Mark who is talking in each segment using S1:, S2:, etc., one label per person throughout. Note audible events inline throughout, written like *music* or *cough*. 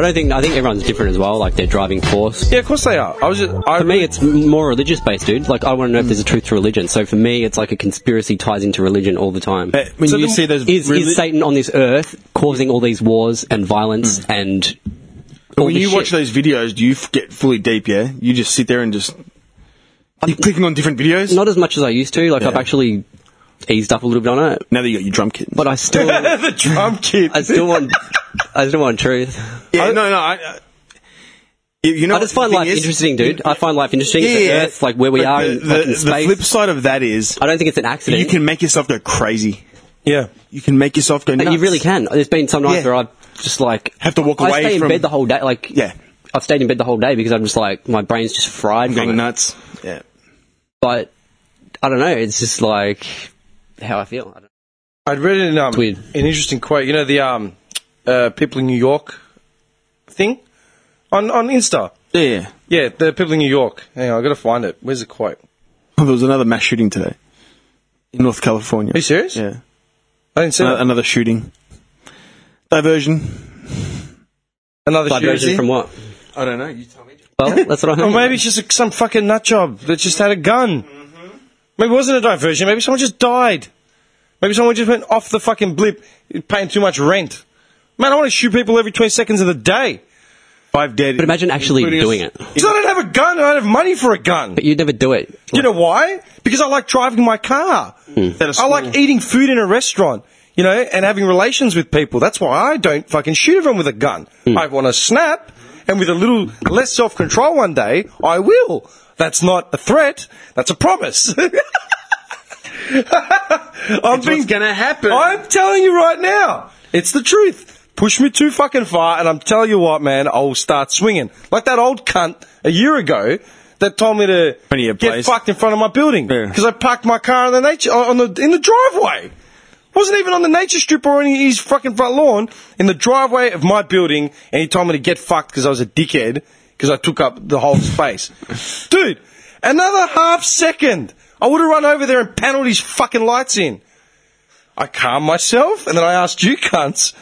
S1: don't think I think everyone's different as well. Like their driving force.
S2: Yeah, of course they are. I was just, I,
S1: For me, it's more religious based, dude. Like I want to know if there's a truth to religion. So for me, it's like a conspiracy ties into religion all the time.
S3: But when
S2: So
S3: you
S2: then-
S3: see those,
S1: Is
S3: reli-
S1: is Satan on this earth causing all these wars and violence and all
S2: Mm. when
S1: this
S2: you
S1: shit?
S2: watch those videos, do you f- get fully deep? Yeah, you just sit there and just you clicking on different videos.
S1: Not as much as I used to. Like I've actually eased up a little bit on it,
S2: now that you got your drum kit,
S1: but I still
S2: *laughs* the drum kit.
S1: I still want I still want truth.
S2: Yeah, no, no. I, I, you- you know,
S1: I just
S2: what
S1: find
S2: the
S1: life
S2: thing is?
S1: interesting, dude. I find life interesting.
S2: Yeah,
S1: the
S2: yeah, yeah.
S1: Earth, like where we
S2: But
S1: are
S2: the,
S1: in,
S2: the-
S1: like, in
S2: the
S1: space.
S2: flip side of that is
S1: I don't think it's an accident.
S2: you can make yourself go crazy.
S3: yeah,
S2: You can make yourself go. Nuts.
S1: You really can. There's been some nights
S2: Yeah.
S1: where I just like
S2: Have to walk
S1: I
S2: away
S1: stay in
S2: from-
S1: bed the whole day. Like
S2: Yeah.
S1: I've stayed in bed the whole day because I'm just like my brain's just fried. From
S2: going
S1: it.
S2: nuts. Yeah.
S1: But I don't know. It's just like how I feel. I don't
S3: I'd read an um,
S1: weird.
S3: an interesting quote. You know the um, uh, people in New York thing on on Insta.
S2: Yeah. yeah.
S3: Yeah, the people in New York. Hang on, I gotta find it. Where's the quote?
S2: Oh, there was another mass shooting today in North California.
S3: Are you serious?
S2: Yeah. Uh, um,
S3: I didn't see
S2: Ano-
S3: that.
S2: Another shooting. Diversion.
S3: another
S1: diversion
S3: shooting.
S1: from what?
S2: I don't know. You tell me.
S1: Well, that's
S2: *laughs*
S1: what I.
S3: Or maybe it's just like, some fucking nut job that just had a gun.
S2: Mm-hmm.
S3: Maybe it wasn't a diversion. Maybe someone just died. Maybe someone just went off the fucking blip, paying too much rent. Man, I want to shoot people every 20 seconds of the day.
S2: Five dead.
S1: But imagine actually
S2: including us-
S1: doing it.
S3: Because I don't have a gun and I don't have money for a gun.
S1: But you'd never do it.
S3: You know why? Because I like driving my car.
S2: Hmm. That a
S3: I like eating food in a restaurant, you know, and having relations with people. That's why I don't fucking shoot everyone with a gun.
S2: Hmm.
S3: I want to snap, and with a little less self control one day, I will. That's not a threat. That's a promise. *laughs* I'm being,
S2: gonna happen.
S3: I'm telling you right now, it's the truth. Push me too fucking far, and I'm telling you what, man, I'll start swinging like that old cunt a year ago that told me to
S2: Plenty of
S3: get
S2: place.
S3: fucked in front of my building
S2: Yeah.
S3: because I parked my car on the nature on the in the driveway. Wasn't even on the nature strip or any his fucking front lawn in the driveway of my building, and he told me to get fucked because I was a dickhead because I took up the whole space, dude. Another half second, I would have run over there and panelled his fucking lights in. I calmed myself, and then I asked you *laughs* cunts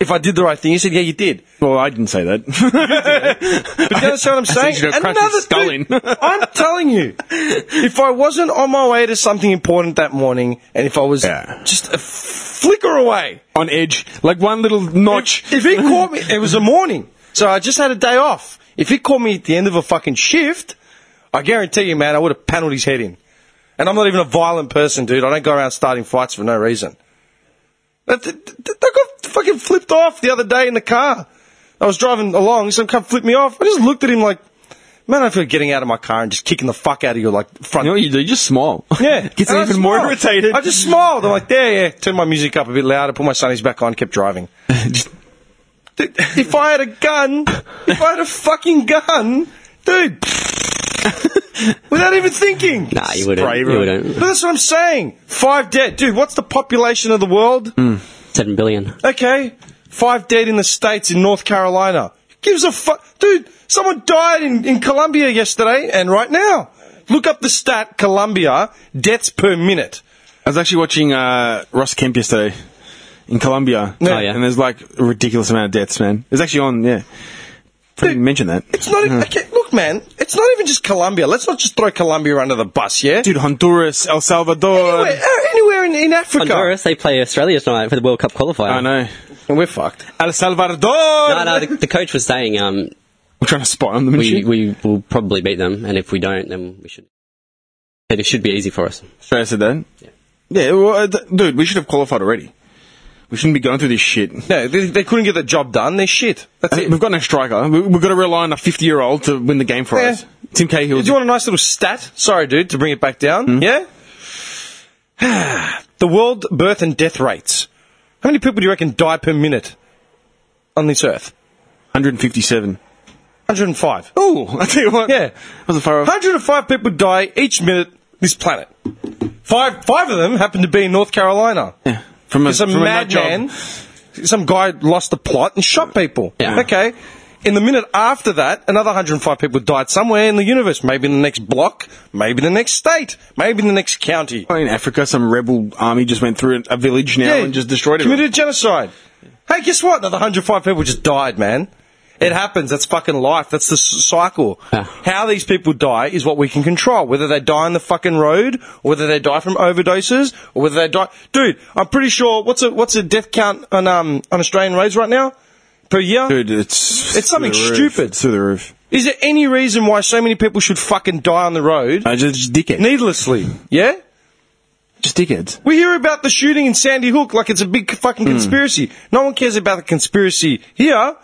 S3: if I did the right thing. You said, "Yeah, you did."
S2: Well, I didn't say that. *laughs*
S3: But you understand what I'm saying?
S2: you to crunch his skull
S3: dude,
S2: in.
S3: *laughs* I'm telling you, if I wasn't on my way to something important that morning, and if I was
S2: Yeah.
S3: just a flicker away,
S2: On edge, like one little *laughs* notch.
S3: if he caught me, it was a morning, so I just had a day off. If he caught me at the end of a fucking shift, I guarantee you, man, I would have panelled his head in. And I'm not even a violent person, dude. I don't go around starting fights for no reason. Uh, That- that- that- I got fucking flipped off the other day in the car. I was driving along, some cunt flipped me off. I just looked at him like, man, I feel like getting out of my car and just kicking the fuck out of your like front.
S2: you know what you do? You just smile.
S3: Yeah.
S2: *laughs* Gets him
S3: And I
S2: even more
S3: smiled.
S2: irritated.
S3: I just smiled. I'm like, there, yeah. Turned my music up a bit louder, put my sunnies back on,
S2: *laughs*
S3: kept driving. Dude, if I had a gun, if I had a fucking gun, dude, *laughs* without even thinking.
S1: Nah, you wouldn't.
S2: Spray
S1: You
S2: room.
S1: wouldn't.
S3: But that's what I'm saying. Five dead. Dude, what's the population of the world?
S2: Hmm.
S1: Seven billion.
S3: Okay. Five dead in the States in North Carolina. Gives a fuck. Dude, someone died in, in Colombia yesterday and right now. Look up the stat, Colombia, deaths per minute.
S2: I was actually watching uh, Ross Kemp yesterday in Colombia.
S3: Oh,
S1: yeah.
S2: And there's like a ridiculous amount of deaths, man. It's actually on, yeah. Didn't even mention that. Uh-huh.
S3: It's not even, okay, look, man, it's not even just Colombia. Let's not just throw Colombia under the bus, yeah?
S2: Dude, Honduras, El Salvador.
S3: anywhere, uh, anywhere in, in Africa.
S1: Honduras, they play Australia tonight for the World Cup qualifier.
S2: I know.
S3: And we're fucked.
S2: El Salvador.
S1: No, no. The, the coach was saying, um,
S2: I'm trying to spy on them. and
S1: we
S2: shit.
S1: we will probably beat them, and if we don't, then we should. But it should be easy for us.
S2: Australia said that. Yeah. well, uh, th- dude, we should have qualified already. We shouldn't be going through this shit. Uh,
S3: No, they, they couldn't get the job done. They're shit. That's it.
S2: We've got no striker. We- We've got to rely on a 50 year old to win the game for
S3: Yeah.
S2: us. Tim Cahill.
S3: Do you want a nice little stat? Sorry, dude, to bring it back down. Yeah? *sighs* the world birth and death rates. How many people do you reckon die per minute on this earth?
S2: 157.
S3: 105.
S2: Oh, *laughs* I tell you what.
S3: Yeah.
S2: Wasn't far off.
S3: 105 people die each minute this planet. Five, five of them happen to be in North Carolina.
S2: Yeah. From a,
S3: There's a
S2: from a nut job.
S3: madman. Some guy lost the plot and shot people.
S1: Yeah.
S3: Okay. In the minute after that, another 105 people died somewhere in the universe. Maybe in the next block, maybe in the next state, maybe in the next county.
S2: In Africa, some rebel army just went through a village now and just destroyed it.
S3: Committed genocide. Hey, guess what? Another 105 people just died, man. It happens. That's fucking life. That's the s- cycle.
S1: Yeah.
S3: How these people die is what we can control. Whether they die on the fucking road, or whether they die from overdoses, or whether they die. Dude, I'm pretty sure. What's a what's a death count on um on Australian roads right now per year?
S2: Dude, it's
S3: It's something
S2: through the roof.
S3: stupid.
S2: It's through the roof.
S3: Is there any reason why so many people should fucking die on the road
S2: I Uh, just, just dickhead.
S3: needlessly? Yeah.
S2: Just *laughs* dickheads.
S3: We hear about the shooting in Sandy Hook like it's a big fucking
S2: Hmm.
S3: conspiracy. No one cares about the conspiracy here,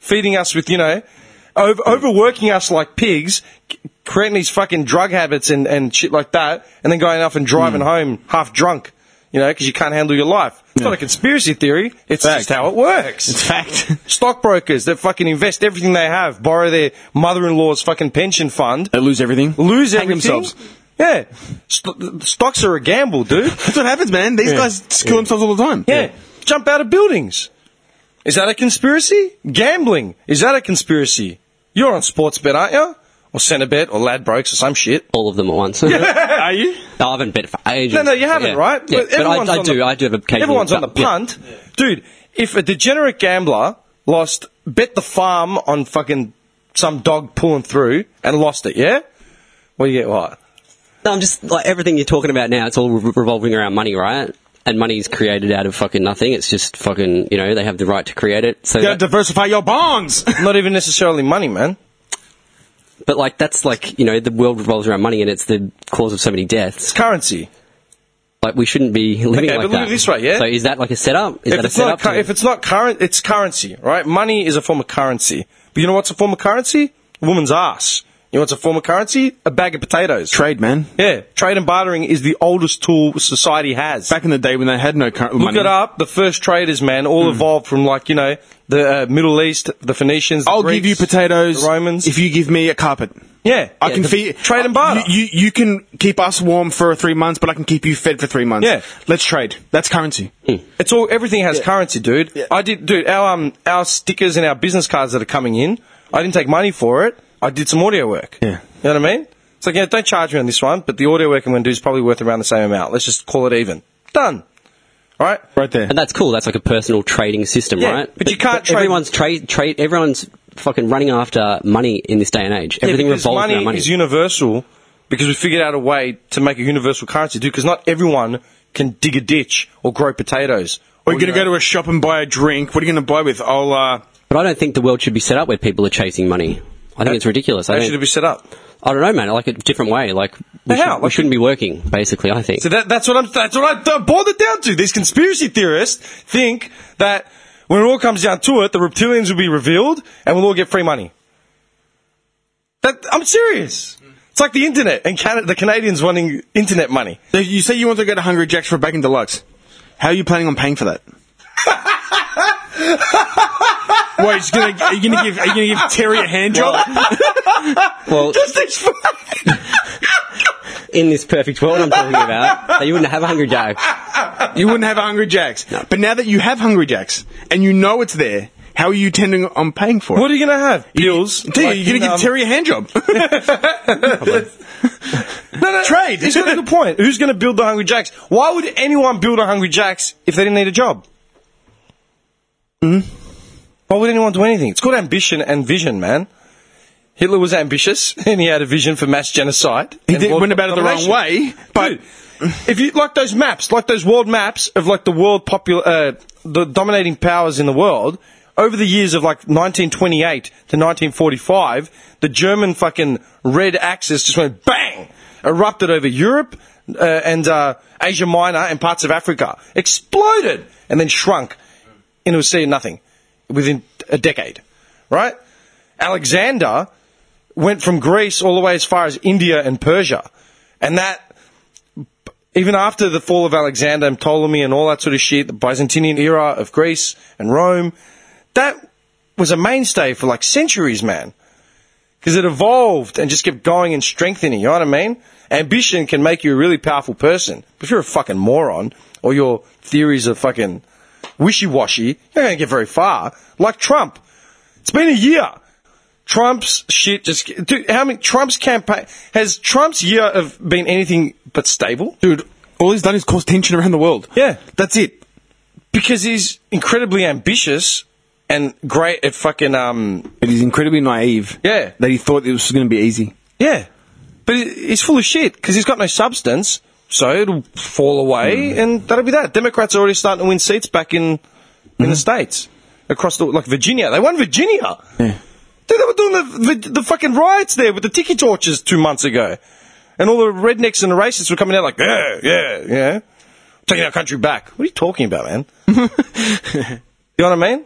S3: feeding us with, you know, over-
S2: Hmm.
S3: overworking us like pigs, c- creating these fucking drug habits and, and shit like that, and then going off and driving
S2: Hmm.
S3: home half drunk, you know, because you can't handle your life. It's not a conspiracy theory, it's
S2: Fact.
S3: just how it works.
S2: It's fact. *laughs*
S3: Stockbrokers that fucking invest everything they have, borrow their mother in law's fucking pension fund,
S2: they lose everything.
S3: lose
S2: Hang
S3: everything.
S2: themselves.
S3: Yeah. St- stocks are a gamble, dude.
S2: That's what happens, man. These guys just kill themselves all the time.
S3: Yeah. Jump out of buildings. Is that a conspiracy? Gambling. Is that a conspiracy? You're on Sportsbet, aren't you? Or Centerbet or Ladbrokes or
S1: *laughs*
S3: some shit.
S1: all of them at once.
S2: Are you?
S1: No, I haven't bet for ages.
S3: No, no, you haven't,
S1: Yeah.
S3: right?
S1: Yeah, but,
S3: everyone's
S1: I, I
S3: on
S1: do.
S3: the-
S1: I do have occasional.
S3: Everyone's on the
S1: yeah.
S3: punt. Dude, if a degenerate gambler lost, bet the farm on fucking some dog pulling through and lost it, yeah? Well, you get what?
S1: No, I'm just like everything you're talking about now. It's all re- revolving around money, right? And money is created out of fucking nothing. It's just fucking. You know, they have the right to create it. So,
S2: Gotta
S1: that-
S2: diversify
S1: *laughs*
S2: your bonds.
S3: Not even necessarily money, man.
S1: but like that's like you know the world revolves around money, and it's the cause of so many deaths.
S3: It's currency.
S1: Like we shouldn't be living
S3: Okay,
S1: like
S3: but
S1: that.
S3: look at it this way, yeah?
S1: So is that like a setup? Is
S3: if
S1: that a
S3: it's not
S1: setup?
S3: cu-
S1: to-
S3: if it's not current, it's currency, right? Money is a form of currency. But you know what's a form of currency? A woman's ass. You know what's a form of currency? A bag of potatoes.
S2: Trade, man.
S3: yeah, trade and bartering is the oldest tool society has.
S2: Back in the day when they had no current
S3: Look
S2: money. Hmm.
S3: it up. The first traders, man, all evolved from like you know the uh, Middle East, the Phoenicians. The
S2: I'll
S3: Greeks,
S2: give you potatoes.
S3: the Romans.
S2: If you give me a carpet.
S3: yeah,
S2: I can
S3: the-
S2: feed
S3: Trade and barter.
S2: You, you you can keep us warm for three months, but I can keep you fed for three months.
S3: Yeah.
S2: let's trade. That's currency.
S3: It's all everything has currency, dude. I did, dude. Our um, our stickers and our business cards that are coming in. I didn't take money for it. I did some audio work.
S2: Yeah.
S3: you know what I mean. It's like, yeah, don't charge me on this one, but the audio work I'm going to do is probably worth around the same amount. Let's just call it even. Done. All right.
S2: Right there.
S1: And that's cool. That's like a personal trading system,
S3: Yeah,
S1: right?
S3: but you can't trade-
S1: Everyone's trade. Trade. Everyone's fucking running after money in this day and age.
S3: Yeah,
S1: Everything
S3: because
S1: revolves around money.
S3: is universal because we figured out a way to make a universal currency, dude. Because not everyone can dig a ditch or grow potatoes.
S2: Or you're gonna go to a shop and buy a drink. What are you gonna buy with? I'll uh,
S1: but I don't think the world should be set up where people are chasing money. I think it's ridiculous. I
S3: How
S1: don't,
S3: should it be set up?
S1: I don't know, man. I Like a different way. Like we,
S3: How?
S1: should, we
S3: Like-
S1: shouldn't be working. Basically, I think.
S3: So that, that's what I'm. That's what I, I boiled it down to. These conspiracy theorists think that when it all comes down to it, the reptilians will be revealed and we'll all get free money. That I'm serious. It's like the internet and Canada, the Canadians wanting internet money.
S2: So You say you want to go to Hungry Jack's for bacon deluxe. How are you planning on paying for
S3: *laughs*
S2: that? Wait, are you just gonna, are you gonna give are you gonna give Terry a hand job?
S1: well,
S3: Just these fu-
S1: in this perfect world I'm talking about, so you wouldn't have a hungry jack.
S2: you wouldn't have Hungry Jack's, but now that you have Hungry Jack's and you know it's there, how are you intending on paying for it?
S3: What are you gonna have? Pills.
S2: Terry,
S3: Like,
S2: you're gonna
S3: um,
S2: give Terry a hand job. *laughs*
S3: no, no,
S2: Trade.
S3: He's got a good point. Who's gonna build the Hungry Jacks? Why would anyone build a Hungry Jacks if they didn't need a job? Hmm.
S2: Hmm?
S3: Why would anyone do anything? It's called ambition and vision, man. Hitler was ambitious *laughs* and he had a vision for mass genocide.
S2: He did, went about it the wrong way, but
S3: But if you like those maps, like those world maps of like the world popular, uh, the dominating powers in the world, over the years of like 1928 to 1945, the German fucking red axis just went bang, erupted over Europe uh, and uh, Asia Minor and parts of Africa, exploded and then shrunk into a sea of nothing within a decade, right? Alexander went from Greece all the way as far as India and Persia, and that even after the fall of Alexander and Ptolemy and all that sort of shit, the Byzantine era of Greece and Rome, that was a mainstay for like centuries, man. Because it evolved and just kept going and strengthening, you know what I mean? Ambition can make you a really powerful person. But if you're a fucking moron, or your theories are fucking wishy washy, you're not going to get very far. Like Trump. It's been a year. Trump's shit just dude. How many Trump's campaign has Trump's year of been anything but stable?
S2: dude, all he's done is cause tension around the world.
S3: Yeah.
S2: that's it.
S3: Because he's incredibly ambitious and great at fucking um
S2: But he's incredibly naive.
S3: Yeah.
S2: That he thought this was going to be easy.
S3: yeah, but he- he's full of shit because he's got no substance. So it'll fall away, and that'll be that. Democrats are already starting to win seats back in in the states across the like Virginia. They won Virginia.
S2: Yeah.
S3: Dude, they were doing the, the, the fucking riots there with the tiki torches two months ago. And all the rednecks and the racists were coming out like, yeah, yeah, yeah. Taking our country back. What are you talking about, man? you know what I mean?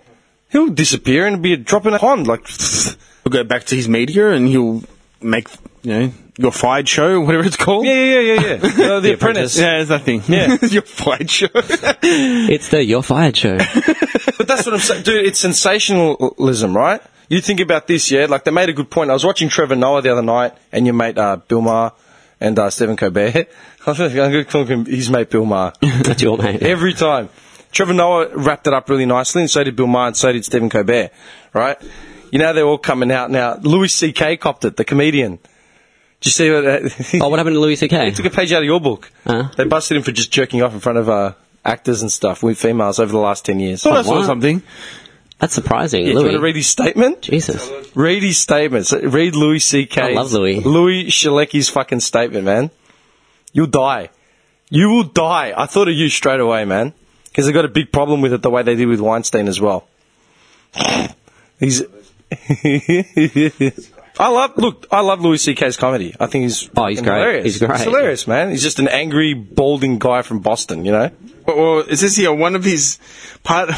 S3: He'll disappear and be a drop in a pond. Like, *laughs*
S2: He'll go back to his media and he'll make, you know, your fired show, *laughs* whatever it's called.
S3: yeah, yeah, yeah, yeah, yeah. Uh, the apprentice.
S1: Apprentice.
S2: Yeah, *laughs* it's that thing.
S3: Yeah.
S2: your fired show.
S1: It's the You're Fired show. *laughs*
S3: But that's what I'm saying, dude. It's sensationalism, right? You think about this, yeah? Like they made a good point. I was watching Trevor Noah the other night, and your mate uh, Bill Maher and uh, Stephen Colbert. *laughs* I was going to call him his mate Bill Maher
S1: That's your mate.
S3: every time. Trevor Noah wrapped it up really nicely, and so did Bill Maher, and so did Stephen Colbert, right? You know they're all coming out now. Louis C.K. copped it, the comedian. Did you see what? Uh, *laughs*
S1: Oh, what happened to Louis C.K.?
S3: took a page out of your book.
S1: Huh?
S3: They busted him for just jerking off in front of uh, actors and stuff with females over the last ten years.
S2: thought I saw
S1: What?
S2: *laughs* something.
S1: That's surprising,
S3: Yeah, do you want
S1: Louis.
S3: to read his statement?
S1: Jesus.
S3: Read his statement. So read Louis C.K.
S1: I love Louis.
S3: Louis Shalecki's fucking statement, man. You'll die. You will die. I thought of you straight away, man. Because I got a big problem with it the way they did with Weinstein as well. *laughs* he's. *laughs* I love look. I love Louis C.K.'s comedy. I think he's
S1: Oh, he's
S3: fucking
S1: great.
S3: Hilarious.
S1: He's great.
S3: hilarious, man. He's just an angry, balding guy from Boston. You know.
S2: Well, well, it says here one of his part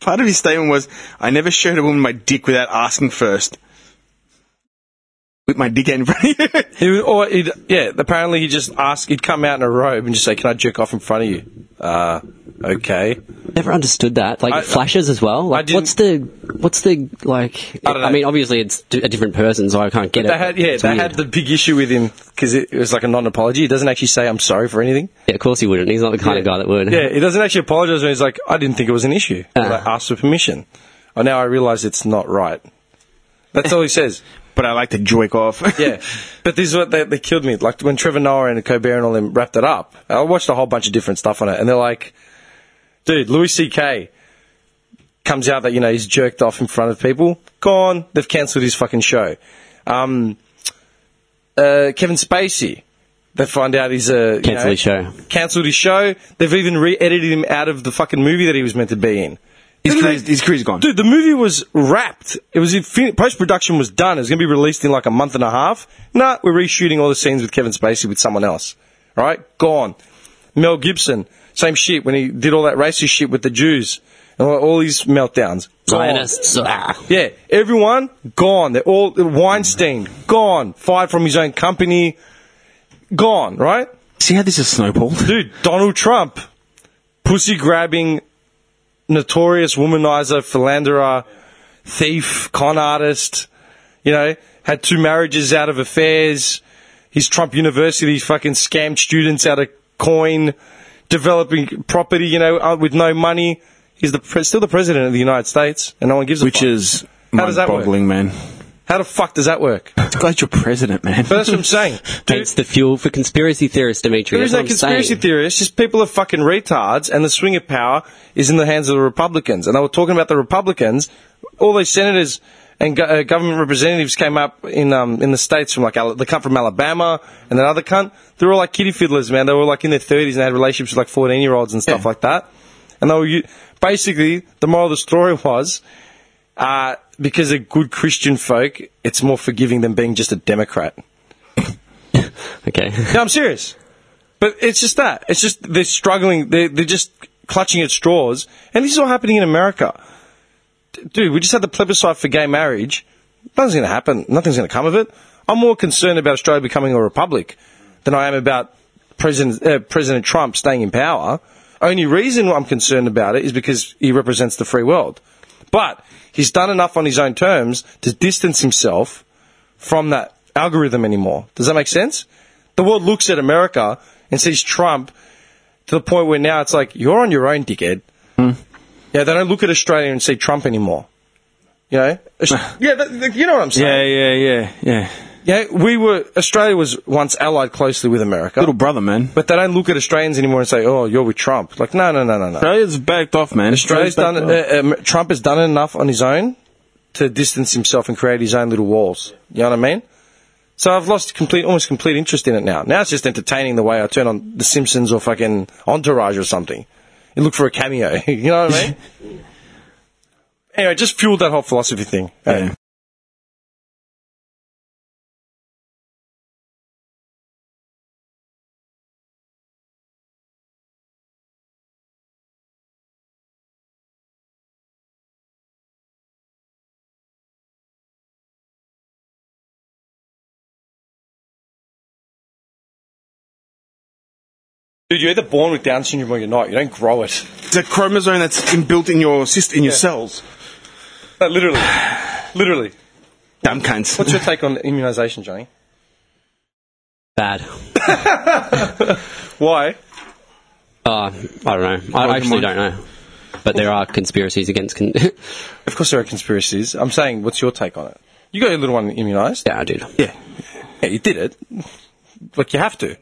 S2: part of his statement was, "I never showed a woman my dick without asking first. With my dick out in front of you. *laughs*
S3: He was, or he'd, yeah, apparently he just asked, he'd come out in a robe and just say, "Can I jerk off in front of you?" Uh, okay.
S1: Never understood that. Like
S3: I-
S1: flashes as well. Like,
S3: didn't-
S1: what's the what's the like? I,
S3: don't know.
S1: mean, obviously it's d- a different person, so I can't get
S3: They
S1: it.
S3: had, yeah,
S1: It's
S3: they
S1: weird.
S3: had the big issue with him because it, it was like a non-apology. He doesn't actually say I'm sorry for anything.
S1: Yeah, of course he wouldn't. He's not the kind of guy that would.
S3: Yeah, he doesn't actually apologize when he's like, I didn't think it was an issue. I
S1: Uh-huh.
S3: asked for permission. Oh, now I realize it's not right. That's all he says.
S2: But I like to joke off.
S3: *laughs* Yeah, but this is what they, they killed me. Like when Trevor Noah and Colbert and all them wrapped it up, I watched a whole bunch of different stuff on it, and they're like, "Dude, Louis C.K. comes out that you know he's jerked off in front of people. Gone. They've cancelled his fucking show. Um, uh, Kevin Spacey, they find out he's a you
S1: Cancel
S3: know,
S1: his show.
S3: Cancelled his show. They've even re-edited him out of the fucking movie that he was meant to be in.
S2: *laughs* his, career's, his career's gone.
S3: Dude, the movie was wrapped. It was post production was done. It was going to be released in like a month and a half. Nah, we're reshooting all the scenes with Kevin Spacey with someone else. All right, gone. Mel Gibson, same shit when he did all that racist shit with the Jews and all, all these meltdowns. Gone.
S1: Zionists. ah.
S3: Yeah, everyone gone. They're all Weinstein gone. Fired from his own company, gone. Right,
S2: See how this is snowballed?
S3: dude. Donald Trump, pussy grabbing, notorious womanizer, philanderer thief, con artist, you know, had two marriages out of affairs. His Trump University fucking scammed students out of coin, developing property, you know, uh, with no money. He's the pre- still the president of the United States, and no one gives a
S2: Which
S3: fuck.
S2: is
S3: How does that work?
S2: mind-boggling, man.
S3: How the fuck does that work? But
S2: It's glad you're president, man.
S3: that's what
S2: *laughs*
S3: I'm saying. Dude,
S1: It's the fuel for conspiracy theorists, Dimitri.
S3: there is
S1: That's what
S3: no
S1: I'm
S3: conspiracy
S1: saying.
S3: theorists. Just people are fucking retards, and the swing of power is in the hands of the Republicans. And they were talking about the Republicans. All those senators and go- uh, government representatives came up in um, in the states from like Al- the cunt from Alabama and that other cunt. They're all like kitty fiddlers, man. They were like in their thirties and they had relationships with like fourteen year olds and stuff
S2: Yeah.
S3: like that. And they were u- basically the moral of the story *laughs* was. Uh, because they're good Christian folk, it's more forgiving than being just a Democrat.
S1: Okay.
S3: *laughs* No, I'm serious. But it's just that. It's just they're struggling. They're, they're just clutching at straws. And this is all happening in America. D- Dude, we just had the plebiscite for gay marriage. Nothing's going to happen. Nothing's going to come of it. I'm more concerned about Australia becoming a republic than I am about President, uh, President Trump staying in power. Only reason I'm concerned about it is because he represents the free world. But he's done enough on his own terms to distance himself from that algorithm anymore. Does that make sense? The world looks at America and sees Trump to the point where now it's like, you're on your own, dickhead. Yeah, they don't look at Australia and see Trump anymore. You know? Aus- yeah, th th- you know what I'm saying.
S2: yeah, yeah, yeah, yeah.
S3: Yeah, we were. Australia was once allied closely with America.
S2: Little brother, man.
S3: But they don't look at Australians anymore and say, "Oh, you're with Trump." Like, no, no, no, no, no.
S2: Australia's backed off, man.
S3: Australia's done.
S2: backed
S3: Uh, um, Trump has done enough on his own to distance himself and create his own little walls. You know what I mean? So I've lost complete, almost complete interest in it now. Now it's just entertaining the way I turn on The Simpsons or fucking Entourage or something. You look for a cameo. *laughs* you know what I mean? anyway, just fueled that whole philosophy thing.
S2: off.
S3: Hey.
S2: Yeah.
S3: Dude, you're either born with Down syndrome or you're not. You don't grow it. *laughs*
S2: It's a chromosome that's in, built in your system, in your cells.
S3: No, *sighs* literally, literally.
S2: Dumb cunts.
S3: What's your take on immunisation, Johnny?
S1: Bad.
S3: Why?
S1: Uh, I don't know. I actually don't know. But there are conspiracies against. Con- *laughs*
S3: Of course, there are conspiracies. I'm saying, what's your take on it? You got your little one immunised.
S1: yeah, I did.
S2: yeah.
S3: Yeah, you did it. Like you have to.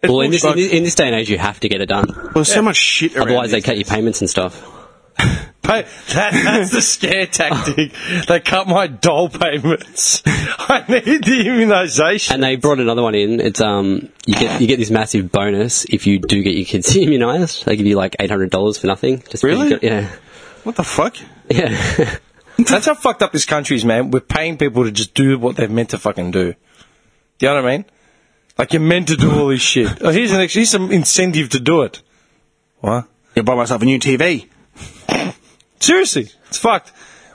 S1: Well, in this, in this in this day and age, you have to get it done.
S2: Well, there's so much shit around.
S1: Otherwise, they
S2: these
S1: cut your
S2: days.
S1: payments and stuff.
S3: Pay- that, that's the
S1: *laughs*
S3: scare tactic. they cut my doll payments. *laughs* I need the immunisation.
S1: And they brought another one in. It's um, you get you get this massive bonus if you do get your kids *laughs* immunised. They give you like eight hundred dollars for nothing. Just because you
S2: Really?
S1: got- yeah, *laughs*
S2: What the fuck?
S1: yeah. *laughs*
S3: That's how fucked up this country is, man. We're paying people to just do what they're meant to fucking do. Do you know what I mean? Like you're meant to do all
S1: *laughs*
S3: this shit. Oh, here's an ex- here's some incentive to do it. What?
S2: Yeah, buy myself a new TV.
S3: Seriously, it's fucked.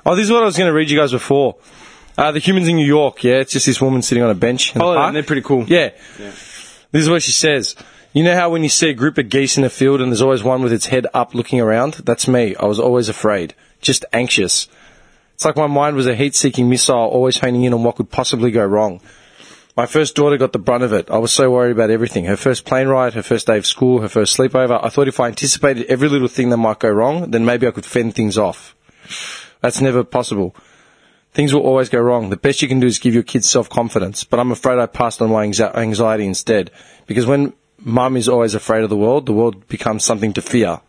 S3: Oh, this is what I was going to read you guys before. Uh, the humans in New York. Yeah, it's just this woman sitting on a bench. In
S2: Oh,
S3: the
S2: and
S3: park.
S2: they're pretty cool.
S3: Yeah. This is what she says. You know how when you see a group of geese in a field and there's always one with its head up looking around? That's me. I was always afraid, just anxious. It's like my mind was a heat seeking missile, always honing in on what could possibly go wrong. My first daughter got the brunt of it. I was so worried about everything. Her first plane ride, her first day of school, her first sleepover. I thought if I anticipated every little thing that might go wrong, then maybe I could fend things off. That's never possible. Things will always go wrong. The best you can do is give your kids self confidence. But I'm afraid I passed on my anxi- anxiety instead. Because when mum is always afraid of the world, the world becomes something to fear.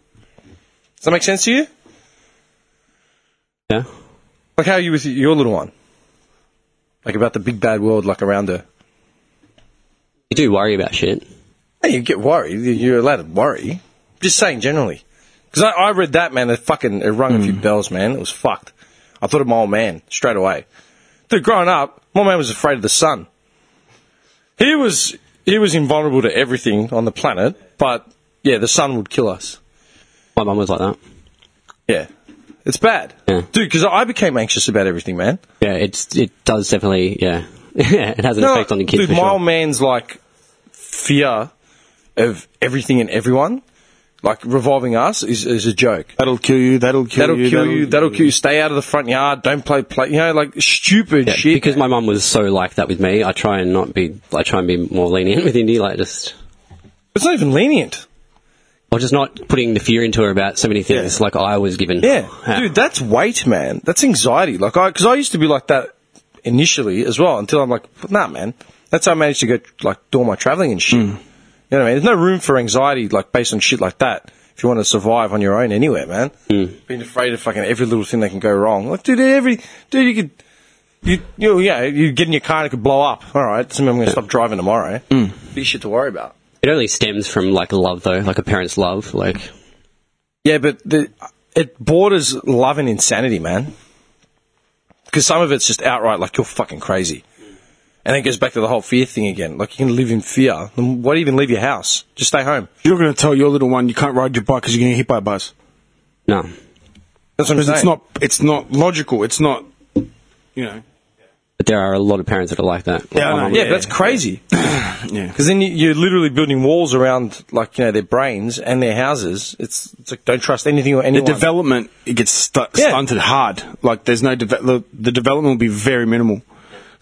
S3: Does that make sense to you?
S1: yeah.
S3: Like, how are you with your little one? Like, about the big bad world, like, around her.
S1: You do worry about shit.
S3: Hey, you get worried. You're allowed to worry. Just saying, generally. Because I, I read that, man. It fucking it rung a
S1: Hmm.
S3: few bells, man. It was fucked. I thought of my old man straight away. Dude, growing up, my man was afraid of the sun. He was he was invulnerable to everything on the planet, but yeah, the sun would kill us.
S1: My mum was like that.
S3: Yeah, it's bad,
S1: Yeah.
S3: dude. Because I became anxious about everything, man.
S1: Yeah, it's it does definitely. Yeah, *laughs* yeah. It has an effect on your kids
S3: dude,
S1: for
S3: my
S1: sure.
S3: old man's like fear of everything and everyone, like revolving us, is, is a joke.
S2: That'll kill you. That'll kill
S3: That'll
S2: you.
S3: kill you. That'll kill you. Stay out of the front yard. Don't play play. You know, like stupid
S1: Yeah,
S3: shit.
S1: because my mum was so like that with me. I try and not be. I try and be more lenient with Indy. Like just.
S3: it's not even lenient.
S1: Or just not putting the fear into her about so many things like I was given. *laughs* Uh,
S3: Yeah, dude, that's weight, man. That's anxiety. Like I, because I used to be like that initially as well. Until I'm like, nah, man. That's how I managed to go like do all my traveling and shit. You know what I mean? There's no room for anxiety like based on shit like that. If you want to survive on your own anywhere, man, being afraid of fucking every little thing that can go wrong. Like, dude, every dude, you could. You, you, yeah, you get in your car and it could blow up. All right, so I'm going to stop driving tomorrow. Be shit to worry about.
S1: It only stems from like love though, like a parent's love. Like
S3: Yeah, but the, it borders love and insanity, man. Because some of it's just outright like you're fucking crazy, and it goes back to the whole fear thing again. Like you can live in fear. Then why do you even leave your house? Just stay home.
S2: You're going to tell your little one you can't ride your bike because you're going to get hit by a bus.
S1: no.
S3: That's what I'm
S2: Because
S3: saying.
S2: it's not. It's not logical. It's not. You know.
S1: But there are a lot of parents that are like that. Like,
S2: Yeah, I
S1: my
S2: know.
S1: mum was-
S3: Yeah, but that's crazy.
S2: Yeah.
S3: Because then you, you're literally building walls around like you know their brains and their houses. It's, it's like don't trust anything or
S2: The
S3: anyone.
S2: development it gets stu-
S3: Yeah.
S2: stunted hard. Like there's no deve- the, the development will be very minimal.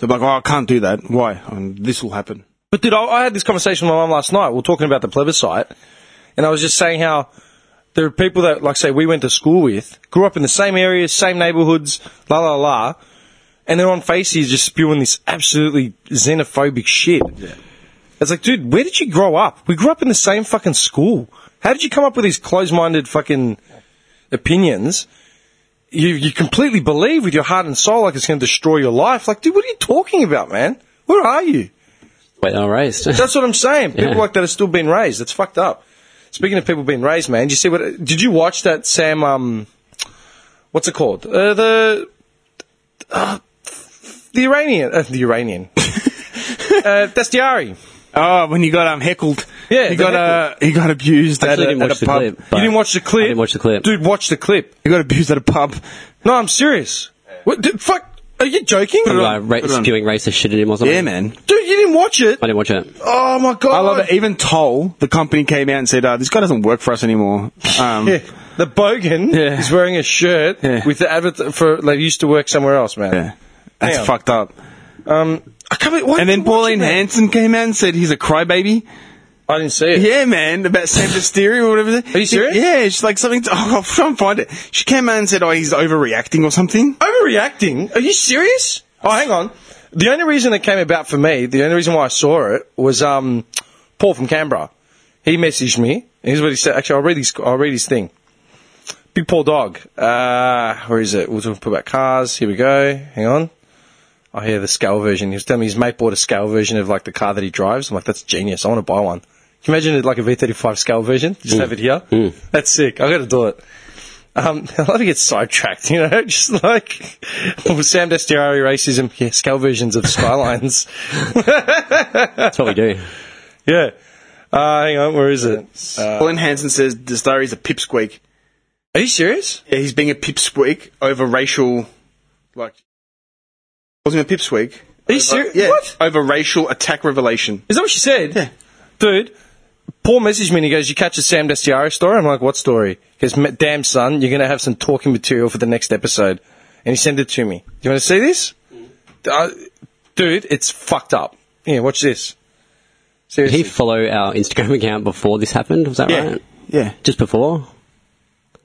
S2: So like, oh, I can't do that. Why? Um, this will happen.
S3: But dude, I, I had this conversation with my mum last night. We are talking about the plebiscite, and I was just saying how there are people that, like, say we went to school with, grew up in the same areas, same neighbourhoods, la la la, and they're on faces just spewing this absolutely xenophobic shit. It's like, dude, where did you grow up? We grew up in the same fucking school. How did you come up with these closed-minded fucking opinions? You, you completely believe with your heart and soul like it's going to destroy your life. Like, dude, what are you talking about, man? Where are you?
S1: Wait, all raised. *laughs*
S3: That's what I'm saying. People
S1: Yeah.
S3: like that are still being raised. That's fucked up. Speaking of people being raised, man, did you see what? Did you watch that Sam? Um, what's it called? Uh, the uh, the Iranian, uh, the Iranian. uh, that's Diari.
S2: Oh, when he got um heckled.
S3: Yeah,
S2: he
S3: the
S2: got uh, he got abused at
S1: Actually,
S2: a,
S1: I didn't
S2: at
S1: watch
S2: a
S1: the
S2: pub.
S1: clip.
S3: You
S1: But
S3: didn't watch the clip.
S1: I didn't watch the clip.
S3: dude. Watch the clip.
S2: He got abused at a pub.
S3: No, I'm serious. What? Dude, fuck. Are you joking?
S1: Some
S3: Dude,
S1: guy ra-
S2: put it on.
S1: spewing racist shit at him or something.
S2: Yeah, man.
S3: you didn't watch it.
S1: I didn't watch it.
S3: Oh my god.
S2: I love it. Even Toll, the company, came out and said, uh, "This guy doesn't work for us anymore." Um,
S3: Yeah. The bogan
S2: Yeah.
S3: is wearing a shirt
S2: Yeah.
S3: with the advert for like used to work somewhere else, man.
S2: yeah. that's
S3: Damn.
S2: fucked up.
S3: Um, I can't believe, why
S2: And
S3: did
S2: then
S3: you watch
S2: Pauline
S3: it, man?
S2: Hanson came out and said he's a crybaby.
S3: I didn't see it.
S2: Yeah, man, about Sanford Stereo or whatever.
S3: Are you serious?
S2: Yeah, she's like something. To, *laughs* oh, I'll try and find it. She came out and said, "Oh, he's overreacting or something."
S3: Overreacting? Are you serious? Oh, hang on. The only reason it came about for me, the only reason why I saw it was um, Paul from Canberra. He messaged me. and Here's what he said. Actually, I'll read his. I'll read his thing. Big Paul Dog. Uh, where is it? We'll talk about cars. Here we go. Hang on. I hear the scale version. He was telling me his mate bought a scale version of like the car that he drives. I'm like, that's genius. I want to buy one. Can you imagine it like a V35 scale version? Just have it here. That's sick. I got to do it. Um, *laughs* I love to get sidetracked, you know, *laughs* just like well, Sam Destiari racism. Yeah, scale versions of Skylines. *laughs*
S1: That's what we
S2: *laughs*
S1: do.
S3: yeah. Uh, hang on, where is it? Uh,
S2: Pauline Hanson says the star is a pipsqueak.
S3: Are you serious?
S2: Yeah, he's being a pipsqueak over racial, like. Wasn't a pipsqueak. Uh,
S3: Are you serious?
S2: Yeah,
S3: What?
S2: over racial attack revelation.
S3: Is that what she said?
S2: Yeah.
S3: Dude, Paul messaged me and he goes, You catch a Sam Destiari story? I'm like, What story? He goes, "Ma- Damn, son, you're going to have some talking material for the next episode. And he sent it to me. Do you want to see this?
S2: Mm-hmm.
S3: Uh, dude, it's fucked up. Yeah, watch this.
S1: Did
S3: Seriously.
S1: he follow our Instagram account before this happened? Was that
S2: Yeah,
S1: right?
S2: yeah.
S1: Just before?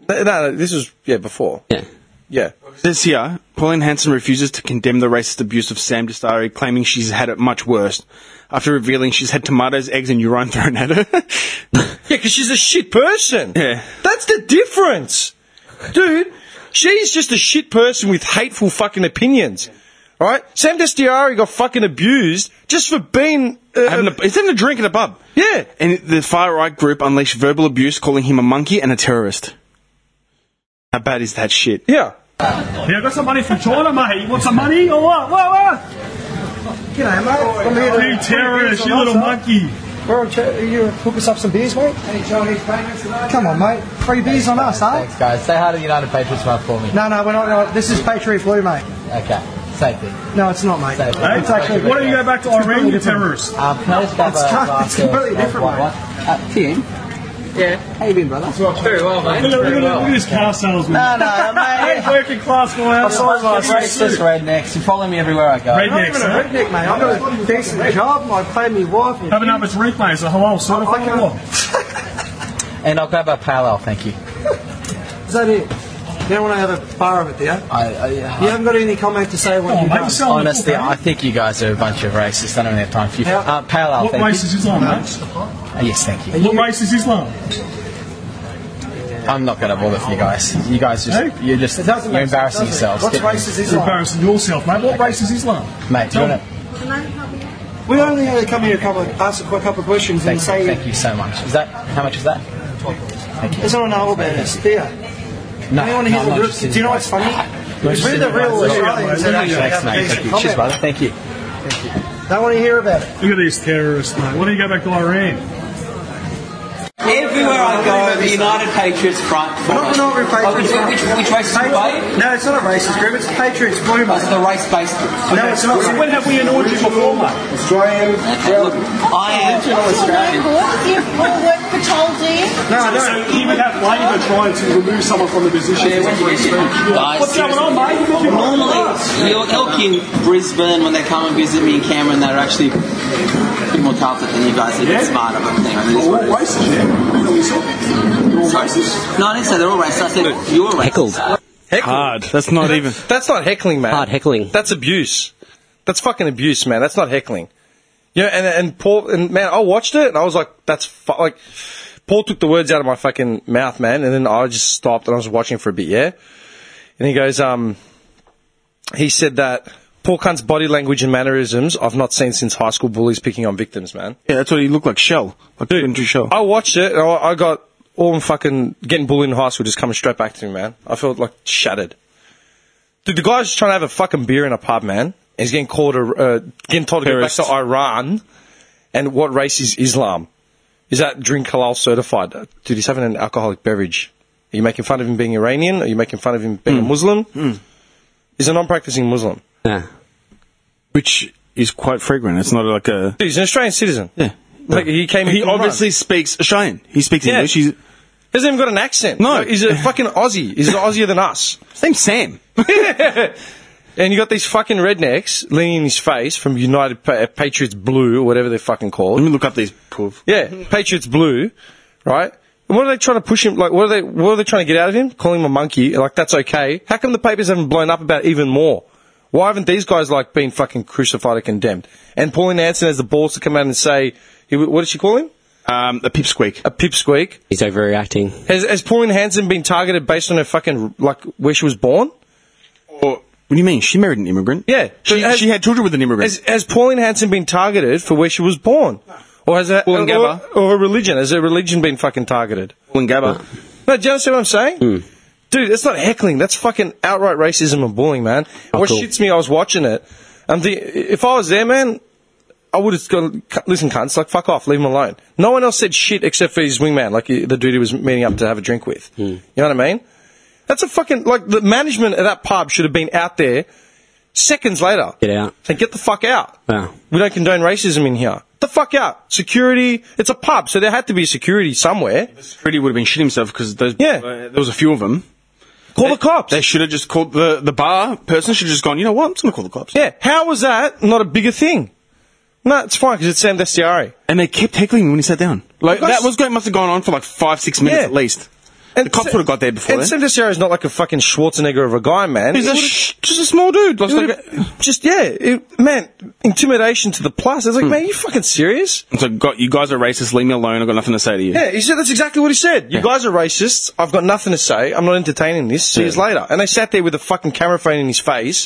S3: no, no, this was, yeah, before.
S1: Yeah.
S3: Yeah.
S2: This year, Pauline Hanson refuses to condemn the racist abuse of Sam Destari, claiming she's had it much worse. After revealing she's had tomatoes, eggs, and urine thrown at her. *laughs*
S3: Yeah, because she's a shit person.
S2: Yeah.
S3: That's the difference. Dude, she's just a shit person with hateful fucking opinions. Alright? Sam Destiari got fucking abused just for being. Uh,
S2: having a, he's having a drink at a pub.
S3: yeah.
S2: And the far right group unleashed verbal abuse, calling him a monkey and a terrorist. How bad is that shit?
S3: Yeah.
S4: Yeah, I got some money from China, mate. You want some money or what? What, what?
S5: G'day, mate. From here to-
S4: You terrorist, you little monkey.
S5: We're on tra- you hook us up some beers, mate. Any Chinese patrons tonight? Come on, mate. Free beers on us, eh?
S6: Thanks, guys. Say hi to the United Patriots Club for me.
S5: No, no, we're not. No, this is Patriot Blue, mate.
S6: Okay. Same thing.
S5: No, it's not, mate.
S6: Hey,
S4: Hey,
S5: It's actually.
S4: why don't you go back to
S5: It's
S4: Iran,
S5: completely
S4: you
S5: different.
S4: terrorist?
S6: Um, can I just grab
S5: It's
S6: a
S5: tough.
S6: glass
S5: It's
S6: of-
S5: completely
S6: of
S5: different,
S6: white
S5: mate.
S6: wine? Uh, Tim? Yeah? How you been, brother? Very
S5: Oh,
S6: well, mate.
S4: Look, at- look, at- look at this car salesman.
S6: No,
S4: *laughs*
S6: no,
S4: Hey,
S6: mate.
S4: working class boy.
S6: I'm sorry, my racist rednecks. You follow me everywhere I go.
S5: I'm not even a
S4: Rednecks,
S5: redneck, mate. I've got a decent job. I paid me wife. and-
S4: Having up its rink, mate. So hello, sort of.
S5: I can't-
S4: Hello.
S6: And I'll grab a pale ale, thank you.
S5: Is that it? Now when I have a bar of it, yeah?
S6: I, I,
S5: You haven't got any comment to say
S4: Come
S5: when
S4: on,
S5: you
S4: mate.
S5: done.
S4: Sell me
S6: honestly,
S4: the book,
S6: I think you guys are a bunch of racists. I don't even have time for you. Uh, pale
S4: mate.
S6: ale,
S4: What
S6: thank
S4: race is Islam, mate?
S6: you. Uh, yes, thank you.
S4: What race is Islam?
S6: I'm not going to bother with you guys. You guys just,
S4: Hey?
S6: you're just,
S5: It doesn't
S6: you're
S5: make sense, does
S6: embarrassing
S5: it?
S6: yourselves.
S5: What's
S6: Get me.
S5: racist
S4: You're
S5: Islam?
S4: embarrassing yourself, mate. What race is Islam?
S6: Mate, do
S4: Tell
S6: you want
S4: me.
S6: to,
S5: We only had to come here a couple of, ask a quick couple of questions and
S6: thank, you,
S5: say,
S6: thank you so much. Is that, how much is that? Thank you.
S5: it's not an old man, it's there.
S6: No,
S5: Anyone
S6: no,
S5: hear
S6: I'm not
S5: the real,
S6: interested
S5: do you know
S6: in
S5: what's
S6: that.
S5: funny?
S6: Not
S5: It's really
S6: interested
S5: the
S6: in that.
S5: real Australians that actually
S6: Thanks,
S5: have a
S6: mate. Thank
S5: decent
S6: you. Cheers,
S5: comment.
S6: brother. Thank you.
S5: Don't want to hear about it.
S4: Look at these terrorists, mate. Why don't you go back to Iran?
S6: Everywhere I go, the United Patriots Front.
S5: We're not, we're not with Patriots.
S6: Oh, which, which, which race is
S5: Patri-
S6: it?
S5: No, it's not a racist group, it's Patriots Blue,
S6: It's
S5: mate.
S6: the race-based group.
S5: No, it's not.
S4: When have we annoyed you before, mate?
S5: Australian.
S6: Look, I am...
S5: No,
S4: So
S5: I don't.
S4: he would have Labour trying to remove someone from the position.
S6: Yeah, when you get it, guys.
S4: What's going on, mate? You're looking
S6: Normally, you'll look in Brisbane when they come and visit me in Cameron, they're actually a bit more confident than you guys. They're a bit smarter, but anyway, it is what it is.
S4: racist, yeah. You're all racist.
S6: No, I didn't say they're all racist. I said you're racist.
S1: Heckled.
S3: Heckling.
S7: Hard.
S2: That's
S3: *laughs*
S2: not even.
S3: That's not heckling, man.
S1: Hard heckling.
S3: That's abuse. That's fucking abuse, man. That's not heckling. You know, and and Paul and man, I watched it and I was like, that's fu- like, Paul took the words out of my fucking mouth, man. And then I just stopped and I was watching for a bit, yeah. And he goes, um, he said that Paul Cunt's body language and mannerisms I've not seen since high school bullies picking on victims, man.
S2: Yeah, that's what he looked like. Shell, like Dude, Shell.
S3: I watched it and I, I got all fucking getting bullied in high school just coming straight back to me, man. I felt like shattered. Dude, the guy's just trying to have a fucking beer in a pub, man. He's getting called a, uh, getting told to
S2: Terrorist.
S3: go back to Iran. And what race is Islam? Is that drink halal certified? Uh, Dude, he's having an alcoholic beverage. Are you making fun of him being Iranian? Are you making fun of him being a
S2: Hmm.
S3: Muslim? He's a non-practicing Muslim.
S1: Yeah.
S2: which is quite fragrant. It's not like a.
S3: Dude, he's an Australian citizen.
S2: Yeah.
S3: Like, he came in
S2: He
S3: from Iran.
S2: obviously speaks Australian. He speaks
S3: Yeah.
S2: English. He's
S3: He hasn't even got an accent.
S2: No.
S3: He's a fucking Aussie. He's Aussier
S2: *laughs*
S3: than us.
S2: same Sam.
S3: And you got these fucking rednecks leaning in his face from United pa- uh, Patriots Blue or whatever they're fucking
S2: Let
S3: called.
S2: me look up these. Poof.
S3: Yeah, Patriots Blue, right? And What are they trying to push him? Like, what are they? What are they trying to get out of him? Call him a monkey? Like, that's okay. How come the papers haven't blown up about it even more? Why haven't these guys like been fucking crucified or condemned? And Pauline Hanson has the balls to come out and say, he, what did she call him?
S2: Um, a pipsqueak.
S3: A pipsqueak.
S1: He's overreacting.
S3: Has, has Pauline Hanson been targeted based on her fucking like where she was born?
S2: Or, what do you mean? She married an immigrant.
S3: Yeah.
S2: She,
S3: Has-
S2: she had children with an immigrant.
S3: Has, has Pauline Hanson been targeted for where she was born? Or has her, or,
S2: Wollongabba.
S3: or her religion? Has her religion been fucking targeted?
S2: Wollongabba.
S3: No, do you understand what I'm saying?
S1: Hmm.
S3: Dude, that's not heckling. That's fucking outright racism and bullying, man. what
S1: cool.
S3: shits me, I was watching it. And the, if I was there, man, I would have gone, "C- listen, cunts, like, fuck off, leave him alone. No one else said shit except for his wingman, like the dude he was meeting up to have a drink with.
S1: Hmm.
S3: You know what I mean? That's a fucking, like, the management of that pub should have been out there seconds later.
S1: Get out.
S3: Say, get the fuck out.
S1: Yeah.
S3: We don't condone racism in here. The fuck out. Security. It's a pub, so there had to be security somewhere.
S2: Security would have been shit himself because those.
S3: Yeah.
S2: uh, there was a few of them.
S3: Call the cops.
S2: They should have just called the the bar person. Should have just gone. You know what? I'm just gonna call the cops.
S3: yeah. How was that not a bigger thing? No, it's fine because it's Sam Destiari.
S2: And they kept heckling me when he sat down. Like
S3: Because-
S2: that was going. Must have gone on for like five, six minutes
S3: Yeah.
S2: at least.
S3: And
S2: The cops
S3: Sa-
S2: would have got there before
S3: And
S2: then.
S3: Sam Destiari is not like a fucking Schwarzenegger of a guy, man.
S2: He's
S3: He
S2: a
S3: would've-
S2: sh- just a small dude. Like,
S3: he would've- just yeah, it, man. Intimidation to the plus. I was like,
S2: Hmm.
S3: man, are you fucking serious?
S2: so got you guys are racist. Leave me alone. I've got nothing to say to you.
S3: Yeah, he said that's exactly what he said. You guys are racists. I've got nothing to say. I'm not entertaining this. See you later. And they sat there with a fucking camera phone in his face,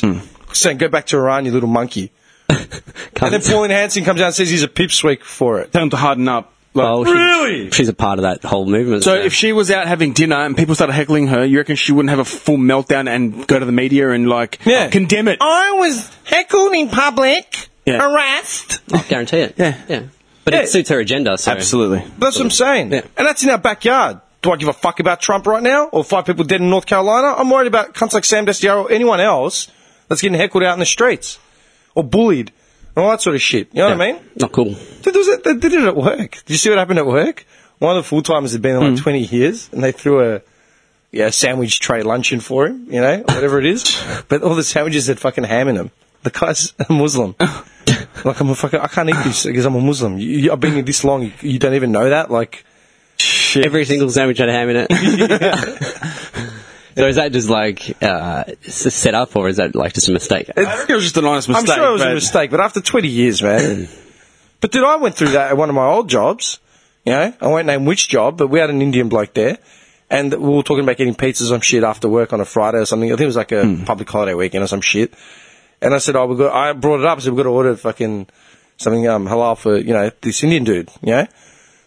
S3: saying, "Go back to Iran, you little monkey." and then Pauline Hanson comes out and says he's a pipsqueak for it.
S2: Tell him to harden up. Like,
S3: Oh,
S1: Well, she's- She's a part of that whole movement.
S2: So if she was out having dinner and people started heckling her, you reckon she wouldn't have a full meltdown and go to the media and like
S3: Yeah. Oh,
S2: condemn it?
S3: I was heckled in public,
S2: Yeah.
S3: harassed.
S1: I guarantee it.
S2: Yeah.
S1: Yeah. But
S3: Yeah.
S1: it suits her agenda, so.
S2: Absolutely.
S3: That's what I'm saying.
S1: Yeah.
S3: And that's in our backyard. Do I give a fuck about Trump right now or five people dead in North Carolina? I'm worried about cunts like Sam Destiaro or anyone else that's getting heckled out in the streets or bullied and all that sort of shit. You know what I mean?
S1: Not cool.
S3: Dude, there was a, they did it at work. Did you see what happened at work? One of the full timers had been there like 20 years, and they threw a yeah sandwich tray luncheon for him, you know, whatever it is. But all the sandwiches had fucking ham in them. The guy's a Muslim. like I'm a fucking, I can't eat this because I'm a Muslim. You, you, I've been here this long. You, you don't even know that. Like,
S1: Every single sandwich had ham in it.
S3: *laughs*
S1: so is that just like uh, s- set up, or is that like just a mistake?
S2: I reckon it was just an honest
S3: I'm
S2: mistake.
S3: sure it was a
S2: but-
S3: mistake, but after 20 years, *clears throat* man. but dude, I went through that at one of my old jobs. You know, I won't name which job, but we had an Indian bloke there. And we were talking about getting pizzas and shit after work on a Friday or something. I think it was like a public holiday weekend or some shit. And I said, oh, we got, I brought it up. I said, we've got to order fucking something, um, halal for, you know, this Indian dude, you know?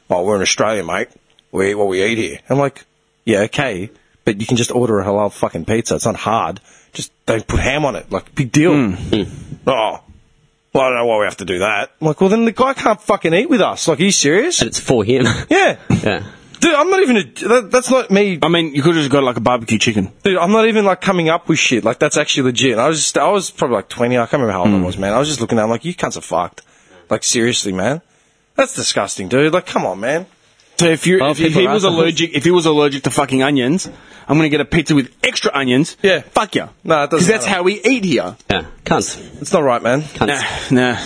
S3: Oh, we're in Australia, mate. We eat what we eat here. I'm like, yeah, okay, but you can just order a halal fucking pizza. It's not hard. Just don't put ham on it. Like, big deal.
S1: Hmm.
S3: Oh, well, I don't know why we have to do that. I'm like, well, then the guy can't fucking eat with us. Like, are you serious?
S1: And it's for him.
S3: *laughs* Yeah.
S1: *laughs* yeah.
S3: Dude, I'm not even a, that, that's not me.
S2: I mean, you could have just got like a barbecue chicken.
S3: Dude, I'm not even like coming up with shit. Like, that's actually legit. I was just, I was probably like 20. I can't remember how
S1: Hmm.
S3: old I was, man. I was just looking at him like, you cunts are fucked. Like, seriously, man. That's disgusting, dude. Like, come on, man.
S2: So if you
S1: Well,
S2: if, if
S1: people
S2: he
S1: are
S2: was
S1: assholes.
S2: allergic, if he was allergic to fucking onions, I'm gonna get a pizza with extra onions.
S3: Yeah.
S2: fuck yeah.
S3: No, it doesn't
S2: Because that's
S3: matter.
S2: how we eat here.
S1: Yeah. Cunts.
S3: It's not right, man.
S1: Cunts.
S2: Nah, nah.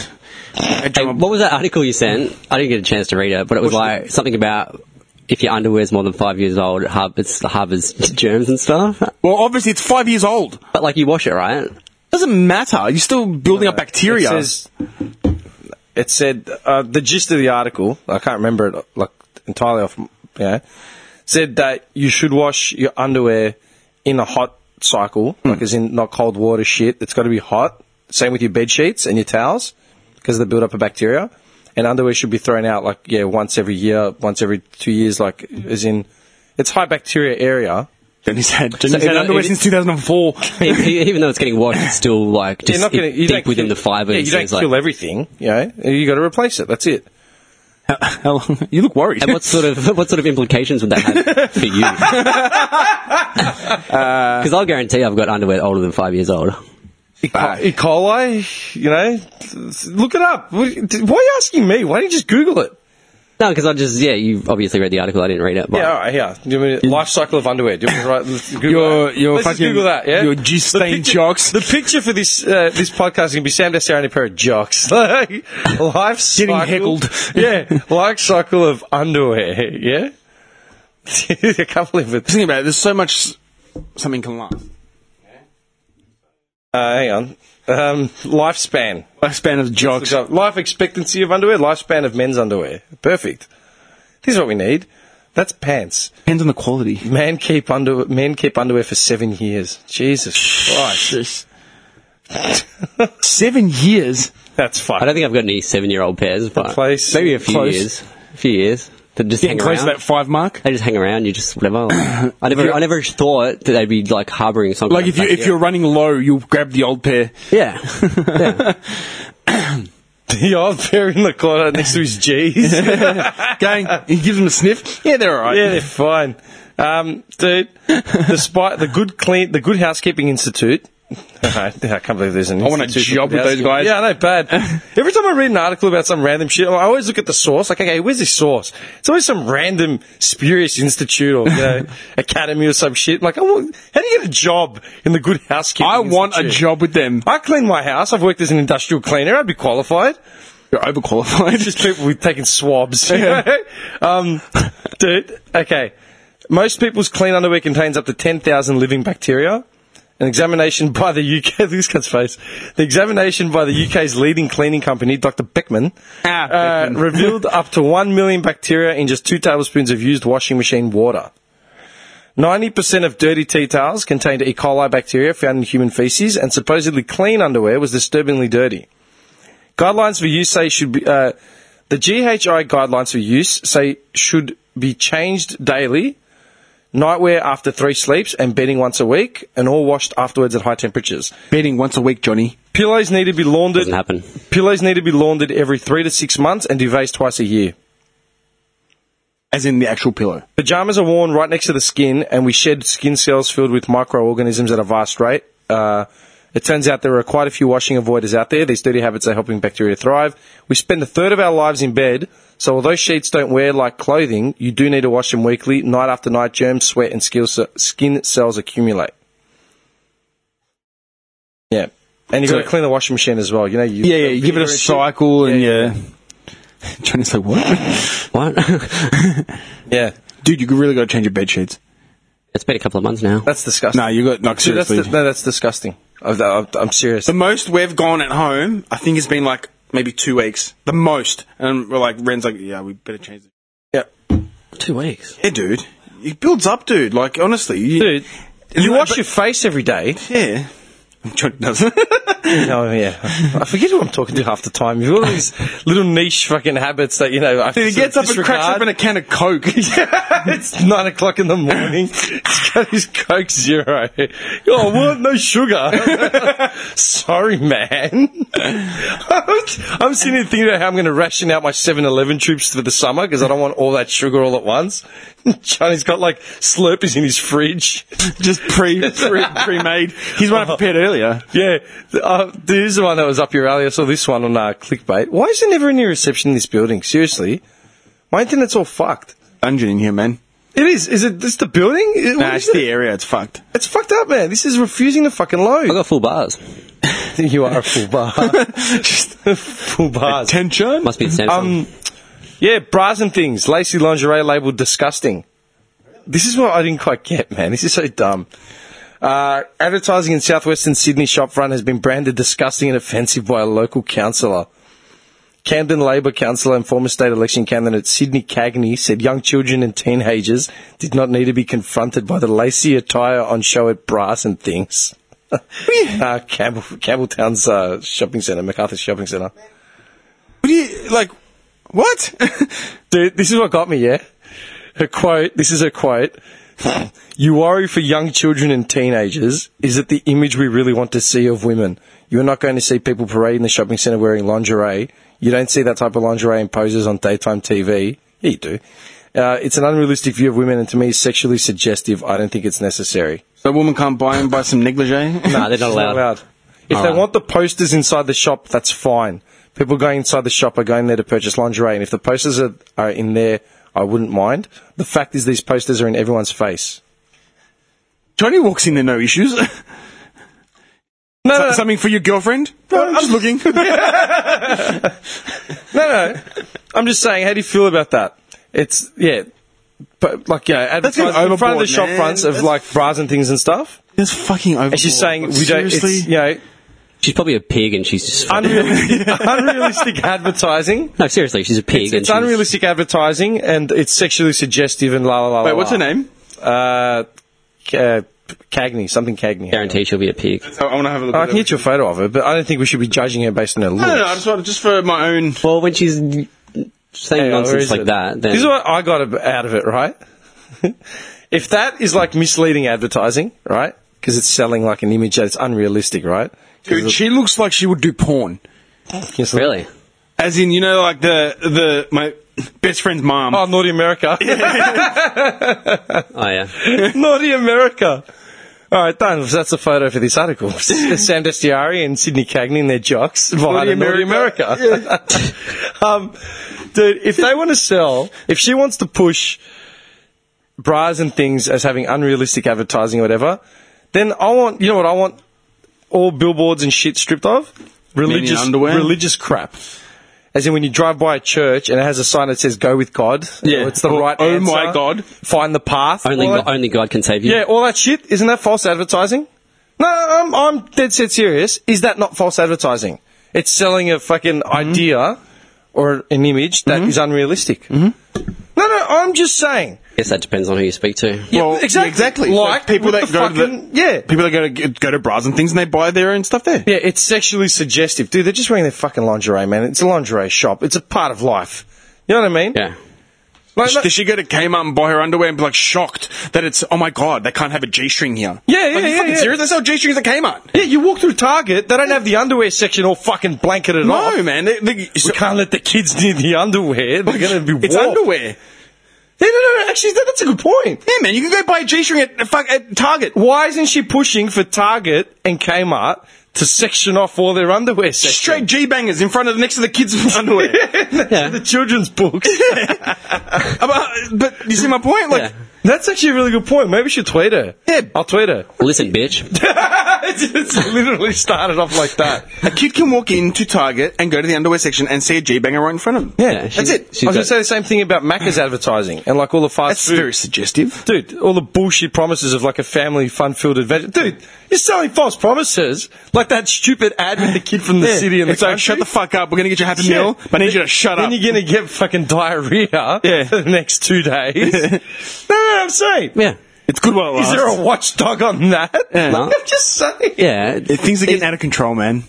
S2: I
S1: Hey,
S2: drum a-
S3: Um,
S1: what was that article you sent? I didn't get a chance to read it, but it was like something about if your underwear's more than five years old, it har- it's harbors *laughs* germs and stuff.
S2: Well, obviously it's five years old.
S1: But like you wash it, right?
S2: Doesn't matter. You're still building up bacteria.
S3: It, says, it said uh, the gist of the article. I can't remember it like entirely off. Yeah, said that you should wash your underwear in a hot cycle, like as in not cold water shit. It's got to be hot. Same with your bed sheets and your towels because they build up of bacteria. And underwear should be thrown out like yeah once every year, once every two years, like as in it's high bacteria area.
S2: Denny's had, Denny's
S1: So
S2: had
S1: if-
S2: underwear
S1: if-
S2: since 2004.
S1: E- e- Even though it's getting washed, it's still
S2: *laughs*
S1: like just
S3: You're not going
S1: it- deep within the fibre.
S3: Yeah,
S1: and
S3: you don't
S1: things like-
S3: kill everything. Yeah, you got to replace it. That's it.
S2: How long- *laughs* you look worried.
S1: And what sort of *laughs* what sort of implications would that have for
S2: *laughs*
S1: you? *laughs* Because I'll guarantee I've got underwear older than five years old.
S3: E. coli, you know, look it up. What- Why are you asking me? Why don't you just Google it?
S1: No, because I just yeah, you obviously read the article. I didn't read it. But
S3: Yeah, all right, yeah. Do you want me to- life cycle of underwear? Do you want me to write? let's Google
S2: Your-
S3: that.
S2: your
S3: Let's just
S2: fucking-
S3: Google that. Yeah,
S2: your juice-stained
S3: The picture-
S2: jocks.
S3: The picture for this uh, this podcast is gonna be Sam Destari in a pair of jocks. *laughs* Like, life cycle,
S2: heckled.
S3: *laughs* Yeah, life cycle of underwear. Yeah, *laughs* I can't believe it.
S2: Think about it. There's so much. Something can last.
S3: Uh, hang on. Um, lifespan.
S2: Lifespan of
S3: Look
S2: jocks.
S3: up Life expectancy of underwear, lifespan of men's underwear. Perfect. This is what we need. That's pants.
S2: Depends on the quality.
S3: Man keep under men keep underwear for seven years. Jesus Christ.
S2: *laughs* Seven years.
S3: That's
S1: I
S3: fucked.
S1: don't think I've got any seven-year-old pairs, but
S3: place-
S1: maybe a few
S2: close.
S1: years, a few years. They just hang
S2: Getting close to
S1: around.
S2: that five mark.
S1: they just hang around. You just whatever.
S2: *coughs*
S1: Like, I never, I never thought that they'd be like harboring something.
S2: Like if you if you're running low, you'll grab the old *laughs* pair.
S1: yeah, yeah.
S3: *laughs* The old pair in the corner next to his G's.
S1: *laughs*
S3: yeah,
S2: Gang, he gives them a sniff. Yeah, they're all right.
S3: they're fine. Um, dude, despite the good clean, the Good Housekeeping Institute. *laughs* I can't believe there's an. I
S2: want a job with those guys.
S3: Yeah, I know, bad. Every time I read an article about some random shit, I always look at the source. Like, okay, where's this source? It's always some random spurious institute or
S2: *laughs*
S3: you know, academy or some shit. Like, I want, how do you get a job in the Good Housekeeping?
S2: I want a
S3: Institute?
S2: job with them.
S3: I clean my house. I've worked as an industrial cleaner. I'd be qualified.
S2: You're overqualified. *laughs*
S3: *laughs* Just people with taking swabs. *laughs* um, dude, okay. Most people's clean underwear contains up to 10,000 living bacteria. An examination by the *laughs* UK, look at this guy's face. The examination by the UK's leading cleaning company, Dr. Beckman,
S2: Ah,
S3: uh,
S2: Beckman. *laughs*
S3: revealed up to 1 million bacteria in just two tablespoons of used washing machine water. 90% of dirty tea towels contained E. coli bacteria found in human feces, and supposedly clean underwear was disturbingly dirty. Guidelines for use say should be uh, the GHI guidelines for use say should be changed daily, nightwear after three sleeps, and bedding once a week, and all washed afterwards at high temperatures.
S2: Bedding once a week, Johnny.
S3: Pillows need to be laundered.
S1: doesn't happen.
S3: Pillows need to be laundered every three to six months and debased twice a year.
S2: As in the actual pillow.
S3: Pajamas are worn right next to the skin, and we shed skin cells filled with microorganisms at a vast rate. Uh, it turns out there are quite a few washing avoiders out there. These dirty habits are helping bacteria thrive. We spend a third of our lives in bed, so although sheets don't wear like clothing, you do need to wash them weekly. Night after night, germs, sweat, and skill ce- skin cells accumulate. Yeah. And you've got to clean the washing machine as well. You know, you
S2: Yeah, yeah. You give it a
S3: vinegar and shit.
S2: cycle, and yeah. *laughs* Johnny's like, what?
S1: What? *laughs*
S3: Yeah,
S2: *laughs* Dude, you really got to change your bed sheets.
S1: it's been a couple of months now.
S3: that's disgusting.
S2: No, you got like
S3: Dude, that's
S2: seriously.
S3: no, that's disgusting. I've, i I'm serious.
S2: The most we've gone at home, I think, has been like maybe two weeks. The most. And we're like, Ren's like, yeah, we better change it.
S3: Yeah.
S1: Two weeks.
S2: *laughs* Yeah, dude. It builds up, dude. Like, honestly. You,
S3: Dude, you
S2: Isn't
S3: wash
S2: that-
S3: your face
S2: *laughs*
S3: every day.
S2: Yeah. Johnny *laughs* doesn't.
S3: Oh yeah, I forget who I'm talking to half the time. You've got all these little niche fucking habits that you know. I
S2: Dude, he
S3: sort of
S2: gets up and cracks
S3: disregard.
S2: open a can of
S3: *laughs*
S2: Coke.
S3: it's nine o'clock in the morning. He's got his Coke Zero. Oh, what? No sugar. *laughs* Sorry, man. *laughs* I'm sitting here thinking about how I'm going to ration out my 7 Eleven trips for the summer because I don't want all that sugar all at once. *laughs* Johnny's got like Slurpees in his fridge. Oh,
S2: Just pre, pre, pre-made. He's
S3: *laughs*
S2: one I prepared earlier.
S3: Yeah, th- uh, there's the one that was up your alley. I saw this one on uh, clickbait. Why is there never any reception in this building? Seriously, my internet's all fucked.
S2: Dungeon in here, man.
S3: It is. Is it this the building? It- what
S2: Nah,
S3: is
S2: it's the
S3: it?
S2: area. It's fucked.
S3: It's fucked up, man. This is refusing to fucking load.
S1: I
S2: *laughs*
S1: got full bars.
S3: you are a full bar. *laughs* Just full bbar.
S2: Tension?
S1: Must be the Samsung.
S3: Um, Yeah, bras and things. Lacy lingerie labeled disgusting. This is what I didn't quite get, man. This is so dumb. Uh, advertising in southwestern Sydney shopfront has been branded disgusting and offensive by a local councillor. Camden Labor councillor and former state election candidate Sydney Cagney said young children and teenagers did not need to be confronted by the lacy attire on show at Brass and Things. *laughs* uh, Campbell, Campbelltown's uh, shopping centre, MacArthur shopping centre.
S2: What do you like? What?
S3: *laughs* Dude, this is what got me, yeah? Her quote, this is her quote. *clears throat* You worry for young children and teenagers. Is it the image we really want to see of women? You're not going to see people parading the shopping centre wearing lingerie. You don't see that type of lingerie in poses on daytime TV. Yeah, you do. Uh, it's an unrealistic view of women and to me sexually suggestive. I don't think it's necessary.
S2: so a woman can't buy and buy some negligee. *laughs*
S1: Nah, they're not
S3: It's
S1: allowed.
S3: If they
S1: Alright.
S3: want the posters inside the shop, that's fine. People going inside the shop are going there to purchase lingerie, and if the posters are, are in there, I wouldn't mind. The fact is, these posters are in everyone's face.
S2: Johnny walks in there, no issues. *laughs* So-
S3: No, no,
S2: Something for your girlfriend? No, I'm just
S3: *laughs*
S2: looking.
S3: no, no. I'm just saying, how do you feel about that? It's yeah, but like yeah,
S2: gone
S3: advertising in front of the
S2: overboard,
S3: shop
S2: man.
S3: fronts of
S2: That's-
S3: like bras and things and stuff.
S2: That's fucking over.
S3: And she's saying we
S2: seriously?
S3: don't. It's, you know,
S1: She's probably a pig and she's just. fucking-
S3: unrealistic, *laughs* unrealistic advertising.
S1: no, seriously, she's a pig
S3: It's,
S1: and
S3: it's
S1: she's-
S3: unrealistic advertising, and it's sexually suggestive and la la la.
S2: Wait,
S3: la,
S2: what's
S3: la.
S2: her name?
S3: uh, C- uh, Cagney, something Cagney. Oh,
S1: Guarantee she'll be a pig.
S2: I, want to have a look.
S3: I
S2: at
S3: can
S2: that.
S3: get you a photo of her, but I don't think we should be judging her based on her looks.
S2: No, no, no. I just want just for my own.
S1: Well, when she's saying
S3: Hang on, where
S1: nonsense
S3: is
S1: like
S3: it?
S1: that, then
S3: This is what I got ab- out of it, right? *laughs* if that is like misleading advertising, right? Because it's selling like an image that's unrealistic, right?
S2: Dude, she looks like she would do porn.
S3: Yes, look.
S1: really.
S2: As in, you know, like the the my best friend's mom.
S3: Oh, naughty *laughs* America.
S1: Oh yeah.
S3: naughty America. All right, done. So that's a photo for this
S2: *laughs*
S3: article. Sam Destiari and Sydney Cagney in their jocks behind a Naughty America. *laughs* um, dude, if they want to sell, if she wants to push bras and things as having unrealistic advertising or whatever, then I want, you know what, I want all billboards and shit stripped of? Religious
S2: underwear?
S3: Religious crap. As in, when you drive by a church and it has a sign that says "Go with God,"
S2: Yeah.
S3: or it's the
S2: Or,
S3: right.
S2: "Oh
S3: answer,
S2: my God."
S3: Find the path.
S1: Only
S3: all that-
S1: only God can save you.
S3: yeah, all that shit. Isn't that false advertising? No, I'm, I'm dead set serious. Is that not false advertising? It's selling a fucking
S2: Mm-hmm.
S3: idea or an image that is unrealistic.
S2: Mm-hmm.
S3: No, no, I'm just saying.
S1: I guess that depends on who you speak to.
S2: Well,
S3: Yeah, exactly.
S2: exactly.
S3: Like
S2: So people
S3: with
S2: that
S3: the
S2: go
S3: fucking-
S2: to the,
S3: yeah.
S2: people that go to go to bras and things, and they buy their own stuff there.
S3: Yeah, it's sexually suggestive. Dude, they're just wearing their fucking lingerie, man. It's a lingerie shop. It's a part of life. You know what I mean?
S1: Yeah.
S3: Like,
S2: Does she go to Kmart and buy her underwear and be like shocked that it's oh my god they can't have a G string here?
S3: Yeah, yeah,
S2: Are you
S3: yeah,
S2: fucking
S3: yeah.
S2: serious? They sell G strings at Kmart.
S3: yeah, you walk through Target, they don't have the underwear section all fucking blanketed off.
S2: No, man. They, they,
S3: We can't let the kids near the underwear. They're going to be warped.
S2: it's underwear.
S3: Yeah, no, no, no. Actually, that- that's a good point.
S2: Yeah, man. You can go buy a G string at, at fuck at Target.
S3: Why isn't she pushing for Target and Kmart to section off all their underwear section?
S2: Straight G bangers in front of the next to the kids' *laughs* underwear.
S1: Yeah.
S3: the children's *laughs* books.
S2: but, Uh, but you see my point? Like,
S1: Yeah.
S3: That's actually a really good point. Maybe we should tweet her.
S2: Yeah.
S3: I'll
S2: *laughs*
S3: tweet her.
S1: Listen, bitch.
S3: it's, it's literally started off like that.
S2: a kid can walk into Target and go to the underwear section and see a G banger right in front of him.
S1: Yeah,
S3: that's
S1: she's-
S3: it.
S1: she's
S3: I was going to
S1: got-
S3: say the same thing about Macca's advertising and like all the fast
S2: That's
S3: food.
S2: very suggestive.
S3: Dude, all the bullshit promises of like a family fun filled adventure. Dude, you're selling false promises. Like that stupid ad with the kid from the
S2: Yeah.
S3: city and
S2: it's
S3: the
S2: like, shut
S3: country.
S2: the fuck up. We're gonna get you a happy
S3: Yeah.
S2: meal, but I need you to shut
S3: then
S2: up.
S3: you're going to get fucking diarrhea
S2: Yeah.
S3: for the next two
S2: *laughs*
S3: days. no, no, no, I'm saying.
S1: Yeah.
S2: it's good while it
S3: Is
S2: lasts.
S3: there a watchdog on that?
S1: No.
S3: *laughs* I'm just saying.
S1: Yeah.
S2: It- Things are getting out of control, man.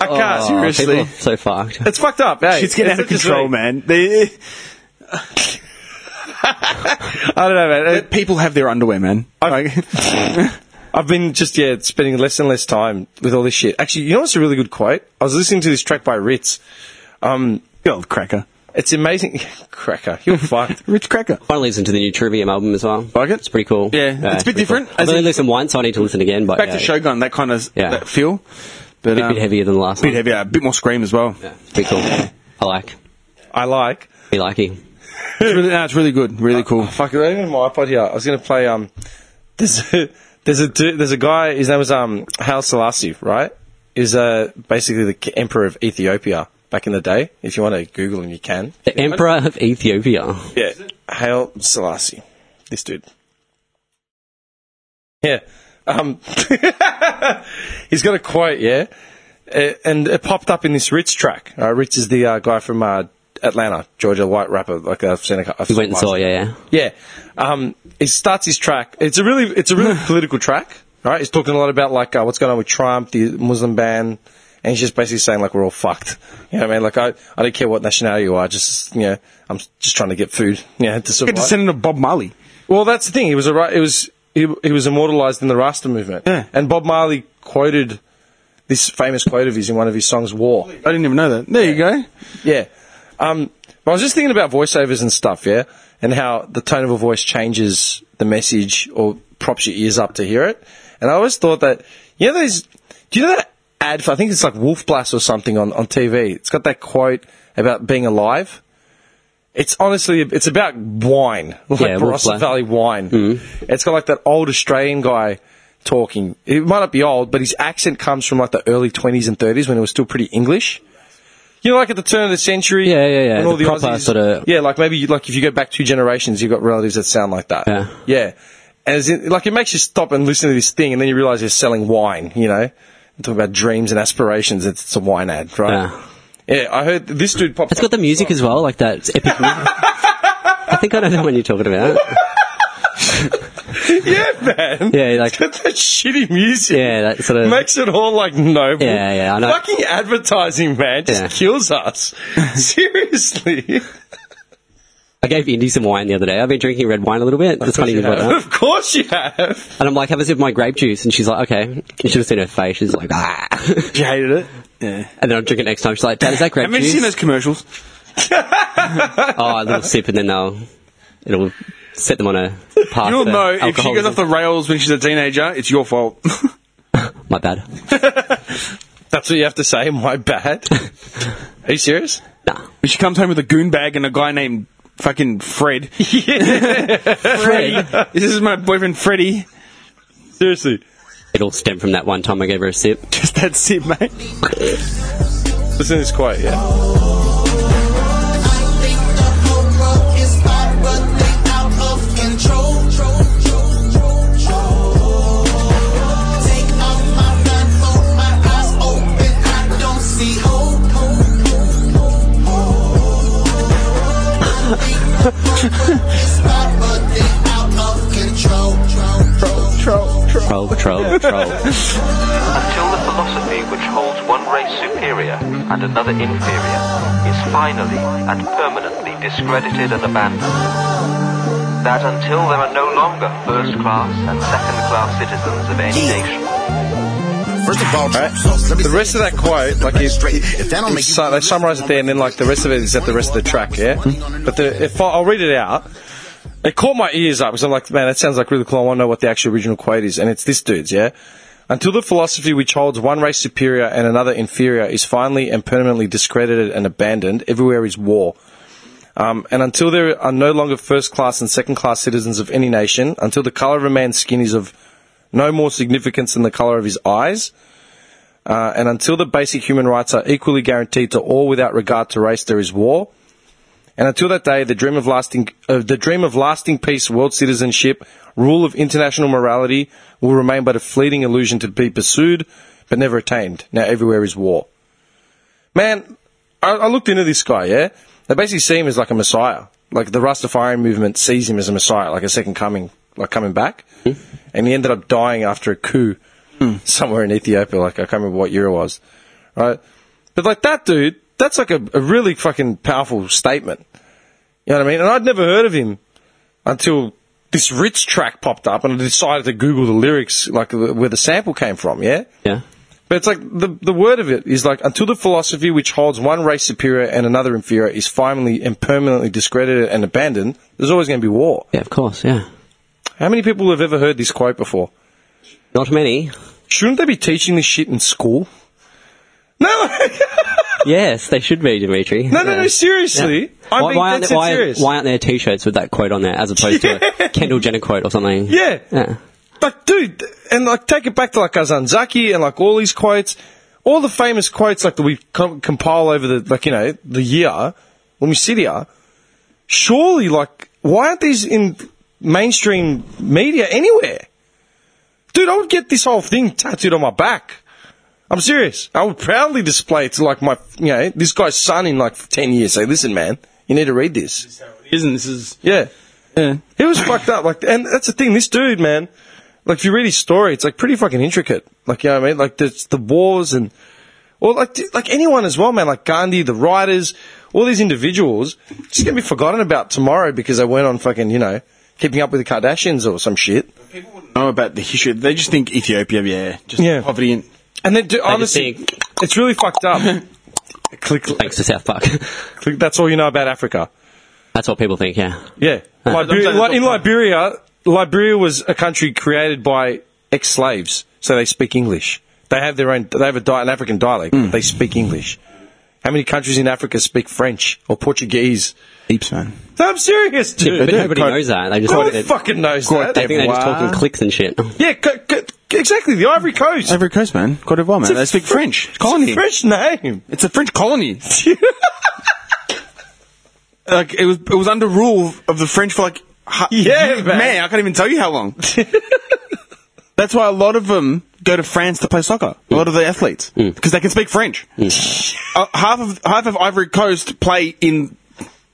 S3: I can't,
S1: Oh,
S3: seriously.
S1: people are so fucked.
S3: It's fucked up. Hey.
S2: Shit's getting
S3: It's
S2: out of
S3: not just
S2: control,
S3: me.
S2: man. They, *laughs*
S3: *laughs* I don't know, man. It-
S2: people have their underwear, man. Like- *laughs*
S3: I've been just yeah spending less and less time with all this shit. Actually, you know what's a really good quote? I was listening to this track by Ritz. Um,
S2: Good old cracker.
S3: it's amazing, *laughs* cracker. You're fucked.
S2: Rich cracker.
S1: Finally listened to the new Trivium album as well.
S2: Like it?
S1: It's pretty cool.
S2: Yeah, it's a bit
S1: pretty
S2: different.
S1: Cool. I've
S2: As
S1: only
S2: in-
S1: listened once, so I need to listen again. But
S2: Back
S1: yeah,
S2: to Shogun, that kind of
S1: Yeah.
S2: that feel. But,
S1: a bit heavier than the last
S2: A bit
S1: one.
S2: heavier, a bit more scream as well.
S1: Yeah, it's pretty cool. I like.
S3: I like.
S1: Be likey.
S2: It's really, no, it's really good, really cool.
S3: Fuck, I even my iPod here. I was going to play. Um, there's a, there's a du- there's a guy. His name was um Haile Selassie, right? Is uh basically the k- emperor of Ethiopia. back in the day. If you want to Google him, you can.
S1: The Emperor of Ethiopia.
S3: Yeah, Hail Selassie, this dude. Yeah, um, *laughs* he's got a quote. Yeah, Uh, and it popped up in this Ritz track. Uh, Ritz is the uh, guy from uh, Atlanta, Georgia, white rapper. Like uh, I've seen. A, cou- I've
S1: We went and
S3: seen
S1: saw, yeah,
S3: yeah. Um, he starts his track. It's a really, it's
S2: *laughs*
S3: a really political track. Right? He's talking a lot about like uh, what's going on with Trump, the Muslim ban, and he's just basically saying like we're all fucked. You know what I mean? Like I, I don't care what nationality you are. Just you know, I'm just trying to get food. *laughs* You know, to survive.
S2: Get to send him to Bob Marley.
S3: Well, that's the thing. He was a ri- it was he, he was immortalized in the Rasta movement.
S2: Yeah.
S3: And Bob Marley quoted this famous quote of his in one of his songs, "War."
S2: I didn't even know that. There you go.
S3: Yeah. Um, but I was just thinking about voiceovers and stuff, yeah, and how the tone of a voice changes the message or props your ears up to hear it. And I always thought that, you know, those, do you know that ad for, I think it's like Wolf Blast or something on, on TV? It's got that quote about being alive. It's honestly, it's about wine, *laughs* like
S1: Yeah, Wolf
S3: Barossa
S1: Blast.
S3: Valley wine. It's got like that old Australian guy talking. He might not be old, but his accent comes from like the early 20s and 30s when it was still pretty English. You know, like at the turn of the century.
S1: Yeah, yeah, yeah.
S3: When all
S1: The
S3: the,
S1: proper
S3: Aussies,
S1: sorta-
S3: yeah, like maybe you- like if you go back two generations, you've got relatives that sound like that.
S1: Yeah.
S3: yeah. And it's in, like it makes you stop and listen to this thing, and then you realize they're selling wine. You know, They're talking about dreams and aspirations. It's, it's a wine ad,
S1: Yeah.
S3: right? Yeah. I heard this dude popped.
S1: It's got
S3: up- *laughs*
S1: the music as well, like that epic
S2: *laughs*
S1: music. I think I know the one you're talking about.
S3: yeah, man.
S1: Yeah, like-
S3: It's got that shitty music.
S1: Yeah, that sort of.
S3: Makes it all like noble.
S1: Yeah, yeah, I know.
S3: Fucking advertising, man, just
S1: Yeah. *laughs*
S3: kills us. Seriously.
S1: I gave Indy some wine the other day. I've been drinking red wine a little bit. That's funny you brought that up.
S3: of course you have.
S1: And I'm like, have a sip of my grape juice. And she's like, okay. You should have seen her face. She's like, ah. *laughs*
S2: You hated it. Yeah.
S1: and then I'll drink it next time. She's like, Dad, is that grape
S2: Have you
S1: juice?
S2: seen those commercials?
S1: oh, a little sip, and then they'll it'll set them on a path.
S2: You'll
S1: for
S2: know if she goes
S1: alcoholism.
S2: off the rails when she's a teenager, it's your fault.
S1: My bad.
S3: That's what you have to say.
S2: *laughs*
S3: My bad. Are you serious?
S1: Nah.
S2: When she comes home with a goon bag and a guy named fucking
S3: *laughs*
S2: Fred.
S1: Fred.
S2: *laughs* this is my boyfriend Freddy.
S3: Seriously.
S1: It'll stem from that one time I gave her a sip.
S2: Just that's it, mate.
S3: Listen to this quote, yeah.
S1: Troll, troll, troll.
S2: *laughs*
S7: until the philosophy which holds one race superior and another inferior is finally and permanently discredited and abandoned. That until there are no longer first class and second class citizens of any nation.
S8: First of all,
S3: The rest of that quote, like, it,
S8: If that don't make you-
S3: so uh, they summarize it there, and then like the rest of it is at the rest of the track, yeah.
S8: Hmm.
S3: But the, if I, I'll read it out, it caught my ears up because I'm like, man, that sounds like really cool. I want to know what the actual original quote is, and it's this dude's, yeah. Until the philosophy which holds one race superior and another inferior is finally and permanently discredited and abandoned, everywhere is war. Um, and until there are no longer first class and second class citizens of any nation, until the color of a man's skin is of no more significance than the color of his eyes, uh, and until the basic human rights are equally guaranteed to all without regard to race, there is war. And until that day, the dream of lasting, uh, the dream of lasting peace, world citizenship, rule of international morality will remain but a fleeting illusion to be pursued, but never attained. Now everywhere is war. Man, I, I looked into this guy. Yeah, they basically see him as like a messiah. Like the Rastafarian movement sees him as a messiah, like a second coming, like coming back. And he ended up dying after a coup somewhere in Ethiopia. Like I can't remember what year it was, right? But like that dude, that's like a, a really fucking powerful statement. You know what I mean? And I'd never heard of him until this Ritz track popped up, and I decided to Google the lyrics, like the- where the sample came from. Yeah.
S1: Yeah.
S3: But it's like the the word of it is like until the philosophy which holds one race superior and another inferior is finally and permanently discredited and abandoned, there's always going to be war.
S1: Yeah, of course, yeah.
S3: How many people have ever heard this quote before?
S1: Not many.
S3: Shouldn't they be teaching this shit in school? No, *laughs*
S1: Yes, they should be, Dimitri.
S3: no, no, no. Seriously, I'm being
S1: aren't there-
S3: dead set
S1: why,
S3: serious.
S1: why aren't there t-shirts with that quote on there as opposed
S3: *laughs*
S1: to a Kendall Jenner quote or something?
S3: Yeah.
S1: Yeah.
S3: Like, dude, and like, take it back to like Kazanzaki and like all these quotes. all the famous quotes like that we com- compile over the like you know the year when we sit here. Surely, like, why aren't these in mainstream media anywhere? Dude, I would get this whole thing tattooed on my back. I'm serious. I would proudly display it to like my, you know, this guy's son in like 10 years. Say, listen, man, you need to read this.
S9: Isn't this is
S3: Yeah. He was fucked up. Like, and that's the thing. This dude, man, like, if you read his story, it's like pretty fucking intricate. Like, you know what I mean? Like, there's the wars and, or like, d- like anyone as well, man. Like Gandhi, the writers, all these individuals, just gonna be forgotten about tomorrow because they weren't on fucking, you know, keeping up with the Kardashians or some shit.
S2: know about the history. They just think Ethiopia, yeah, just
S3: Yeah.
S2: poverty and
S3: And then, dude, honestly,
S1: think-
S3: it's really fucked up. click,
S1: Thanks to South Park. *laughs*
S3: click. That's all you know about Africa.
S1: That's what people think, yeah.
S3: Yeah. Liberia,
S2: saying
S3: li- in
S2: that's all-
S3: Liberia, Liberia was a country created by ex slaves, so they speak English. They have their own, they have a di- an African dialect, they speak English. How many countries in Africa speak French or Portuguese?
S2: heaps, man.
S3: No, I'm serious, dude.
S1: but
S2: they
S1: nobody
S2: quite-
S1: knows that. They just
S3: no
S1: think
S3: one
S1: that-
S3: fucking knows that.
S1: they think they're just talking clicks and shit. *laughs*
S3: yeah, c- c- exactly. The Ivory Coast.
S2: Every Coast, man. Cote d'Ivoire, man.
S3: It's a
S2: They speak
S3: Fr-
S2: French.
S3: it's a
S2: Colony.
S3: French name.
S2: It's a French colony. *laughs* like it was, it was under rule of the French for like. hu-
S3: *laughs* Yeah, man.
S2: I can't even tell you how
S3: *laughs*
S2: long. That's why a lot of them go to France to play soccer. A lot of the athletes
S3: Mm.
S2: because they can speak French. Uh, half of half of Ivory Coast play in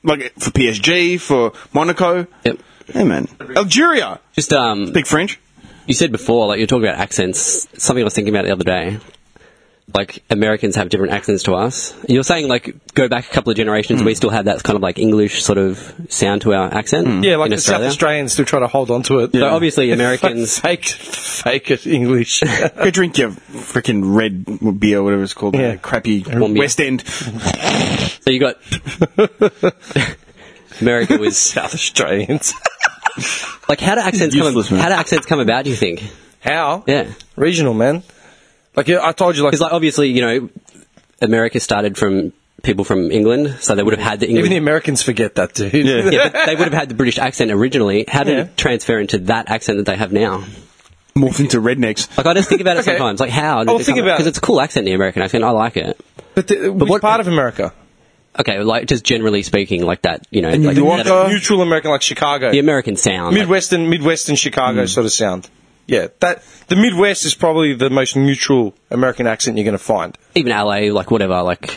S2: like for PSG for Monaco.
S1: Yep.
S2: Hey man, Algeria
S1: Just, um,
S2: speak French.
S1: you said before, like, you're talking about accents. Something I was thinking about the other day. Like, Americans have different accents to us. And You're saying, like, go back a couple of
S3: Hmm.
S1: generations, we still have that kind of, like, English sort of sound to our accent.
S3: Hmm. Yeah, like
S1: in
S3: the
S1: Australia.
S3: South Australians still try to hold on to it.
S1: So
S3: *laughs*
S1: obviously Americans-
S3: fake, fake it *laughs* English.
S2: Go drink your freaking red beer, whatever it's called,
S3: Yeah.
S2: uh, crappy
S1: beer.
S2: West End.
S1: So you got.
S3: *laughs*
S1: America was
S3: South Australians.
S1: like how do accents come?
S2: Useless, man.
S1: How do accents come about? Do you think?
S3: How?
S1: Yeah,
S3: Regional, man. Like yeah, I told you, like,
S1: because like obviously you know, America started from people from England, so they would have had the
S3: even
S1: English.
S3: the Americans forget that, dude.
S1: *laughs*
S3: *laughs*
S1: yeah, but they would have had the British accent originally. How did
S3: Yeah.
S1: it transfer into that accent that they have now?
S2: Morph into rednecks.
S1: Like I just think about it
S3: *laughs* Okay.
S1: sometimes. Like how?
S3: Oh, think about
S1: because
S3: it.
S1: it's a cool accent, the American accent. I like it.
S3: But, the, which
S1: what-
S3: part of America?
S1: Okay, like just generally speaking, like that. You know, like
S2: Yorker.
S1: that-
S2: Uh,
S3: Neutral American, like Chicago,
S1: the American sound. like- Mm.
S3: Midwestern, Midwestern Chicago sort of sound. Yeah, that the Midwest is probably the most neutral American accent you're going to find.
S1: even LA, like whatever, like.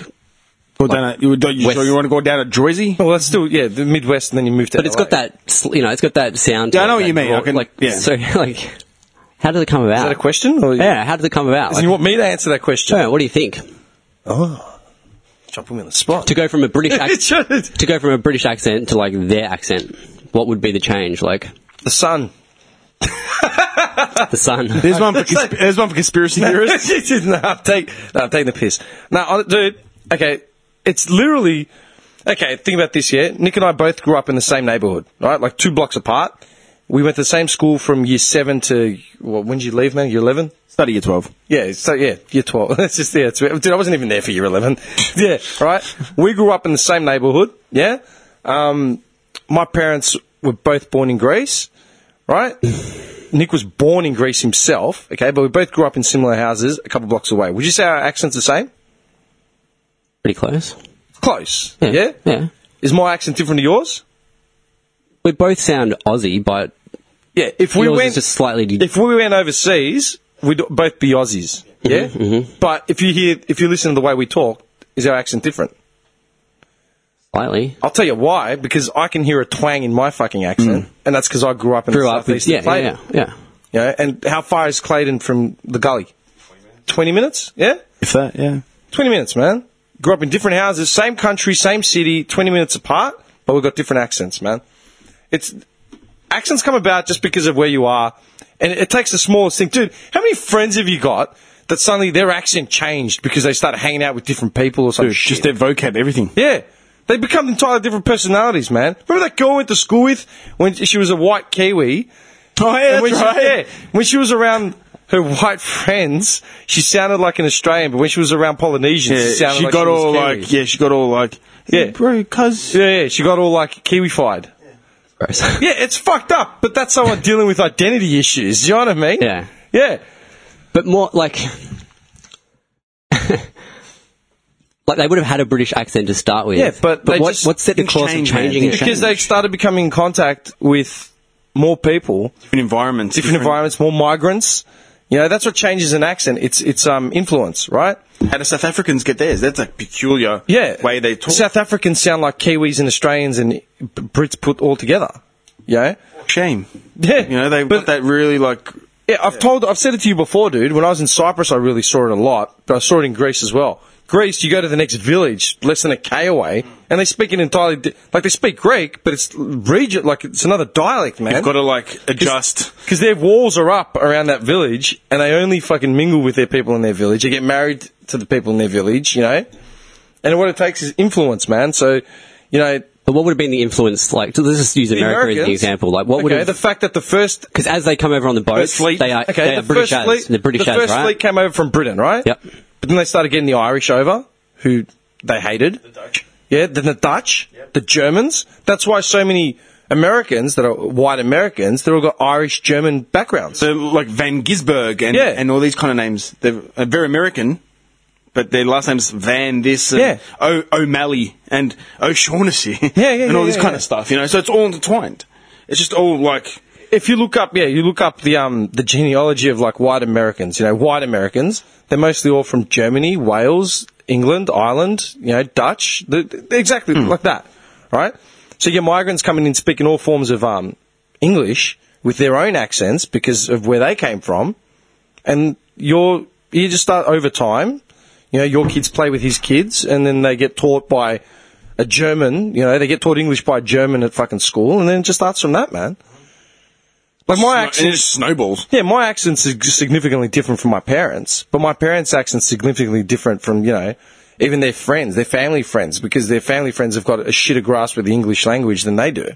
S2: Go down a, uh, you, don't you,
S1: West-
S2: sure you want to go down to Jersey?
S3: Well, that's still yeah, the Midwest, and then you move to.
S1: But it's got that, sl- you know, it's got that sound. to
S2: Yeah, I
S1: it,
S2: know what
S1: that
S2: you mean. I
S1: draw-
S2: can-
S1: like,
S2: yeah.
S1: so, *laughs* like, how did it come about?
S3: Is that a question? Or
S1: Yeah, how did it come about?
S3: So
S1: Like,
S3: you want me to answer that question?
S1: yeah, what do you think?
S3: Jump him in the spot.
S1: To go from a British
S3: *laughs*
S1: accent
S3: the
S1: to go from a British accent to like their accent, what would be the change? Like
S3: sun.
S1: the sun.
S2: There's one for consp- there's one for conspiracy
S3: *laughs*
S2: theorists.
S3: no, I'm taking, no, I'm taking the piss. No, hon- dude, okay, it's literally, okay, think about this, yeah? Nick and I both grew up in the same neighborhood, right? Like two blocks apart. We went to the same school from year seven to, well, when did you leave, man? Year 11?
S2: Study year twelve.
S3: Yeah, so yeah, year 12. That's just, yeah, *laughs* it's, dude, I wasn't even there for year 11. *laughs* yeah, right? We grew up in the same neighborhood, yeah? Um, my parents were both born in Greece, right? *laughs* Nick was born in Greece himself, okay? But we both grew up in similar houses a couple blocks away. Would you say our accent's the same?
S1: *laughs* Pretty close.
S3: Close,
S1: Hmm.
S3: yeah?
S1: yeah.
S3: Is my accent different to yours?
S1: We both sound Aussie, but
S3: Yeah, if we
S1: yours
S3: went
S1: is just slightly. De-
S3: if we went overseas, we'd both be Aussies, yeah?
S1: Mm-hmm,
S3: But if you hear, if you listen to the way we talk, is our accent different?
S1: slightly.
S3: I'll tell you why, because I can hear a twang in my fucking accent, and that's because I grew up in
S1: Grew
S3: the
S1: up with
S3: southeast of
S1: yeah, yeah,
S3: Clayton.
S1: yeah, yeah.
S3: You know, and how far is Clayton from the gully? Twenty minutes. Yeah,
S2: If that, yeah.
S3: twenty minutes, man. Grew up in different houses, same country, same city, twenty minutes apart, but we've got different accents, man. It's accents come about just because of where you are, and it takes the smallest thing, dude. How many friends have you got that suddenly their accent changed because they started hanging out with different people or something?
S2: Dude, just their vocab, everything.
S3: Yeah. They become entirely different personalities, man. Remember that girl I went to school with when she was a white Kiwi?
S2: Oh, yeah,
S3: And when she, yeah, when she was around her white friends, she sounded like an Australian, but when she was around Polynesians, she
S2: Yeah,
S3: sounded
S2: she
S3: like
S2: got
S3: she was
S2: all
S3: Kiwi.
S2: like, yeah, she got all like, yeah,
S3: Yeah.
S2: bro, cuz.
S3: yeah, yeah, she got all like Kiwified.
S1: Gross.
S3: Yeah, it's fucked up, but that's someone dealing with identity issues. You know what I mean?
S1: Yeah.
S3: Yeah.
S1: but more like *laughs* Like they would have had a British accent to start with.
S3: Yeah, but they
S1: what,
S3: just-
S1: what set the
S2: things
S1: course of
S2: change, man.
S1: changing
S2: Things
S1: it?
S2: change.
S3: because they started becoming in contact with more people,
S2: Different environments.
S3: different environments, more migrants. You know, that's what changes an accent. It's it's um influence, right?
S2: How do South Africans get theirs? That's a peculiar
S3: Yeah,
S2: way they talk.
S3: South Africans sound like Kiwis and Australians and B- Brits put all together. Yeah,
S2: Shame.
S3: yeah.
S2: You know, they
S3: but
S2: got that really like.
S3: Yeah, I've told, I've said it to you before, dude. When I was in Cyprus, I really saw it a lot, but I saw it in Greece as well. Greece, you go to the next village, less than a k away, and they speak an entirely di- like they speak Greek, but it's region like it's another dialect, man.
S2: You've got to like adjust.
S3: because their walls are up around that village, and they only fucking mingle with their people in their village. They get married to the people in their village, you know. And what it takes is influence, man. So, you know,
S1: But what would have been the influence? Like, so let's just use
S3: the
S1: America as an
S3: Americans-
S1: example. Like, what would
S3: okay,
S1: have?
S3: the fact that the first
S1: Because as they come over on the boat,
S2: First fleet.
S1: they are, they are British as.
S3: fleet,
S1: the British
S3: the
S1: as,
S3: first
S1: right?
S3: fleet came over from Britain, right?
S1: Yep.
S3: But then they started getting the Irish over, who they hated. Yeah, then the Dutch, the Germans. That's why so many Americans that are white Americans, they've all got Irish German backgrounds.
S2: So like Van Gisberg and
S3: Yeah.
S2: and all these kind of names. They're uh, very American, but their last name's Van this and
S3: Yeah.
S2: o- O'Malley and O'Shaughnessy *laughs*
S3: yeah,
S2: and all
S3: yeah,
S2: this
S3: yeah,
S2: kind
S3: yeah.
S2: of stuff. You know, so it's all intertwined. It's just all like
S3: if you look up, yeah, you look up the um the genealogy of like white Americans. You know, white Americans. They're mostly all from Germany, Wales, England, Ireland. You know, Dutch. The, the- exactly like that, right? So your migrants coming in speaking all forms of um English with their own accents because of where they came from, and you're you just start over time. You know, your kids play with his kids, and then they get taught by a German. You know, they get taught English by a German at fucking school, and then it just starts from that, man. Like my
S2: sno- and it
S3: accent,
S2: just snowballs.
S3: yeah, my accent's sig- significantly different from my parents, but my parents' accent's significantly different from you know even their friends, their family friends, because their family friends have got a shitter grasp of the English language than they do.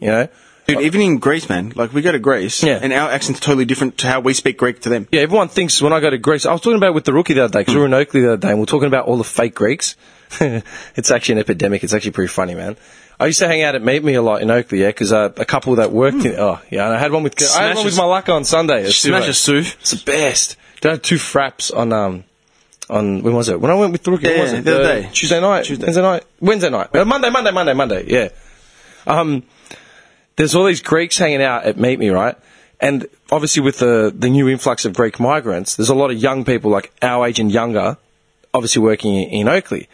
S3: You know,
S2: Dude, even in Greece, man, like we go to Greece,
S3: Yeah.
S2: and our accent's totally different to how we speak Greek to them.
S3: Yeah, everyone thinks when I go to Greece. I was talking about it with the rookie the other day because we were in Oakley the other day and we are talking about all the fake Greeks. *laughs* it's actually an epidemic. It's actually pretty funny, man. I used to hang out at Meet Me a lot in Oakley, yeah, because uh, a couple that worked. In, oh, yeah, and I had one with I had
S2: Smash
S3: one with
S2: a-
S3: Malaka on Sunday. at
S2: Smash a
S3: Suvo.
S2: Suv.
S3: It's the best. Did I have two fraps on um on when was it? When I went with the rookie, when
S2: Yeah,
S3: was it?
S2: the other
S3: Uh,
S2: day.
S3: Tuesday night,
S2: Tuesday.
S3: Wednesday night, Wednesday night, Uh, Monday, Monday, Monday, Monday. Yeah. Um, there's all these Greeks hanging out at Meet Me, right? And obviously, with the, the new influx of Greek migrants, there's a lot of young people, like our age and younger, obviously working in, in Oakley.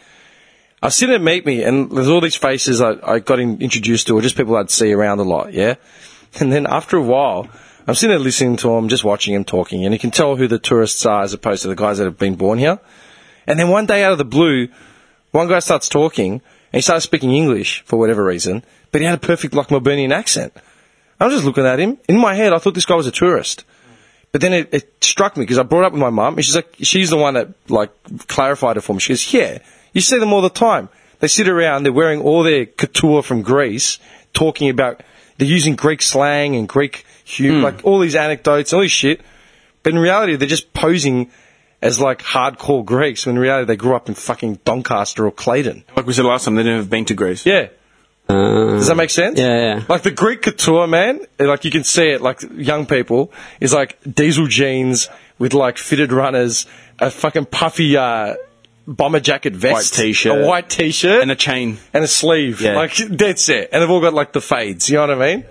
S3: I was sitting at Meet Me, and there's all these faces I, I got in, introduced to, or just people I'd see around a lot, yeah? *laughs* And then after a while, I'm sitting there listening to them, just watching them talking, and you can tell who the tourists are as opposed to the guys that have been born here. And then one day out of the blue, one guy starts talking and he starts speaking English for whatever reason, but he had a perfect like Melburnian accent. I'm just looking at him. In my head, I thought this guy was a tourist. But then it, it struck me because I brought it up with my mum, and she's like, she's the one that like clarified it for me. She goes, "Yeah, you see them all the time. They sit around, they're wearing all their couture from Greece, talking about they're using Greek slang and Greek humor, like all these anecdotes, all this shit. But in reality, they're just posing as like hardcore Greeks. When in reality, they grew up in fucking Doncaster or Clayton.
S2: Like we said last time, they've never been to Greece.
S3: Yeah,
S1: Uh,
S3: does that make sense?
S1: Yeah, yeah.
S3: Like the Greek couture, man. Like you can see it. Like young people is like diesel jeans with like fitted runners, a fucking puffy uh, bomber jacket vest,
S2: White t-shirt.
S3: a white t-shirt,
S2: And a chain.
S3: and a sleeve.
S2: Yeah.
S3: Like that's it. And they've all got like the fades. You know what I mean?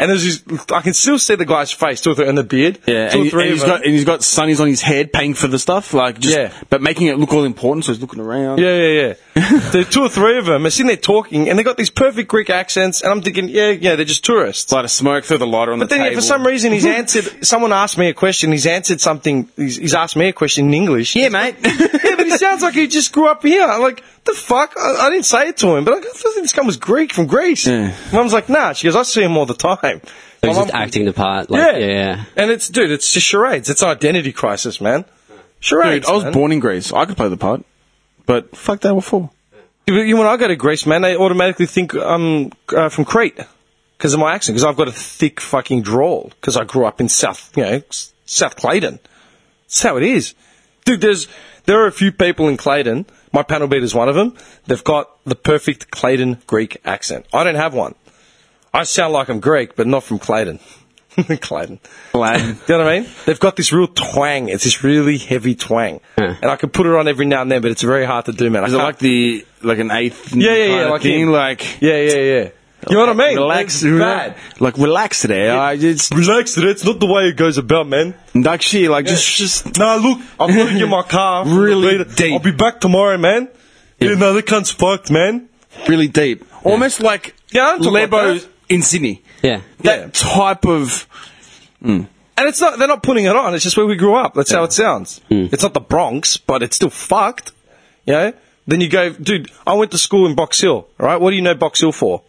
S3: And there's this, I can still see the guy's face, two or three, and the beard.
S2: Yeah,
S3: two
S2: and,
S3: or
S2: he-
S3: three.
S2: and
S3: of
S2: he's
S3: them.
S2: got and he's got sunnies on his head, paying for the stuff, like just
S3: Yeah.
S2: but making it look all important. So he's looking around.
S3: Yeah, yeah, *laughs* yeah. the two or three of them are sitting there talking, and they got these perfect Greek accents, and I'm thinking, yeah, yeah, they're just tourists.
S2: light a smoke, throw the lighter on
S3: But
S2: the
S3: then, yeah,
S2: table.
S3: for some reason,
S2: *laughs*
S3: he's answered. Someone asked me a question. He's answered something. He's, he's asked me a question in English. Yeah,
S2: mate.
S3: *laughs* yeah, but he sounds like he just grew up here. I'm like, the fuck? I, I didn't say it to him, but I thought this guy was Greek from Greece.
S2: Yeah.
S3: Mum's like, nah. She goes, I see him all the time.
S1: so he's
S3: My
S1: just
S3: mum-
S1: acting the part. Like, yeah. yeah.
S3: And it's, dude, it's just charades. It's an identity crisis, man. Charades.
S2: Dude, I was
S3: man.
S2: born in Greece. I could play the part, but fuck that. What for?
S3: You- When I go to Greece, man, they automatically think I'm uh, from Crete because of my accent. Because I've got a thick fucking drawl. Because I grew up in South, you know, S- South Clayton. That's how it is, dude. There's there are a few people in Clayton. My panel beat is one of them. They've got the perfect Clayton *laughs* Greek accent. I don't have one. I sound like I'm Greek, but not from Clayton. Clayton. Do *laughs* you know what I mean? They've got this real twang. It's this really heavy twang, and I can put it on every now and then, but it's very hard to do, man. I
S2: Is it
S3: can't-
S2: like the like an eighth?
S3: Yeah, yeah, yeah,
S2: kind of
S3: like
S2: thing?
S3: in-
S2: like
S3: yeah, yeah, yeah. You know what I mean?
S2: Relax,
S3: It's
S2: relax
S3: bad.
S2: like relax today. I just
S3: Relax, it. It's not the way it goes about, man.
S2: like shit, like just just
S3: Nah, look, I'm gonna get my car.
S2: Really
S3: Later.
S2: deep.
S3: I'll be back tomorrow, man. Yeah, no, they can't spark, man.
S2: *laughs* really deep, almost like
S3: Yeah, I don't talk like
S2: Lebo
S3: that.
S2: in Sydney.
S1: Yeah.
S2: That
S3: Yeah.
S2: type of
S3: And it's not, they're not putting it on. It's just where we grew up. That's how it sounds.
S2: Hmm.
S3: It's not the Bronx, but it's still fucked. You know? Then you go, dude, I went to school in Box Hill, right? What do you know Box Hill for?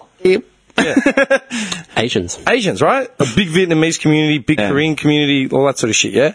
S1: Asians.
S3: Asians, right? A big Vietnamese community, big
S2: Yeah.
S3: Korean community, all that sort of shit, yeah?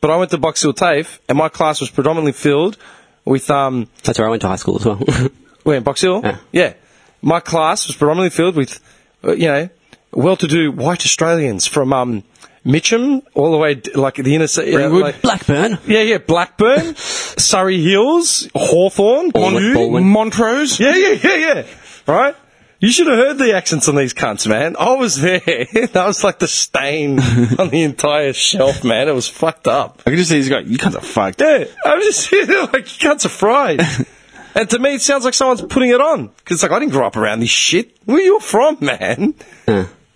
S3: But I went to Box Hill TAFE, and my class was predominantly filled with, um,
S1: That's where I went to high school as well. *laughs*
S3: Where in Box Hill?
S1: Yeah.
S3: My class was predominantly filled with, uh, you know, well-to-do white Australians from um, Mitcham all the way d- like the inner city. uh, like-
S1: Blackburn.
S3: yeah, yeah, Blackburn, *laughs* Surrey Hills, Hawthorne,
S1: Baldwin-
S3: Bonu.
S1: Baldwin.
S2: Montrose.
S3: Yeah, yeah, yeah, yeah. Right? You should have heard the accents on these cunts, man. I was there. *laughs* that was like the
S2: *laughs*
S3: stain on the entire shelf, man. It was fucked up.
S2: I can just see he's going. You can't fuck.
S3: Yeah, I'm just *laughs* sitting there like, you cunts
S2: *laughs*
S3: are fried. and to me, it sounds like someone's putting it on. Because it's like, I didn't grow up around this shit. Where you from, man?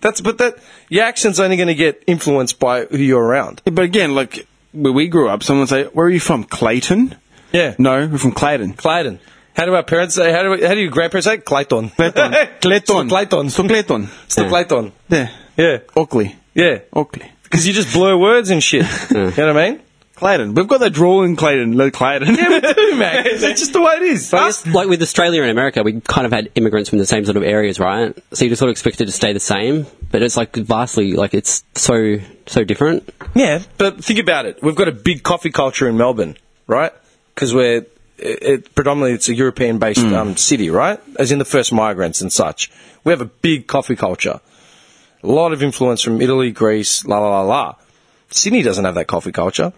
S3: That's, but that, your accent's only going to get influenced by who you're around.
S2: But again, like where we grew up, someone would say, "Where are you from, Clayton?"
S3: Yeah.
S2: No, we're from Clayton.
S3: Clayton. How do our parents say, how do, how do your grandparents say? Clayton.
S2: Clayton.
S3: *laughs* Clayton. Clayton.
S2: It's from Clayton.
S3: It's the Clayton.
S2: Yeah.
S3: Yeah.
S2: Oakley.
S3: Yeah.
S2: Oakley.
S3: Because you just blur words and *laughs* shit. you know what I mean?
S2: Clayton. We've got that drawl in Clayton. Le- Clayton.
S3: Yeah, we do, man. *laughs* It's just the way it is.
S1: I
S3: Us-
S1: guess, like with Australia and America, we kind of had immigrants from the same sort of areas, right? So you just sort of expected to stay the same, but it's like vastly, like it's so so different.
S3: Yeah, but think about it. We've got a big coffee culture in Melbourne, right? Because we're it, it, predominantly it's a European-based um, city, right? As in the first migrants and such. We have a big coffee culture. A lot of influence from Italy, Greece, la la la la. Sydney doesn't have that coffee culture,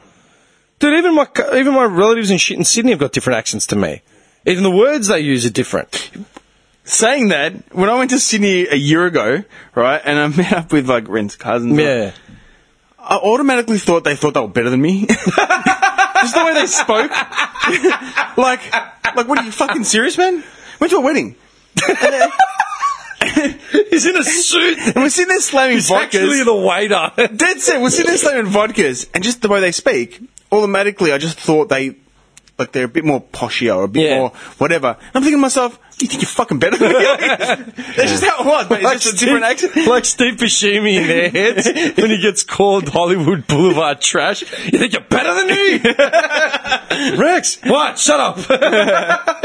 S3: dude. Even my co- even my relatives and shit in Sydney have got different accents to me. Even the words they use are different.
S2: *laughs* Saying that, when I went to Sydney a year ago, right, and I *laughs* met up with like Ren's cousins,
S3: Yeah,
S2: I automatically thought they thought they were better than me. *laughs* Just the way they spoke. *laughs* like, like, what are you fucking serious, man? Went to a wedding.
S3: he's in a suit. *laughs*
S2: And we're sitting there slamming
S3: He's
S2: vodkas.
S3: actually the waiter. *laughs*
S2: Dead set. We're sitting there slamming vodkas, and just the way they speak, automatically, I just thought they, like, they're a bit more poshy or a bit
S3: Yeah.
S2: more whatever. And I'm thinking to myself, you think you're fucking better than me? *laughs* That's just how it was, but it's just a different accent.
S3: Like Steve Buscemi in *laughs* Airheads when he gets called Hollywood Boulevard trash. You think you're better than me? *laughs* Rex, what? Shut up.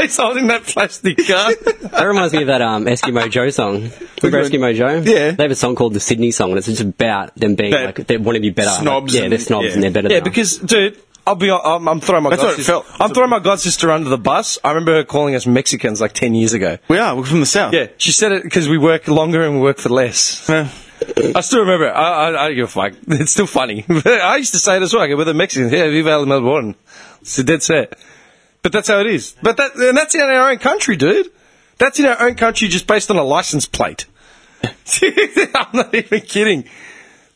S3: *laughs* He's holding that plastic *laughs* gun.
S1: That reminds me of that um, Eskimo Joe song. Remember Eskimo Joe?
S2: Yeah.
S1: They have a song called the Sydney Song, and it's just about them being
S2: Bad.
S1: like they want to be better.
S2: Snobs
S1: Like, yeah,
S2: and-
S1: they're snobs
S2: yeah.
S1: and they're better.
S3: yeah,
S1: than us.
S3: because, dude. I'll be. hon- I'm, I'm throwing my.
S2: That's
S3: god
S2: what it
S3: sister-
S2: felt.
S3: I'm throwing my god sister under the bus. I remember her calling us Mexicans like ten years ago.
S2: We are. We're from the south.
S3: Yeah, she said it because we work longer and we work for less.
S2: Yeah.
S3: I still remember it. I, I, I don't give a fuck. *laughs* It's still funny. I used to say it as well. I go, we're the Mexicans. Yeah, viva el Melbourne. It's a dead set. But that's how it is. But that, and that's in our own country, dude. That's in our own country just based on a license plate. *laughs* I'm not even kidding.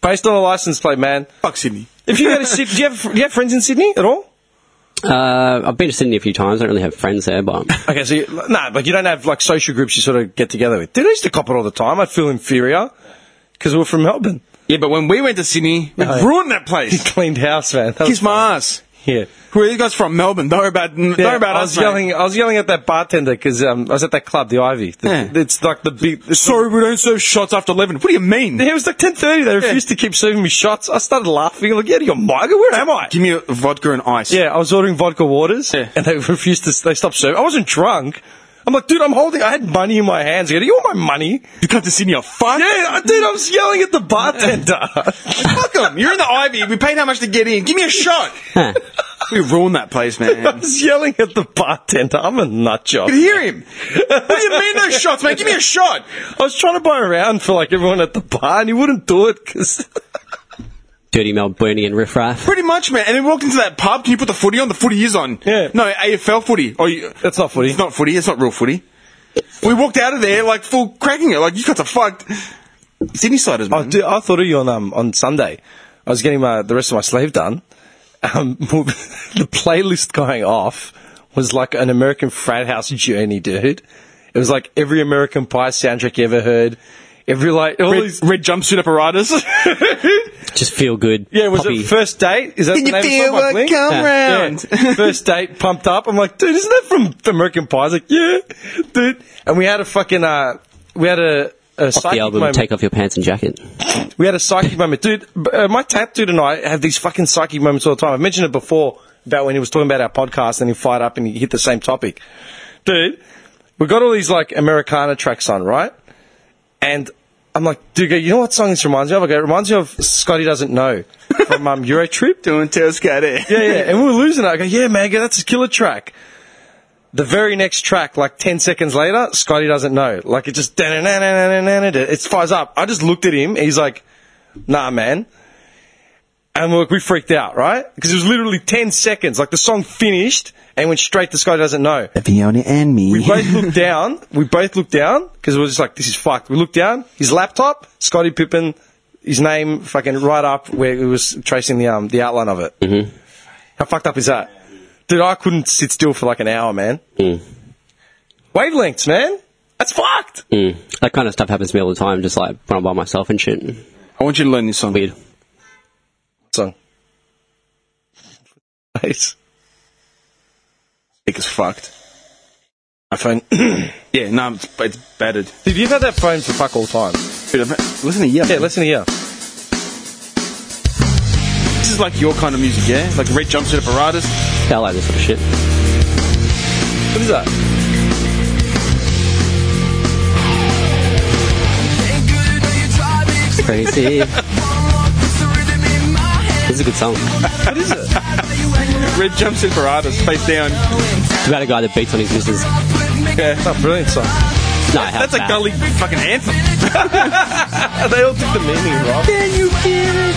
S3: Based on a license plate, man.
S2: Fuck Sydney.
S3: If you go to Sydney, do you, have, do you have friends in Sydney at all?
S1: uh, I've been to Sydney a few times. I don't really have friends there,
S3: *laughs*
S1: but
S3: Okay, so you, no, but you don't have like social groups you sort of get together with. Dude, I used to cop it all the time. I feel inferior because we're from Melbourne. *laughs*
S2: Yeah, but when we went to Sydney, we
S3: No.
S2: ruined *laughs* that place.
S3: Cleaned house, man. That
S2: Kiss
S3: was
S2: my ass.
S3: yeah.
S2: Who are you guys from? Melbourne. Don't worry about, don't worry about
S3: I
S2: us.
S3: was
S2: mate.
S3: yelling. I was yelling at that bartender because um, I was at that club, the Ivy. The-
S2: Yeah.
S3: It's like the big. it's
S2: Sorry, we don't serve shots after 11. What do you mean?
S3: the- it was like ten thirty. They refused to keep serving me shots. I started laughing. Like, yeah, you're Margaret. Where am I?
S2: *laughs* Give me a vodka and ice.
S3: Yeah, I was ordering vodka waters,
S2: Yeah.
S3: and they *laughs* refused to. They stopped serving. I wasn't drunk. I'm like, dude, I'm holding. I had money in my hands. I go, do you want my money?
S2: You come to Sydney, you fuck.
S3: Yeah, I- dude, I was yelling at
S2: *laughs*
S3: the bartender. *laughs*
S2: Fuck them. You're in the Ivy. We paid how much to get in. Give me a shot. *laughs* we ruined that place, *laughs* man.
S3: I was yelling at the bartender. I'm a nut job.
S2: could hear him. What do you mean no shots, man? Give me a shot.
S3: I was trying to buy a round for like everyone at the bar, and he wouldn't do it because.
S1: dirty Melbourneian riffraff.
S2: Pretty much, man. And then we walked into that pub. Can you put the footy on? The footy is on.
S3: Yeah.
S2: No, AFL footy. Oh, you,
S3: That's not footy.
S2: it's not footy. It's not real footy. We walked out of there like full cracking it. Like you got to fucked. Sydney sliders,
S3: Oh,
S2: man.
S3: dude, I thought of you on um, on Sunday. I was getting my, the rest of my sleeve done. Um, *laughs* the playlist going off was like an American frat house journey, dude. It was like every American Pie soundtrack you ever heard. Every like all
S2: red,
S3: these.
S2: red jumpsuit
S3: *laughs*
S2: apparatus.
S1: Just feel good.
S3: Yeah, was
S1: poppy.
S3: it first date? Is that
S2: Did
S3: the
S2: you
S3: name
S2: feel
S3: of the song by
S2: what
S3: Blink?
S2: come
S3: Yeah.
S2: round?
S3: Yeah. First date, pumped up. I'm like, dude, isn't that from the American Pie? I was like, yeah, dude. And we had a fucking uh, we had a. A
S1: Off
S3: psychic
S1: the album,
S3: moment.
S1: take off your pants and jacket.
S3: We had a psychic moment, dude. b- Uh, my tap dude and I have these fucking psychic moments all the time. I've mentioned it before about when he was talking about our podcast and he fired up and he hit the same topic, dude. We got all these like Americana tracks on, right? And I'm like, dude, go, you know what song this reminds me of? I go, it reminds me of Scotty doesn't know from um, Euro Trip.
S2: Doing tails cut it.
S3: Yeah, yeah. And we were losing it. I go, yeah, man, go, that's a killer track. The very next track, like 10 seconds later, Scotty doesn't know. Like it just, it fires up. I just looked at him. He's like, nah, man. And look, we freaked out, right? Because it was literally 10 seconds. Like the song finished and went straight to Scotty doesn't know.
S2: Fiona and me.
S3: We both looked down. We both looked down because we were just like, this is fucked. We looked down. His laptop, Scotty Pippen, his name fucking right up where it was tracing the um the outline of it. Mm-hmm. How fucked up is that, dude? I couldn't sit still for like an hour, man.
S1: Hmm.
S3: Wavelengths, man. That's fucked.
S1: Mm. That kind of stuff happens to me all the time, just like when I'm by myself and shit.
S2: I want you to learn this song.
S1: Weird.
S3: Song. Nice.
S2: Dick is fucked.
S3: My phone. *clears throat*
S2: Yeah, no, it's, it's battered.
S3: Dude, you've had that phone for fuck all time.
S2: Dude, I've- listen to yeah.
S3: Yeah, listen here.
S2: This is like your kind of music, yeah? Like red jumpsuit apparatus.
S1: Yeah, I like this sort of shit.
S3: What is that?
S1: Crazy. this is a good song. It's
S2: Red jumpsuit apparatus, face down.
S1: about a guy that beats on his missus.
S3: It's a brilliant song.
S1: No, how
S2: That's a
S1: bad.
S2: gully fucking anthem.
S3: *laughs* They all took the meaning, Rob. Then you feel it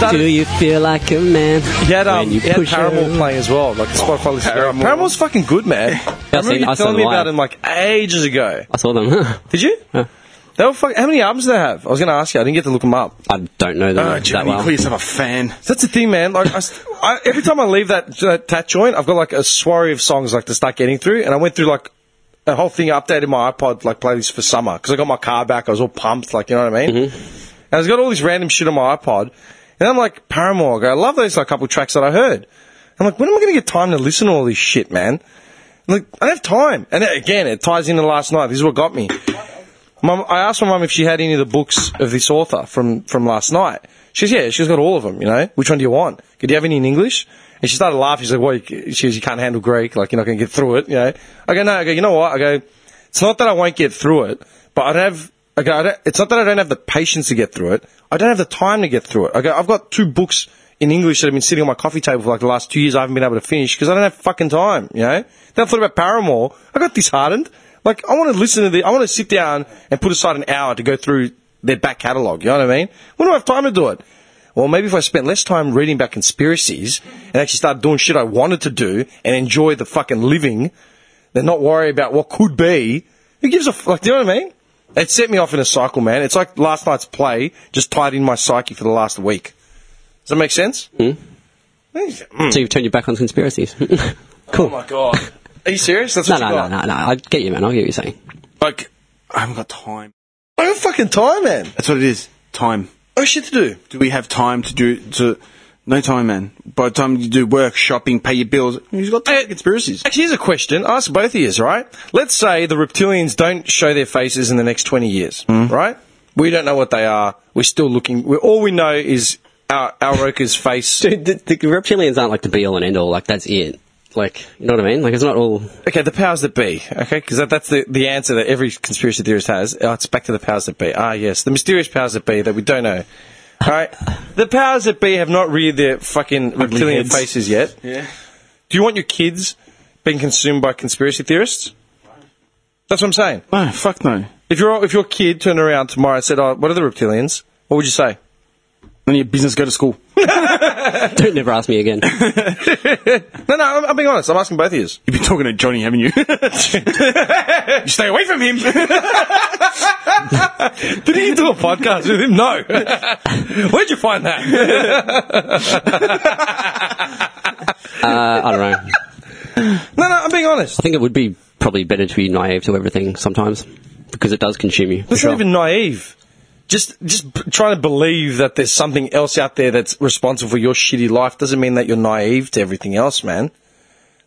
S3: coming.
S1: Do you feel like a man?
S3: He had, um,
S1: when you
S3: he had
S1: push Oh,
S3: Paramore
S1: her?
S3: playing as well, like the Spotify list.
S2: Paramore.
S3: Paramore's fucking good, man. I remember
S1: seen-
S3: you
S1: I saw
S3: telling me
S1: them
S3: about
S1: live.
S3: him like ages ago.
S1: I saw them. *laughs*
S3: Did you?
S1: Yeah.
S3: They were fucking, how many albums do they have? I was going to ask you. I didn't get to look them up.
S1: I don't know
S3: Uh,
S1: them
S2: Oh,
S1: that
S2: Johnny,
S1: well.
S2: call yourself a fan.
S3: That's the thing, man. Like, I s I every time I leave that, that tat joint, I've got like a swarry of songs like to start getting through, and I went through like a whole thing. I updated my iPod like playlist for summer because I got my car back. I was all pumped, like you know what I mean.
S1: Mm-hmm.
S3: And I've got all this random shit on my iPod, and I'm like Paramore. I go, I love those like couple tracks that I heard. I'm like, when am I going to get time to listen to all this shit, man? I'm like, I don't have time. And uh, again, it ties into last night. This is what got me. Mum, I asked my mum if she had any of the books of this author from, from last night. She says, yeah, she's got all of them, you know. Which one do you want? Could you have any in English? And she started laughing. She's like, well, you, she goes, you can't handle Greek. Like, you're not going to get through it, you know. I go, no, I go, you know what? I go, it's not that I won't get through it, but I don't have, I go, I don't, it's not that I don't have the patience to get through it. I don't have the time to get through it. I go, I've got two books in English that have been sitting on my coffee table for like the last two years. I haven't been able to finish because I don't have fucking time, you know. Then I thought about Paramore. I got disheartened. Like, I want to listen to the, I want to sit down and put aside an hour to go through their back catalogue. You know what I mean? When do I have time to do it? Well, maybe if I spent less time reading about conspiracies and actually started doing shit I wanted to do and enjoy the fucking living, then not worry about what could be. Who gives a f- like? Do you know what I mean? It set me off in a cycle, man. It's like last night's play just tied in my psyche for the last week. Does that make sense? Mm.
S1: So you've turned your back on conspiracies. *laughs* cool.
S3: Oh my god. Are you serious? That's
S1: no,
S3: what
S1: no,
S3: you
S1: no,
S3: got.
S1: no, no. I get you, man. I get what you're saying.
S2: Like, I haven't got time.
S3: I have fucking time, man.
S2: That's what it is. Time.
S3: I have Oh, shit to do.
S2: Do we have time to do to? No time, man. By the time you do work, shopping, pay your bills, you've got time for conspiracies.
S3: Actually, here's a question. Ask both of you, right? Let's say the reptilians don't show their faces in the next 20 years, right? We don't know what they are. We're still looking. we all we know is our, our Roker's *laughs* face.
S1: Dude, the, the reptilians aren't like the be all and end all. Like that's it. Like you know what I mean? Like it's not all. *laughs*
S3: Okay, the powers that be. Okay, because that, that's the, the answer that every conspiracy theorist has. Oh, it's back to the powers that be. Ah, yes, the mysterious powers that be that we don't know. All right, the powers that be have not reared their fucking reptilian
S2: heads.
S3: faces yet.
S2: Yeah.
S3: Do you want your kids being consumed by conspiracy theorists? That's what I'm saying.
S2: No, fuck no.
S3: If your if your kid turned around tomorrow and said, "Oh, what are the reptilians?" What would you say?
S2: None of your business. Go to school.
S1: Don't never ask me again. Uh,
S3: No, no, I'm, I'm being honest. I'm asking both of you.
S2: You've been talking to
S3: *laughs*
S2: Johnny, haven't you? you stay away from him.
S3: Did you do a podcast with him? No. *laughs* Where'd you find that?
S1: Uh, I don't know.
S3: *laughs* No, no, I'm being honest.
S1: I think it would be probably better to be naive to everything sometimes because it does consume you.
S3: That's not even naive. Just, just b- trying to believe that there's something else out there that's responsible for your shitty life doesn't mean that you're naive to everything else, man.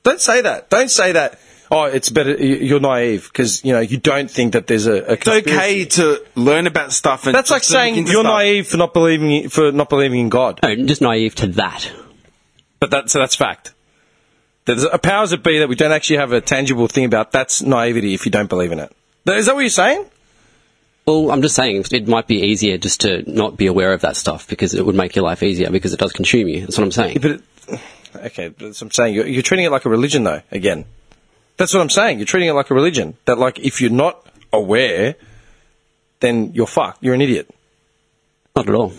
S3: Don't say that. Don't say that. Oh, it's better. y- You're naive because you know you don't think that there's a. a
S2: It's okay to learn about stuff. And
S3: That's like
S2: just look
S3: saying
S2: into
S3: you're
S2: stuff.
S3: naive for not believing for not believing in God.
S1: No, just naive to that.
S3: But that, so that's fact. There's a powers that be that we don't actually have a tangible thing about. That's naivety if you don't believe in it. Th- Is that what you're saying?
S1: Well, I'm just saying it might be easier just to not be aware of that stuff because it would make your life easier because it does consume you. That's what I'm saying.
S3: But it, okay, that's what I'm saying. You're, you're treating it like a religion, though. Again, that's what I'm saying. You're treating it like a religion. That like if you're not aware, then you're fucked. You're an idiot. *laughs*
S1: Not at all.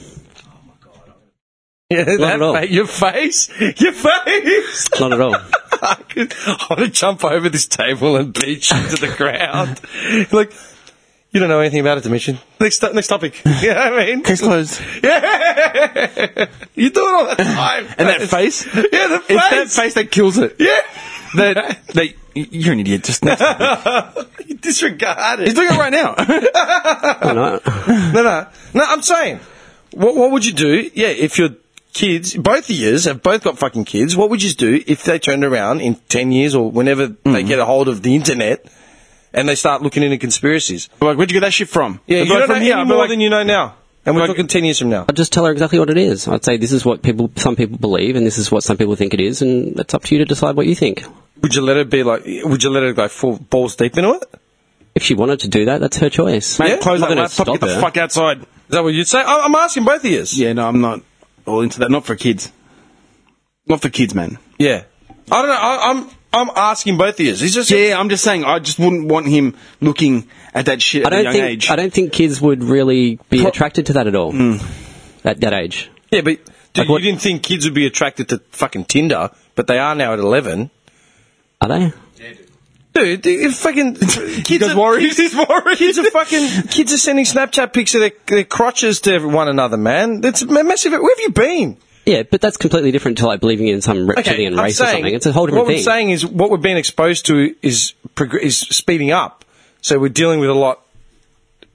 S3: Yeah, that
S1: at all.
S3: fa- your face, *laughs* your face.
S1: Not
S3: *laughs*
S1: at all.
S3: I, could, I want to jump over this table and beat you to the ground. like, you don't know anything about it, Dimitri. Next, to- next topic. *laughs* You know what I mean?
S2: Case closed.
S3: Yeah. you do it all the
S2: *laughs*
S3: time.
S2: And that face?
S3: Yeah, the face.
S2: It's that face that kills it.
S3: Yeah.
S2: That, that, you're an idiot. Just next time.
S3: You *laughs* disregard
S2: He's
S3: it.
S2: doing it right now. *laughs*
S1: Why not?
S3: No, no. No, I'm saying, what, what would you do? Yeah, if your kids, both of yours have both got fucking kids, what would you do if they turned around in 10 years or whenever they get a hold of the internet and they start looking into conspiracies?
S2: like, where'd you get that shit from?
S3: Yeah,
S2: I'd be like,
S3: you don't know
S2: from
S3: any
S2: him, I'd be
S3: more
S2: like-
S3: than you know now. And we're
S2: Like-
S3: talking 10 years from now.
S1: I'd just tell her exactly what it is. I'd say this is what people, some people believe, and this is what some people think it is, and it's up to you to decide what you think.
S3: Would you let her be like, would you let her go full balls deep into it?
S1: If she wanted to do that, that's her choice.
S2: Mate,
S3: Yeah?
S1: I'm
S2: close that
S1: not gonna
S2: laptop.
S1: stop
S2: Get the
S1: her.
S2: fuck outside.
S3: Is that what you'd say? I- I'm asking both of yous.
S2: Yeah, no, I'm not all into that. Not for kids. Not for kids, man.
S3: Yeah. I don't know. I, I'm, I'm asking both of yous. It's just,
S2: Yeah, I'm just saying. I just wouldn't want him looking at that shit
S1: I
S2: at a
S1: don't
S2: young
S1: think
S2: age. Hmm.
S1: I don't think kids would really be attracted to that at all. At that age,
S3: Yeah, but dude,
S1: what-
S3: you didn't think kids would be attracted to fucking Tinder, but they are now at 11.
S1: are they?
S3: Dude, dude, if fucking *laughs* kids
S2: guys
S3: are
S2: worried?
S3: *laughs* Kids, kids are fucking kids are sending Snapchat pics of their, their crotches to one another, man. That's ma- massive. Where have you been?
S1: Yeah, but that's completely different to like believing in some reptilian
S3: I'm
S1: race or
S3: saying-
S1: something. It's a whole different
S3: what
S1: thing.
S3: I'm saying is what we're being exposed to is prog- is speeding up. So we're dealing with a lot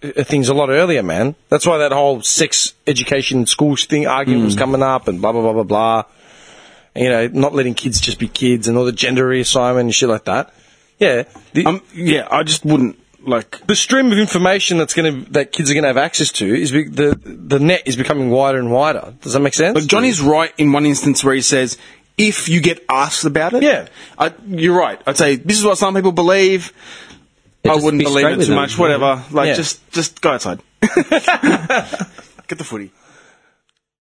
S3: uh, things a lot earlier, man. That's why that whole sex education in school thing argument
S1: Hmm.
S3: was coming up and blah blah blah blah blah. You know, not letting kids just be kids and all the gender reassignment and shit like that. Yeah, the,
S2: Um, yeah, I just wouldn't like.
S3: the stream of information that's going to that kids are going to have access to is be, the the net is becoming wider and wider. Does that make sense?
S2: Like Johnny's right in one instance where he says, "If you get asked about it,
S3: Yeah.
S2: I, you're right." I'd say this is what some people believe.
S1: Yeah,
S2: I
S1: just
S2: wouldn't
S1: be
S2: believe
S1: straight
S2: it
S1: with
S2: too
S1: them.
S2: much. Whatever. Like,
S3: Yeah.
S2: just just go
S1: *laughs*
S2: outside. get the footy.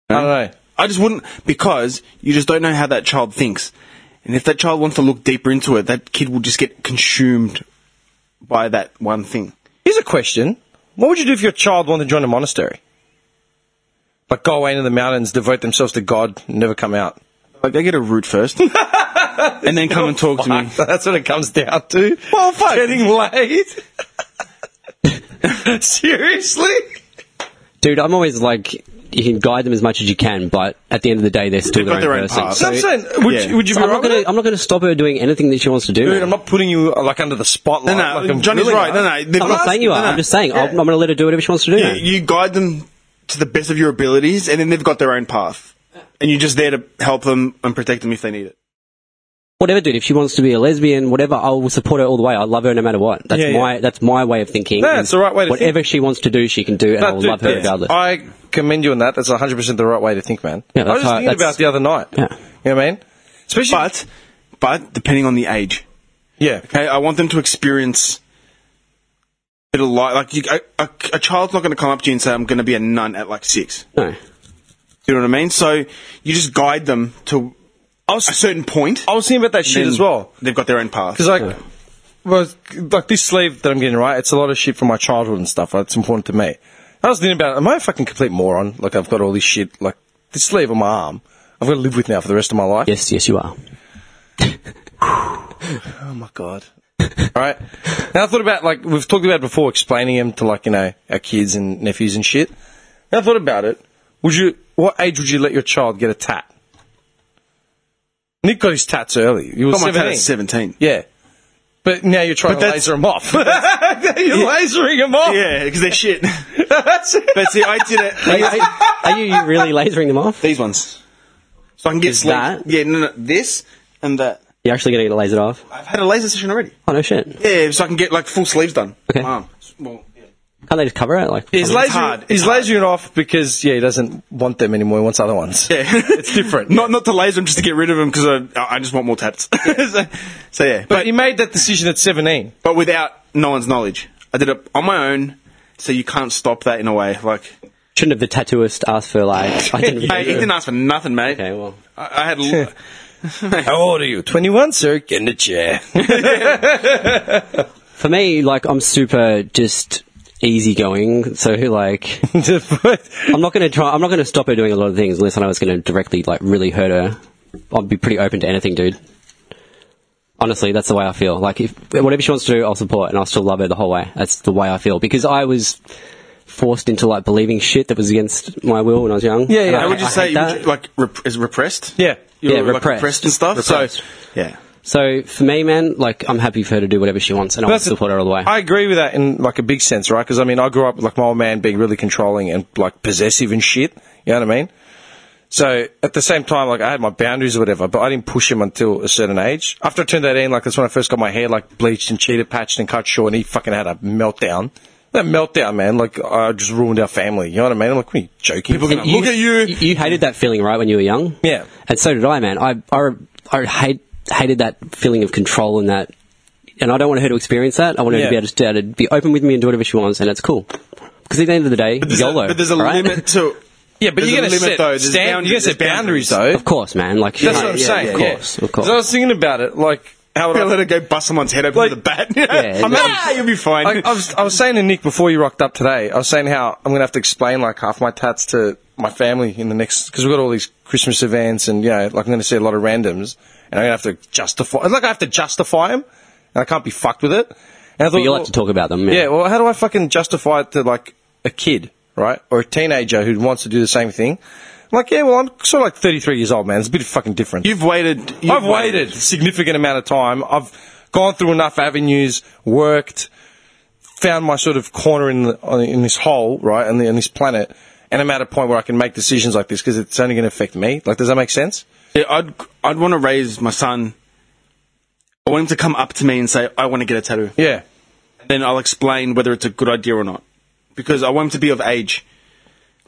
S3: I don't know.
S2: I just wouldn't because you just don't know how that child thinks, and if that child wants to look deeper into it, that kid will just get consumed by that one thing.
S3: Here's a question: What would you do if your child wanted to join a monastery? Like go away into the mountains, devote themselves to God, and never come out. *laughs*
S2: Like they get a root
S1: *laughs*
S2: first, and then come and talk to me.
S3: Fuck, That's what it comes down to. Well, fuck. Getting laid. *laughs* Seriously?
S1: Dude, I'm always like, you can guide them as much as you can, but at the end of the day, they're still
S2: They've
S1: their
S2: got
S1: own,
S2: their own
S1: person.
S2: path.
S3: So I'm saying, would,
S2: Yeah.
S3: you, would you be
S1: I'm
S3: right
S1: not
S3: with
S1: gonna
S3: it?
S1: I'm not gonna stop her doing anything that she wants to do.
S3: Dude,
S1: man.
S3: I'm not putting you uh, like under the spotlight.
S2: No, no,
S3: like I'm
S2: Johnny's
S3: really
S2: right.
S3: not.
S2: No, no, they've
S1: I'm not
S2: got-
S1: saying you are.
S2: no, no.
S1: I'm just saying I'll, I'm going to let her do whatever she wants to do.
S2: Yeah,
S1: man.
S2: you guide them to the best of your abilities, and then they've got their own path, and you're just there to help them and protect them if they need it.
S1: whatever, dude. If she wants to be a lesbian, whatever, I will support her all the way. I love her no matter what. That's
S3: Yeah, yeah.
S1: my that's my way of thinking.
S3: No,
S1: and
S3: it's the right way to
S1: Whatever she wants to do, she can do, and
S3: No,
S1: I'll
S3: dude,
S1: love her
S3: that's-
S1: regardless.
S3: I commend you on that. That's 100% the right way to think, man.
S1: Yeah,
S3: I was
S1: that's
S3: just
S1: how-
S3: thinking
S1: that's-
S3: about it the other night.
S1: Yeah.
S3: You know what I mean? Especially.
S2: But, but depending on the age,
S3: yeah.
S2: okay, I want them to experience a bit of life. Like you, a, a, a child's not going to come up to you and say, "I'm going to be a nun at like six.
S1: no,
S2: Do you know what I mean? So you just guide them to a certain point.
S3: I was thinking about that shit
S2: then
S3: as well.
S2: They've got their own path.
S3: Because, like, well, like this sleeve that I'm getting, right? It's a lot of shit from my childhood and stuff, right? It's important to me. I was thinking about, am I a fucking complete moron? Like, I've got all this shit, like, this sleeve on my arm. I've got to live with now for the rest of my life.
S1: yes, yes, you are.
S3: Oh my god. *laughs* right? Now I thought about like we've talked about it before, explaining him to like you know our kids and nephews and shit. Now I thought about it. Would you? What age would you let your child get a tat? Nick got his tats early. He was
S2: Got my tat at
S3: 17.
S2: 17.
S3: Yeah, but now you're trying
S2: But
S3: to
S2: that's-
S3: laser him off. *laughs* you're lasering him off.
S2: Yeah, because they're shit.
S3: *laughs* That's it.
S2: But see, I did it.
S1: Are, you- are you really lasering them off?
S2: These ones. So I can get
S1: Is
S2: sleep.
S1: that-
S2: Yeah, no, no, this and that.
S1: You're actually going to get lasered off?
S2: I've had a laser session already.
S1: Oh no shit! Can't
S2: Yeah, so I can get like full sleeves done.
S1: Okay.
S2: Mom. Well, *laughs* yeah.
S1: they just cover it? Like
S3: He's
S2: It's
S3: lasering,
S2: hard. It's
S3: he's
S2: hard.
S3: lasering off because yeah, he doesn't want them anymore. He wants other ones.
S2: Yeah. *laughs*
S3: it's *laughs* different.
S2: Not not to laser them, just to get rid of them because I, I just want more tats. *laughs* so, so yeah,
S3: but he made that decision at 17.
S2: but without no one's knowledge. I did it on my own, so you can't stop that in a way. Like,
S1: shouldn't have the tattooist asked for like
S2: *laughs* Mate,
S3: *laughs*
S2: he
S1: identification?
S2: didn't ask for nothing, mate.
S1: okay, well,
S2: I, I had. a-
S3: How old are you? 21, sir. Get in the chair.
S1: for me, like I'm super just easygoing, so
S2: *laughs*
S1: like I'm not going to try. I'm not going to stop her doing a lot of things unless I know it's going to directly like really hurt her. I'd be pretty open to anything, dude. Honestly, that's the way I feel. Like if whatever she wants to do, I'll support, and I'll still love her the whole way. That's the way I feel because I was forced into like believing shit that was against my will when I was young.
S3: Yeah,
S1: And
S3: yeah.
S1: I,
S2: I would just
S1: I
S2: say
S1: hate
S2: you
S1: that.
S2: would, like rep- is repressed.
S3: Yeah.
S2: You
S1: Yeah,
S2: were, like,
S1: repressed.
S2: and stuff.
S1: Repressed.
S2: So yeah,
S1: So for me, man, like I'm happy for her to do whatever she wants, and I'll
S3: That's the-
S1: support her all the way.
S3: I agree with that in like a big sense, right? Because I mean, I grew up with, like my old man being really controlling and like possessive and shit. You know what I mean? So at the same time, like I had my boundaries or whatever, but I didn't push him until a certain age. After I turned that in, like that's when I first got my hair like bleached and cheated, patched and cut short, and he fucking had a meltdown. That meltdown, man, like I just ruined our family. You know what I mean? I'm like, what are you joking? People
S1: And You hated that feeling, right, when you were young?
S3: Yeah.
S1: And so did I, man. I I, I hate, hated that feeling of control and that. And I don't want her to experience that. I want her
S3: Yeah.
S1: to be able to, stay- to be open with me and do whatever she wants, and that's cool. Because at the end of the day,
S2: But there's
S1: YOLO.
S2: a, but there's a
S1: right?
S2: limit to.
S3: Yeah, but
S2: There's
S3: you're
S2: a
S3: going to
S2: limit,
S3: set
S2: though. There's
S3: stand, you're going
S2: boundaries.
S3: to set
S2: There's
S3: boundaries,
S2: boundaries.
S3: though.
S1: Of course, man. Like
S3: That's
S1: yeah,
S3: what I'm
S1: yeah,
S3: saying.
S1: Of
S3: yeah.
S1: course, of course.
S3: So I was thinking about it, like how would
S2: Yeah,
S3: I
S2: let her go bust someone's head open
S3: Like-
S2: with a bat.
S1: Yeah,
S2: *laughs* I'm
S1: yeah.
S2: out. Ah, You'll be fine.
S3: I, I, was, I was saying to Nick before you rocked up today, I was saying how I'm going to have to explain like half my tats to my family in the next, because we've got all these Christmas events and, you know, like I'm going to see a lot of randoms and I'm going to have to justify, it's like I have to justify them and I can't be fucked with it. And I thought,
S1: but you'll
S3: well-
S1: have to talk about them. Yeah.
S3: yeah, well, how do I fucking justify it to like a kid, right? Or a teenager who wants to do the same thing? I'm like, yeah, well, I'm sort of like 33 years old, man. It's a bit fucking different.
S2: You've waited. You've
S3: I've waited a significant amount of time. I've gone through enough avenues, worked, found my sort of corner in the, on- in this hole, right, and in this planet, and I'm at a point where I can make decisions like this because it's only going to affect me. Like, does that make sense?
S2: Yeah, I'd I'd want to raise my son. I want him to come up to me and say, "I want to get a tattoo."
S3: Yeah.
S2: Then I'll explain whether it's a good idea or not, because I want him to be of age.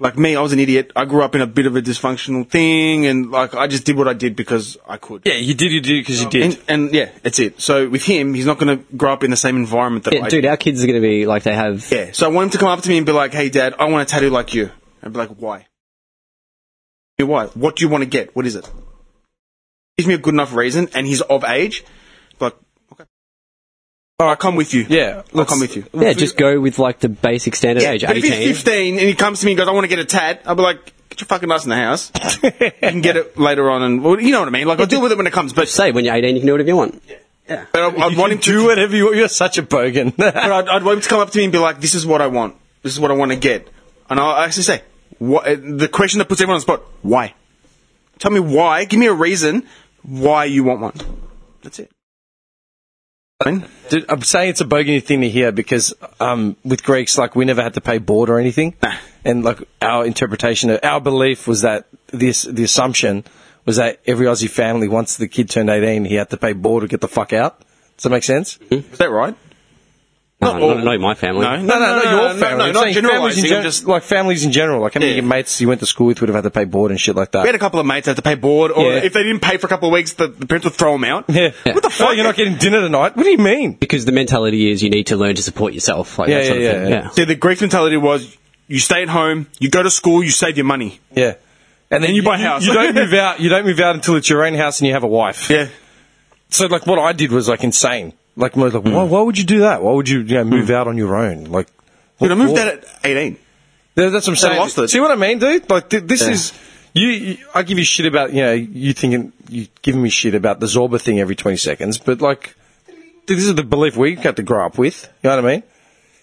S2: Like me, I was an idiot. I grew up in a bit of a dysfunctional thing, and like I just did what I did because I could. Um,
S3: Yeah, you did, you did because you did.
S2: And, and yeah, that's it. So with him, he's not going to grow up in the same environment that
S1: Yeah,
S2: I
S1: dude,
S2: did.
S1: our kids are going to be like they have.
S2: Yeah. So I want him to come up to me and be like, "Hey, Dad, I want a tattoo like you." I'd be like, "Why? Yeah, Why? What do you want to get? What is it?" Gives me a good enough reason, and he's of age. Like, okay, all right, come with you.
S3: yeah.
S2: I'll
S3: let's-
S2: come with you.
S1: Yeah, just go with like the basic standard age,
S2: But if he's
S1: eighteen.
S2: 15 and he comes to me and goes, "I want to get a tat," I'll be like, "Get your fucking ass in the house. you can get it later on, and well, you know what I mean. Like, I'll deal with it when it comes." But,
S1: Say when you're eighteen, you can do whatever you want.
S2: but I, I
S3: You
S2: want
S3: can
S2: him to
S3: do whatever you want. You're such a *laughs* bogan.
S2: but I'd, I'd want him to come up to me and be like, "This is what I want. This is what I want to get." And I'll actually say, "What?" uh, The question that puts everyone on the spot: Why? Tell me why. Give me a reason why you want one. That's it. I mean,
S3: Dude, I'm saying it's a bogany thing to hear because um, with Greeks, like we never had to pay board or anything, and like our interpretation, of, our belief was that this the assumption was that every Aussie family, once the kid turned 18, he had to pay board or get the fuck out. Does that make sense?
S2: is that right?
S1: No,
S2: Not
S1: not,
S2: all.
S1: not in my family.
S3: No, no, no, your family.
S2: No,
S3: I'm
S2: not
S3: saying families in
S2: generalizing.
S3: gen-
S2: I'm just
S3: like families in general, like how many
S2: Yeah.
S3: of your mates you went to school with would have had to pay board and shit like that.
S2: we had a couple of mates that had to pay board, or
S3: Yeah.
S2: if they didn't pay for a couple of weeks, the, the parents would throw them out.
S3: yeah.
S1: Yeah.
S3: What the fuck? you're not getting dinner tonight? What do you mean?
S1: Because the mentality is you need to learn to support yourself. Like
S3: Yeah,
S1: that sort
S3: yeah,
S1: of thing.
S3: yeah.
S1: yeah.
S2: See, the Greek mentality was: you stay at home, you go to school, you save your money.
S3: Yeah. And then
S2: you buy a house.
S3: You don't move out. You don't move out until it's your own house and you have a wife.
S2: Yeah.
S3: So like what I did was like insane. Like, my- like
S2: Hmm.
S3: why, why would you do that? Why would you, you know, move out on your own? Like,
S2: Dude, I moved
S3: what-
S2: out at 18.
S3: Yeah, that's what I'm
S2: They
S3: saying.
S2: lost it.
S3: See what I mean, dude? Like th- this is you, you. I give you shit about you know you thinking you giving me shit about the Zorba thing every 20 seconds, but like this is the belief we got to grow up with. You know what I mean?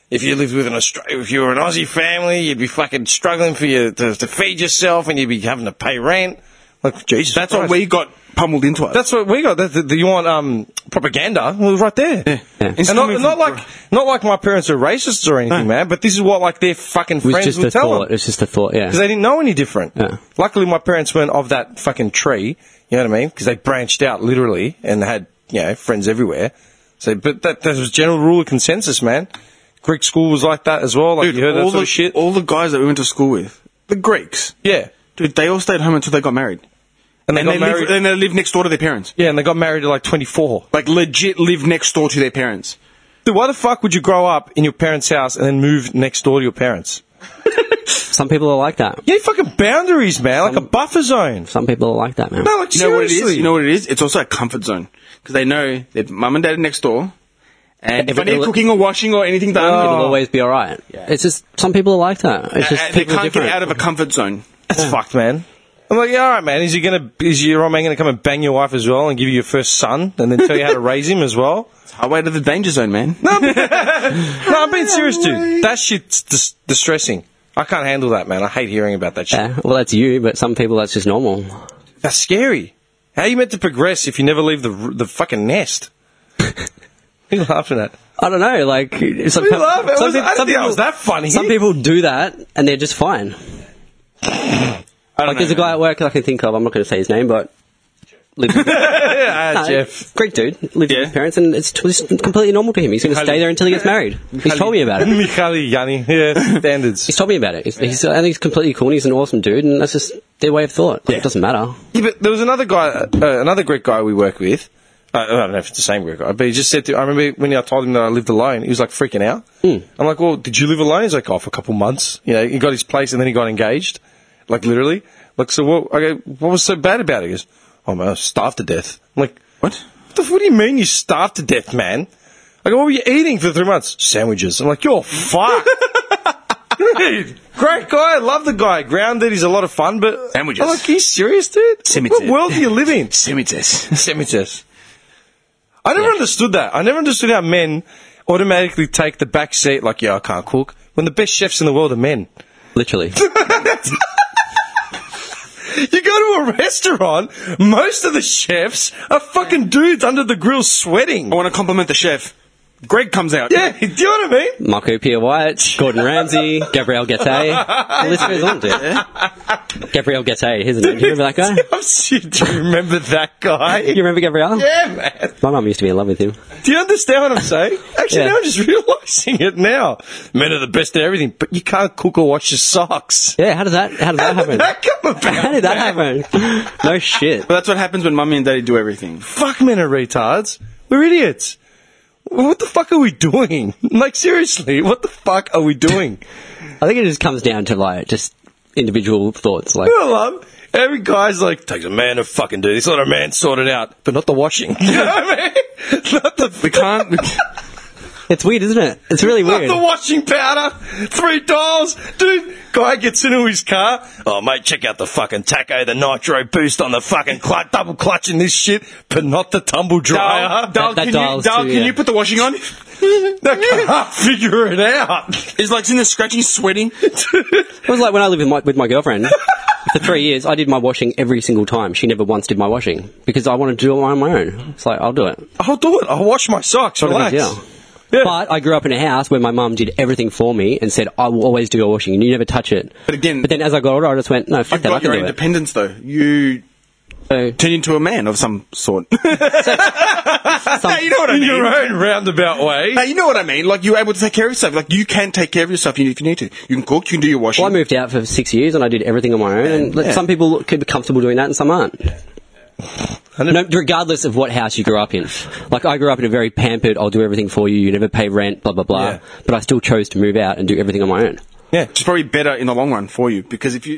S3: If you lived with an Australian, if you were an Aussie family, you'd be fucking struggling for your to, to feed yourself, and you'd be having to pay rent. Like Jesus,
S2: That's what
S3: Christ.
S2: we got pummeled into us.
S3: That's what we got. That, that you want um, propaganda? Well, right there. And
S2: It's
S3: not,
S2: coming
S3: not
S2: from-
S3: like not like my parents are racists or anything, man. But this is what like their fucking
S1: It was
S3: friends
S1: just a
S3: would tell
S1: thought.
S3: them
S1: It's just a thought. Yeah.
S3: because they didn't know any different.
S1: Yeah.
S3: Luckily, my parents weren't of that fucking tree. You know what I mean? Because they branched out literally and had you know friends everywhere. So, but that that was general rule of consensus, man. Greek school was like that as well. Like
S2: Dude,
S3: you heard that
S2: all
S3: sort
S2: the
S3: of shit.
S2: all the guys that we went to school with, the Greeks,
S3: yeah,
S2: dude, they all stayed home until they got married,
S3: and they
S2: and
S3: got
S2: they
S3: married.
S2: live, and they live next door to their parents.
S3: yeah, and they got married at like twenty four.
S2: Like legit, live next door to their parents.
S3: Dude, why the fuck would you grow up in your parents' house and then move next door to your parents?
S1: Some people are like that.
S3: You need fucking boundaries, man, like a buffer zone.
S1: Some people are like that, man.
S3: No,
S2: Um,
S3: like
S2: You know what it is? You know what it is? It's also a comfort zone because they know that mum and dad are next door, and if I
S1: Everything
S2: need
S1: will-
S2: cooking or washing or anything done, uh,
S1: It'll
S2: it'll
S3: uh,
S2: always-
S1: always be all right. It's just some people are like that. It's just
S2: uh, they
S1: people are
S2: can't get
S1: different.
S2: out of a comfort zone.
S3: That's fucked, man. I'm like, yeah, all right, man. Is he gonna? Is your old man gonna come and bang your wife as well and give you your first son and then tell you how to raise him as well?
S2: It's highway to the danger zone, man.
S3: No, I'm being serious, dude. That shit's dis- distressing. I can't handle that, man. I hate hearing about that shit.
S1: yeah, well, that's you, but some people that's just normal.
S3: That's scary. How are you meant to progress if you never leave the the fucking nest? *laughs* Who you laughing at?
S1: I don't know. Like some,
S3: We laugh. It
S1: some
S3: was-
S1: peop-
S3: I didn't
S1: some
S3: think I was that funny.
S1: Some people do that and they're just fine.
S2: I don't
S1: Like there's a
S2: know.
S1: guy at work that I can think of. I'm not going to say his name, but lived with
S2: *laughs*
S3: Ah,
S1: *laughs* no,
S3: Jeff.
S1: Greek dude, lived
S2: Yeah.
S1: with his parents, and it's t- it's completely normal to him. He's going to
S2: Michali.
S1: stay there until he gets married. He's told me
S3: *laughs*
S1: about it.
S3: Michali Yanni. Yeah, standards.
S1: He's told me about it. He's, he's, I think he's completely cool. and He's an awesome dude, and that's just their way of thought. Like, It doesn't matter.
S3: *laughs* Yeah, but there was another guy, uh, another Greek guy we work with. Uh, I don't know if it's the same Greek guy, but he just said to. I remember when I told him that I lived alone, he was like freaking out. I'm like, "Well, did you live alone?" He's like, "Oh, for a couple months." You know, he got his place and then he got engaged, like literally. Like, so what? I go, "What was so bad about it?" He goes, "Oh man, I was starved to death." I'm like,
S2: What?
S3: What, the, what do you mean you starved to death, man? I go, "What were you eating for three months?" Sandwiches. I'm like, "You're fucked." Dude, *laughs* great guy. I love the guy. Grounded. He's a lot of fun, but
S2: Sandwiches.
S3: I'm like, "Are you serious, dude?"
S2: Cemetery.
S3: What world
S1: *laughs*
S3: do you live in?
S2: Semites.
S3: Semites. I never understood that. I never understood how men automatically take the back seat, like, yeah, I can't cook, when the best chefs in the world are men.
S1: Literally.
S3: You go to a restaurant, most of the chefs are fucking dudes under the grill sweating.
S2: I
S1: Oh,
S2: want to compliment the chef. Greg comes out.
S3: Yeah, do you know what I mean?
S1: Marco Pierre White, Gordon Ramsay, Gabriel Gete. The list goes on, dude. Gabriel Gete, his name. Do you remember that guy?
S3: *laughs* I'm serious. Do you remember that guy?
S1: *laughs* You remember Gabriel?
S3: Yeah, man.
S1: My mum used to be in love with him.
S3: Do you understand what I'm saying? Actually,
S1: Yeah.
S3: now I'm just *laughs* realizing it now. Men are the best at everything, but you can't cook or wash your socks.
S1: Yeah, how does that how does that
S3: How
S1: happen?
S3: did that come about?
S1: How did that happen? No shit.
S2: But that's what happens when mummy and daddy do everything.
S3: fuck men are retards. We're idiots. What the fuck are we doing? *laughs* Like seriously, what the fuck are we doing? *laughs*
S1: I think it just comes down to like just individual thoughts. Like
S3: You know, love. Every guy's like, takes a man to fucking do this. Let a man sort it out, but not the washing. *laughs* You know what I mean? *laughs* Not the
S2: We
S3: *laughs*
S2: can't.
S1: it's weird, isn't it? It's really
S3: not
S1: weird.
S3: the washing powder. Three dollars, dude. Guy gets into his car. Oh mate, check out the fucking taco, the nitro boost on the fucking clutch, double clutching this shit, but not the tumble dryer.
S2: Dal,
S1: that
S2: can, you,
S1: dials
S2: Dal,
S1: too,
S2: can
S1: yeah.
S2: you put the
S1: *laughs*
S2: washing on?
S3: I can't figure it out.
S2: It's like in the scratching, sweating.
S1: It was like when I lived with my with my
S2: *laughs*
S1: girlfriend for three years. I did my washing every single time. She never once did my washing because I wanted to do it on my own. It's like I'll do it.
S3: *laughs* I'll do it. I'll wash my socks.
S1: Not a big
S3: Relax.
S1: deal. But I grew up in a house where my mum did everything for me and said, "I will always do your washing, and you never touch it."
S2: But again-
S1: but then as I got older, I just went, "No, fuck
S2: You've
S1: that, I
S2: got
S1: can do
S2: your
S1: it."
S2: independence, though. You
S1: So,
S2: turn into a man of some
S1: *laughs*
S2: sort.
S1: some-
S2: you know what I
S3: in
S2: mean.
S3: your own roundabout way.
S2: Now, you know what I mean. Like, you're able to take care of yourself. Like, you can take care of yourself if you if you need to. You can cook, you can do your washing.
S1: Well, I moved out for six years and I did everything on my own. And like,
S2: Yeah.
S1: some people could be comfortable doing that, and some aren't. No, regardless of what house you grew up in, like I grew up in a very pampered, I'll do everything for you, you never pay rent, blah blah blah.
S3: Yeah.
S1: But I still chose to move out and do everything on my own.
S2: It's probably better in the long run for you because if you,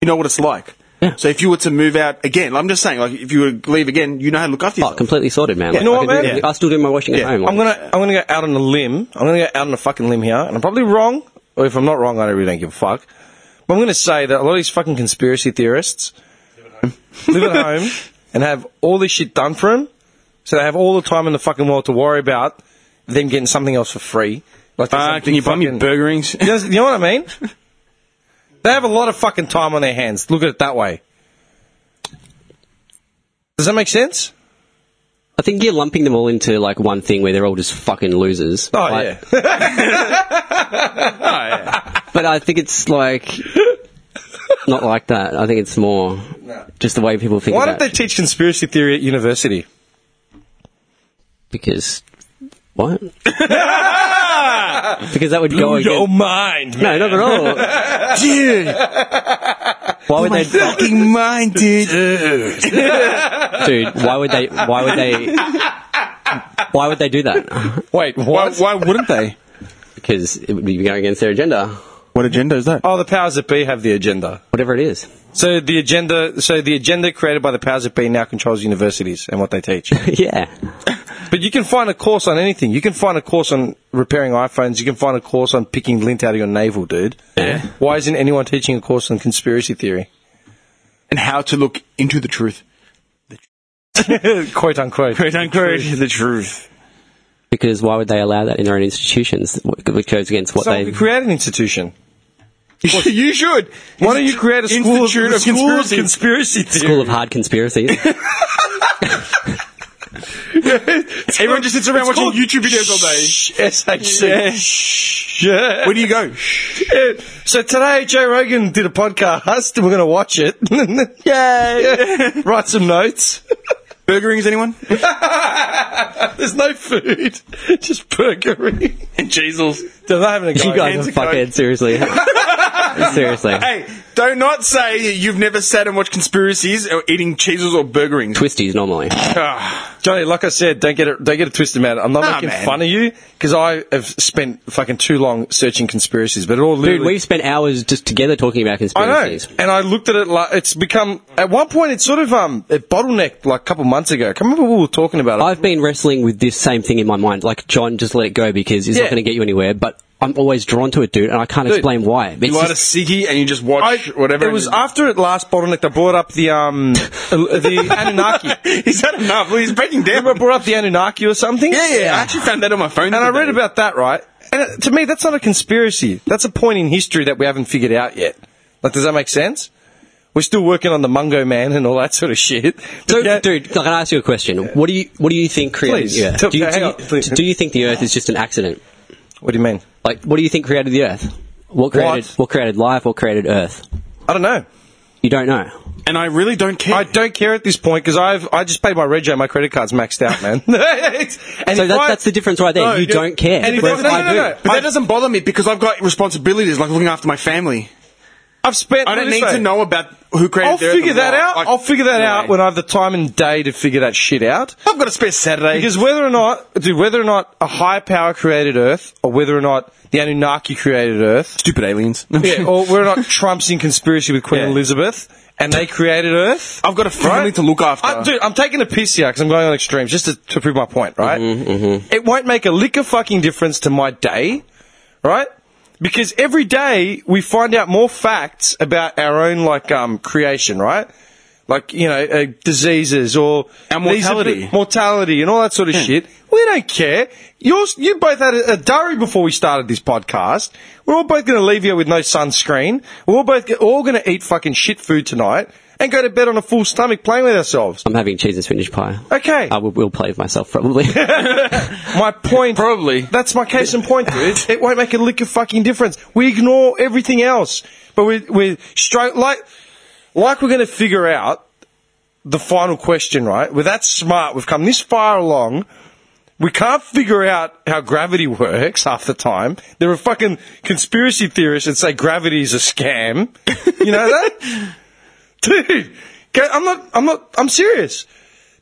S2: you know what it's like. So if you were to move out again, I'm just saying, like, if you were to leave again, you know how to look after
S1: Oh,
S2: yourself.
S1: completely sorted, man. Like,
S3: You know
S1: I
S3: what,
S1: could do
S3: man?
S1: everything. I still do my washing at home.
S3: I'm gonna I'm gonna go out on a limb. I'm gonna go out on a fucking limb here, and I'm probably wrong. Or if I'm not wrong, I really don't give a fuck. But I'm gonna say that a lot of these
S2: *laughs*
S3: fucking conspiracy theorists live at home, and have all this shit done for them, so they have all the time in the fucking world to worry about them getting something else for free. Like there's
S2: Ah,
S3: some
S2: can
S3: big
S2: you buy me
S3: fucking-
S2: burger rings?
S3: You know, you know what I mean? They have a lot of fucking time on their hands. Look at it that way. Does that make sense?
S1: I think you're lumping them all into like one thing where they're all just fucking losers.
S3: Oh
S1: Like,
S3: yeah.
S1: But I think it's
S3: *laughs*
S1: like not like that. I think it's more just the way people think
S3: Why don't
S1: about
S3: they
S1: it.
S3: teach conspiracy theory at university?
S1: Because
S3: *laughs*
S1: what? because that would go against.
S3: mind,
S1: No, not at all. *laughs*
S2: dude,
S1: Why
S3: Oh
S1: would they,
S2: *laughs* fucking mind,
S1: *laughs*
S2: dude.
S1: dude? Why would they? Why would they? Why would they do that?
S3: *laughs*
S2: *laughs*
S3: Wait,
S2: why,
S3: what?
S2: why wouldn't they?
S1: Because it would be going against their agenda,
S2: What agenda is that?
S3: Oh, the powers that be have the agenda.
S1: whatever it is. *laughs*
S3: So the agenda, so the agenda created by the powers that be now controls universities and what they teach.
S1: yeah,
S3: but you can find a course on anything. You can find a course on repairing iPhones. You can find a course on picking lint out of your navel, dude.
S1: Yeah.
S3: Why isn't anyone teaching a course on conspiracy theory?
S2: And how to look into the truth.
S3: Quote unquote.
S2: Quote unquote, the truth.
S1: because why would they allow that in their own institutions? Which goes against what
S3: So
S1: they.
S3: we create an institution.
S2: *laughs* you should.
S3: Why don't you create a school of,
S2: Institute of
S3: school of
S2: Conspiracy.
S3: conspiracy
S1: School
S3: theory?
S1: of hard conspiracies.
S3: *laughs*
S2: Everyone just sits around watching
S3: called-
S2: YouTube videos all day.
S3: SHC. Yeah.
S2: Where do you go?
S3: Yeah. So today, Joe Rogan did a podcast, *laughs* and we're going to watch it. Yay! Write some notes. *laughs*
S2: Burger rings, anyone?
S3: There's no food, *laughs* just burgery.
S2: And Jesus.
S3: *laughs* They're not having a
S1: *laughs*
S3: go.
S1: you guys are
S2: Hands are
S1: fuckheads, seriously.
S3: *laughs*
S1: seriously.
S2: Hey, don't not say that you've never sat and watched conspiracies or eating cheeses or burger rings.
S1: Twisties normally.
S2: Ah,
S3: Johnny, like I said, don't get it, don't get it twisted, man. I'm not
S2: Nah,
S3: making
S2: man.
S3: fun of you because I have spent fucking too long searching conspiracies, but it all
S1: Dude,
S3: literally-
S1: we've spent hours just together talking about
S3: I know,
S1: conspiracies.
S3: and I looked at it like it's become. At one point, it's sort of um, it bottlenecked like a couple months ago. I can't remember what we were talking about.
S1: I've been wrestling with this same thing in my mind. Like, John, just let it go because it's
S3: Yeah.
S1: not going to get you anywhere. But I'm always drawn to it, dude, and I can't explain why. It's
S2: you light a
S1: just-
S2: ciggy and you just
S3: I-
S2: watch whatever.
S3: It
S2: and
S3: was
S2: you-
S3: after it last bottlenecked. I brought up
S2: *laughs*
S3: the um, the *laughs* Anunnaki.
S2: He's had enough. Well, He's breaking down.
S3: Remember, I brought up the Anunnaki or something.
S2: Yeah, yeah. I actually found that on my phone.
S3: And I
S2: today.
S3: read about that, right? And it, to me, that's not a conspiracy. That's a point in history that we haven't figured out yet. Like, does that make sense? We're still working on the Mungo Man and all that sort of shit.
S1: Dude,
S3: Yeah.
S1: dude, can I ask you a question? What do you What do you think created
S3: Please.
S1: the Earth?
S3: Tell-
S1: Do you,
S3: hang
S1: do,
S3: on,
S1: you,
S3: please.
S1: do you think the Earth is just an accident?
S3: What do you mean?
S1: Like, what do you think created the Earth? What created
S3: What?
S1: What, created life? What created Earth?
S3: I don't know.
S1: You don't know.
S2: and I really don't care.
S3: I don't care at this point because I've I just paid my rego. My credit card's maxed out, man. *laughs* It's- and
S1: So
S3: if
S1: that,
S3: I-
S1: that's the difference right there.
S3: No,
S1: you
S3: yeah.
S1: don't care.
S3: And if
S1: Whereas
S3: that's-
S1: I
S3: no, no,
S1: do.
S3: no, no.
S2: But
S3: I-
S2: that doesn't bother me because I've got responsibilities like looking after my family.
S3: I've spent.
S2: I
S3: put
S2: don't
S3: it this
S2: need to
S3: way.
S2: know about who created.
S3: I'll
S2: the Earth
S3: figure
S2: and
S3: that
S2: why.
S3: out.
S2: Like,
S3: I'll figure that
S2: no
S3: out
S2: way.
S3: when I have the time and day to figure that shit out.
S2: I've got a spare Saturday.
S3: Because whether or not, dude, whether or not a higher power created Earth, or whether or not the Anunnaki created Earth,
S2: stupid aliens.
S3: *laughs* yeah,
S2: *laughs*
S3: or whether or not Trump's in conspiracy with Queen
S2: Yeah.
S3: Elizabeth, and they created Earth.
S2: I've got a family to look after.
S3: I, dude, I'm taking a piss here because I'm going on extremes just to, to prove my point, right? It won't make a lick of fucking difference to my day, right? Because every day we find out more facts about our own like um, creation, right? Like you know, uh, diseases or
S2: And
S3: these are
S2: mortality.
S3: the- mortality, and all that sort of shit. We don't care. You're, you both had a, a diary before we started this podcast. We're all both going to leave here with no sunscreen. We're all both get, all going to eat fucking shit food tonight and go to bed on a full stomach playing with ourselves.
S1: I'm having cheese and spinach pie.
S3: Okay.
S1: I will, will play with myself probably.
S3: *laughs* My point.
S2: Probably.
S3: That's my case in point, dude. It won't make a lick of fucking difference. We ignore everything else, but we're, we're straight like like we're going to figure out the final question, right? We're that smart. We've come this far along. We can't figure out how gravity *laughs* works half the time. There are fucking conspiracy theorists that say gravity is a scam. You know that, dude? okay, I'm not. I'm not. I'm serious.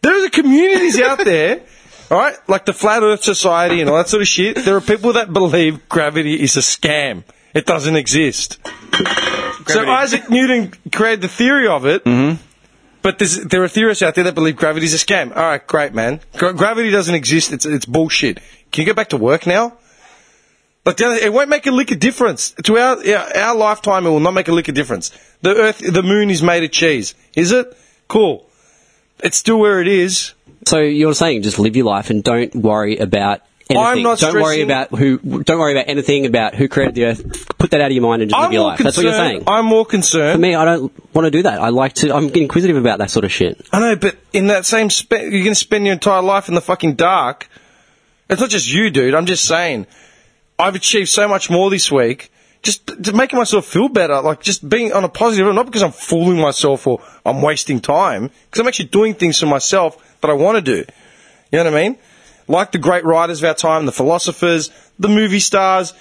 S3: There are communities out there, all right, like the Flat Earth Society and all that sort of shit. There are people that believe gravity is a scam. It doesn't exist. So
S2: Gravity.
S3: Isaac Newton created the theory of it. But there's, there are theorists out there that believe gravity's a scam. All right, great, man. Gra- gravity doesn't exist. It's, it's bullshit. Can you go back to work now? Like the other, it won't make a lick of difference to our yeah, our lifetime. It will not make a lick of difference. The Earth, the Moon is made of cheese. Is it? Cool. It's still where it is.
S1: So you're saying just live your life and don't worry about anything.
S3: I'm not
S1: don't worry
S3: stressing-
S1: about who. Don't worry about anything about who created the earth. Put that out of your mind and just
S3: I'm
S1: live your
S3: more
S1: life. That's what you're saying.
S3: concerned. I'm more
S1: For
S3: concerned.
S1: me, I don't want to do that. I like to. I'm inquisitive about that sort of shit.
S3: I know, but in that same spe- you're going to spend your entire life in the fucking dark. It's not just you, dude. I'm just saying. I've achieved so much more this week. Just, just making myself feel better, like just being on a positive, not because I'm fooling myself or I'm wasting time, because I'm actually doing things for myself that I want to do. You know what I mean? Like the great writers of our time, the philosophers, the movie stars,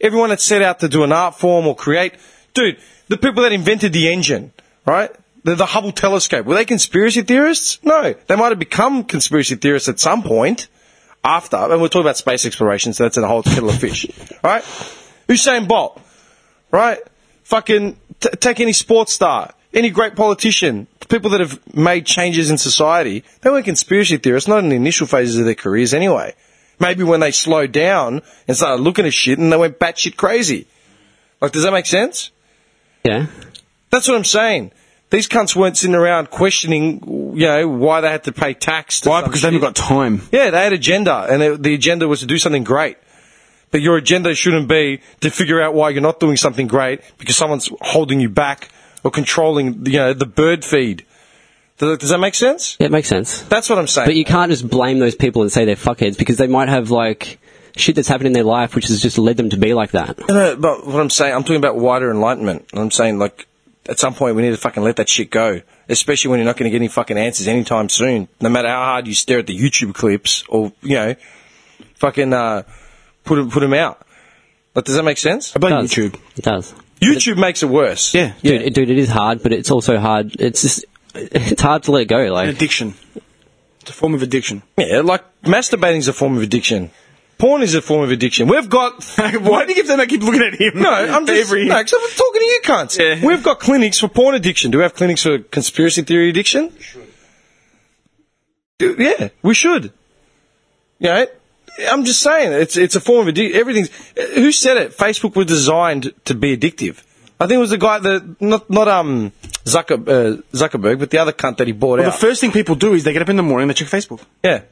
S3: everyone that set out to do an art form or create. Dude, the people that invented the engine, right? The, the Hubble telescope. Were they conspiracy theorists? No. They might have become conspiracy theorists at some point after, and we're talking about space exploration, so that's a whole kettle of fish, *laughs* right? Usain Bolt, right? Fucking t- take any sports star, any great politician, people that have made changes in society. They weren't conspiracy theorists, not in the initial phases of their careers anyway. Maybe when they slowed down and started looking at shit and they went batshit crazy. Like, does that make sense?
S1: Yeah.
S3: That's what I'm saying. These cunts weren't sitting around questioning, you know, why they had to pay tax. To
S2: Why?
S3: some
S2: Because they haven't
S3: shit.
S2: got time.
S3: Yeah, they had agenda, and it, the agenda was to do something great. But your agenda shouldn't be to figure out why you're not doing something great because someone's holding you back or controlling, you know, the bird feed. Does that, does that make sense?
S1: Yeah, it makes sense.
S3: That's what I'm saying.
S1: But you can't just blame those people and say they're fuckheads because they might have like shit that's happened in their life which has just led them to be like that.
S3: No, no, but what I'm saying, I'm talking about wider enlightenment. And I'm saying, like, at some point we need to fucking let that shit go. Especially when you're not going to get any fucking answers anytime soon. No matter how hard you stare at the YouTube clips or, you know, fucking, uh, put, 'em- put them out. Like, does that make sense?
S2: But
S1: does.
S2: YouTube.
S1: It does.
S3: YouTube makes it worse.
S2: Yeah.
S1: Dude, it, dude, it is hard, but it's also hard. It's just it's hard to let go.
S2: An
S1: Like
S2: addiction. It's a form of addiction.
S3: Yeah, like masturbating is a form of addiction. Porn is a form of addiction.
S2: *laughs*
S3: We've got.
S2: Why do you keep that? I keep looking at him.
S3: No, I'm just.
S2: Every-
S3: No, 'cause I'm talking to you cunts.
S2: Yeah.
S3: We've got clinics for porn addiction. Do we have clinics for conspiracy theory addiction? Dude, yeah, we should. You know, I'm just saying, it's it's a form of addiction. Everything's. uh, Who said it? Facebook was designed to be addictive. I think it was the guy that not not um Zucker, uh, Zuckerberg, but the other cunt that he bought
S2: Well,
S3: out.
S2: the first thing people do is they get up in the morning and they check Facebook.
S3: yeah,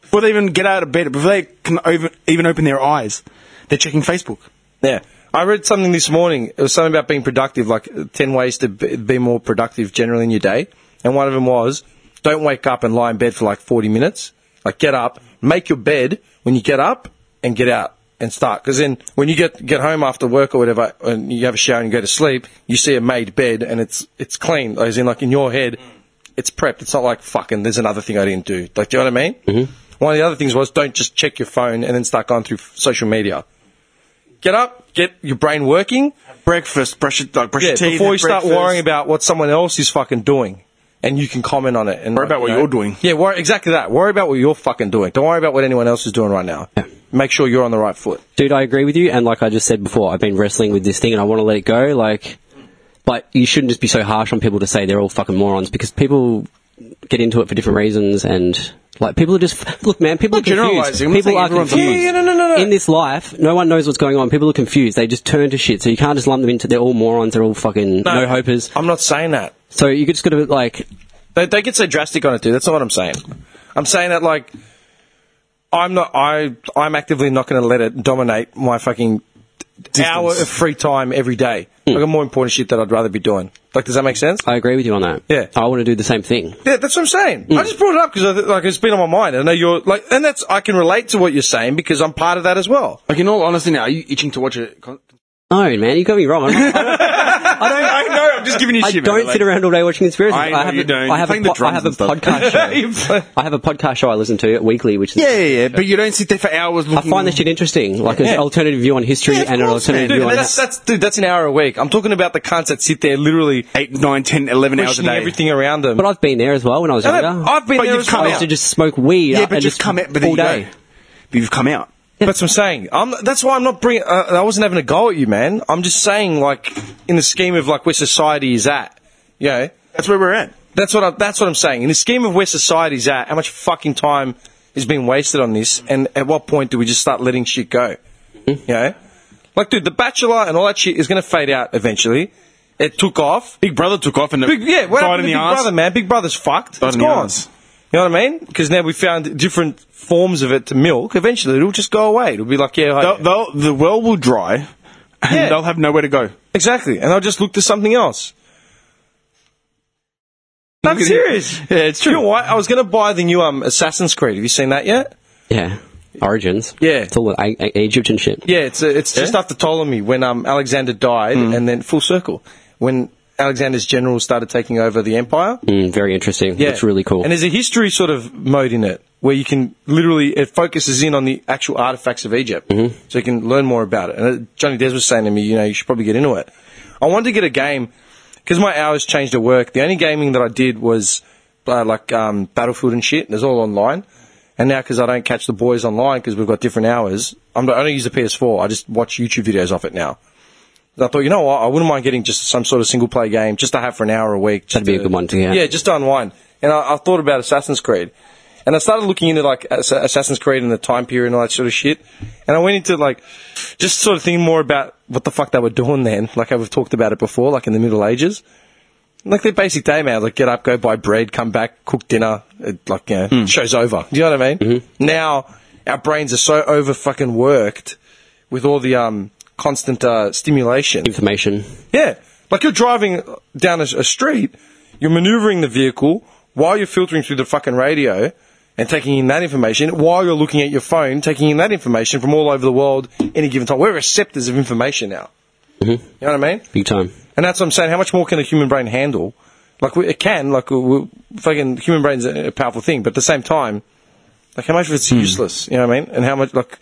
S2: Before they even get out of bed, before they can over, even open their eyes, they're checking Facebook.
S3: Yeah. I read something this morning. It was something about being productive, like uh, 10 ways to b- be more productive generally in your day. And one of them was don't wake up and lie in bed for like 40 minutes. Like get up, make your bed when you get up and get out and start. Because then when you get, get home after work or whatever and you have a shower and you go to sleep, you see a made bed and it's, it's clean. As in like in your head, it's prepped. It's not like fucking. There's another thing I didn't do. Like, do you know what I mean? Mm-hmm. One of the other things was don't just check your phone and then start going through f- social media. Get up, get your brain working.
S2: Breakfast, brush, your, like, brush
S3: Yeah,
S2: your teeth.
S3: before you
S2: have
S3: start
S2: breakfast.
S3: worrying about what someone else is fucking doing, and you can comment on it. And
S2: Worry about
S3: you
S2: what you're doing.
S3: Yeah, worry, exactly that. Worry about what you're fucking doing. Don't worry about what anyone else is doing right now. Make sure you're on the right foot.
S1: dude, I agree with you. And like I just said before, I've been wrestling with this thing and I want to let it go. Like, but you shouldn't just be so harsh on people to say they're all fucking morons because people get into it for different reasons and. Like people are just look, man. People are confused.
S2: generalising. I'm not
S1: People
S2: saying
S1: are
S2: everyone's a
S1: confused.
S2: moron.
S3: Yeah, yeah, no, no, no, no.
S1: In this life, no one knows what's going on. People are confused. They just turn to shit. So you can't just lump them into they're all morons. They're all fucking no, hopers.
S3: I'm not saying that.
S1: So you just got to like
S3: They, they get so drastic on it, dude. That's not what I'm saying. I'm saying that like I'm not. I I'm actively not going to let it dominate my fucking hour of free time every day. I got more important shit that I'd rather be doing. Like, does that make sense?
S1: I agree with you on that.
S3: Yeah.
S1: I want to do the same thing.
S3: Yeah, that's what I'm saying. I just brought it up because like it's been on my mind. I know you're like, and that's I can relate to what you're saying because I'm part of that as well.
S2: Like in all honesty, now are you itching to watch it? Con-
S1: No, man, you got me wrong.
S3: *laughs*
S1: I'm- I
S2: I
S1: don't.
S2: know. I'm just giving you
S1: I
S2: shit.
S1: don't sit around all day watching conspiracies.
S2: I know
S1: have
S2: you
S1: a,
S2: don't.
S1: I
S2: You're
S1: have
S2: playing
S1: a,
S2: the
S1: po- I
S2: drums
S1: have a
S2: and stuff.
S1: podcast
S3: *laughs*
S1: show. I have a podcast show I listen to weekly, which is
S2: Yeah, yeah, yeah. But you don't sit there for hours.
S1: I
S2: Looking
S1: find this shit interesting, like an
S3: Yeah.
S1: alternative view on history
S2: Yeah, of
S1: and an
S2: course,
S1: alternative
S2: man.
S1: view
S3: Dude,
S1: on.
S3: that's, that's dude, that's an hour a week. I'm talking about the cunts that sit there literally
S2: eight, nine, ten, eleven hours a
S3: pushing
S2: day.
S3: everything around them.
S1: but I've been there as well when I was
S3: No,
S1: younger.
S3: no, I've been
S2: But
S3: there
S2: you've
S3: as
S2: come
S1: I
S3: well.
S1: used to just smoke weed
S2: yeah,
S1: up
S2: but
S1: and
S2: you've
S1: just
S2: come out. But
S1: all
S2: there you go.
S1: day.
S2: But you've come out.
S3: That's what I'm saying. I'm, that's why I'm not bringing. Uh, I wasn't having a go at you, man. I'm just saying, like, in the scheme of like where society is at, you know,
S2: That's where we're at.
S3: that's what I, that's what I'm saying. In the scheme of where society's at, how much fucking time is being wasted on this, and at what point do we just start letting shit go?
S2: Mm-hmm.
S3: You know, like, dude, The Bachelor and all that shit is going to fade out eventually. It took off.
S2: Big Brother took off and
S3: Big, yeah, what
S2: died
S3: happened
S2: in
S3: to
S2: the
S3: Big
S2: arse.
S3: Brother, man? Big Brother's fucked.
S2: Died
S3: it's
S2: in the
S3: gone.
S2: arse.
S3: You know what I mean? Because now we found different forms of it to milk. Eventually, it'll just go away. It'll be like, yeah, hi-
S2: They'll, they'll, the well will dry, and
S3: Yeah.
S2: they'll have nowhere to go.
S3: exactly. And I'll just look to something else. I'm
S2: at you.
S3: serious.
S2: Yeah, it's true.
S3: You know what? I was going to buy the new um, Assassin's Creed. Have you seen that yet?
S1: Yeah. Origins.
S3: Yeah.
S1: It's all I, I, Egyptian shit.
S3: Yeah, Hmm. it's uh, it's just after Ptolemy when um, Alexander died, and then full circle when Alexander's generals started taking over the empire.
S1: Mm, very interesting.
S3: Yeah,
S1: It's really cool.
S3: And there's a history sort of mode in it where you can literally it focuses in on the actual artifacts of Egypt, so you can learn more about it. And uh, Johnny Des was saying to me, you know, you should probably get into it. I wanted to get a game because my hours changed at work. The only gaming that I did was uh, like um, Battlefield and shit. And it's all online. And now because I don't catch the boys online because we've got different hours, I'm I don't use the PS4. I just watch YouTube videos off it now. I thought, you know what? I wouldn't mind getting just some sort of single player game just to have for an hour a week. just
S1: That'd be a
S3: to-
S1: good one to get.
S3: Yeah, just to unwind. And I, I thought about Assassin's Creed, and I started looking into like Ass- Assassin's Creed and the time period and all that sort of shit. And I went into like just sort of thinking more about what the fuck they were doing then. Like how we've talked about it before, like in the Middle Ages. Like their basic day, man. Like get up, go buy bread, come back, cook dinner. It, like you know, show's over. Do you know what I mean? Now our brains are so over fucking worked with all the um constant uh, stimulation.
S1: Information.
S3: Yeah. Like you're driving down a, a street, you're maneuvering the vehicle while you're filtering through the fucking radio and taking in that information while you're looking at your phone, taking in that information from all over the world any given time. We're receptors of information now. You know what I mean?
S1: Big time.
S3: And that's what I'm saying. How much more can a human brain handle? Like we, it can. Like we, we, fucking human brain's a a powerful thing, but at the same time, like how much of it's useless? You know what I mean? And how much like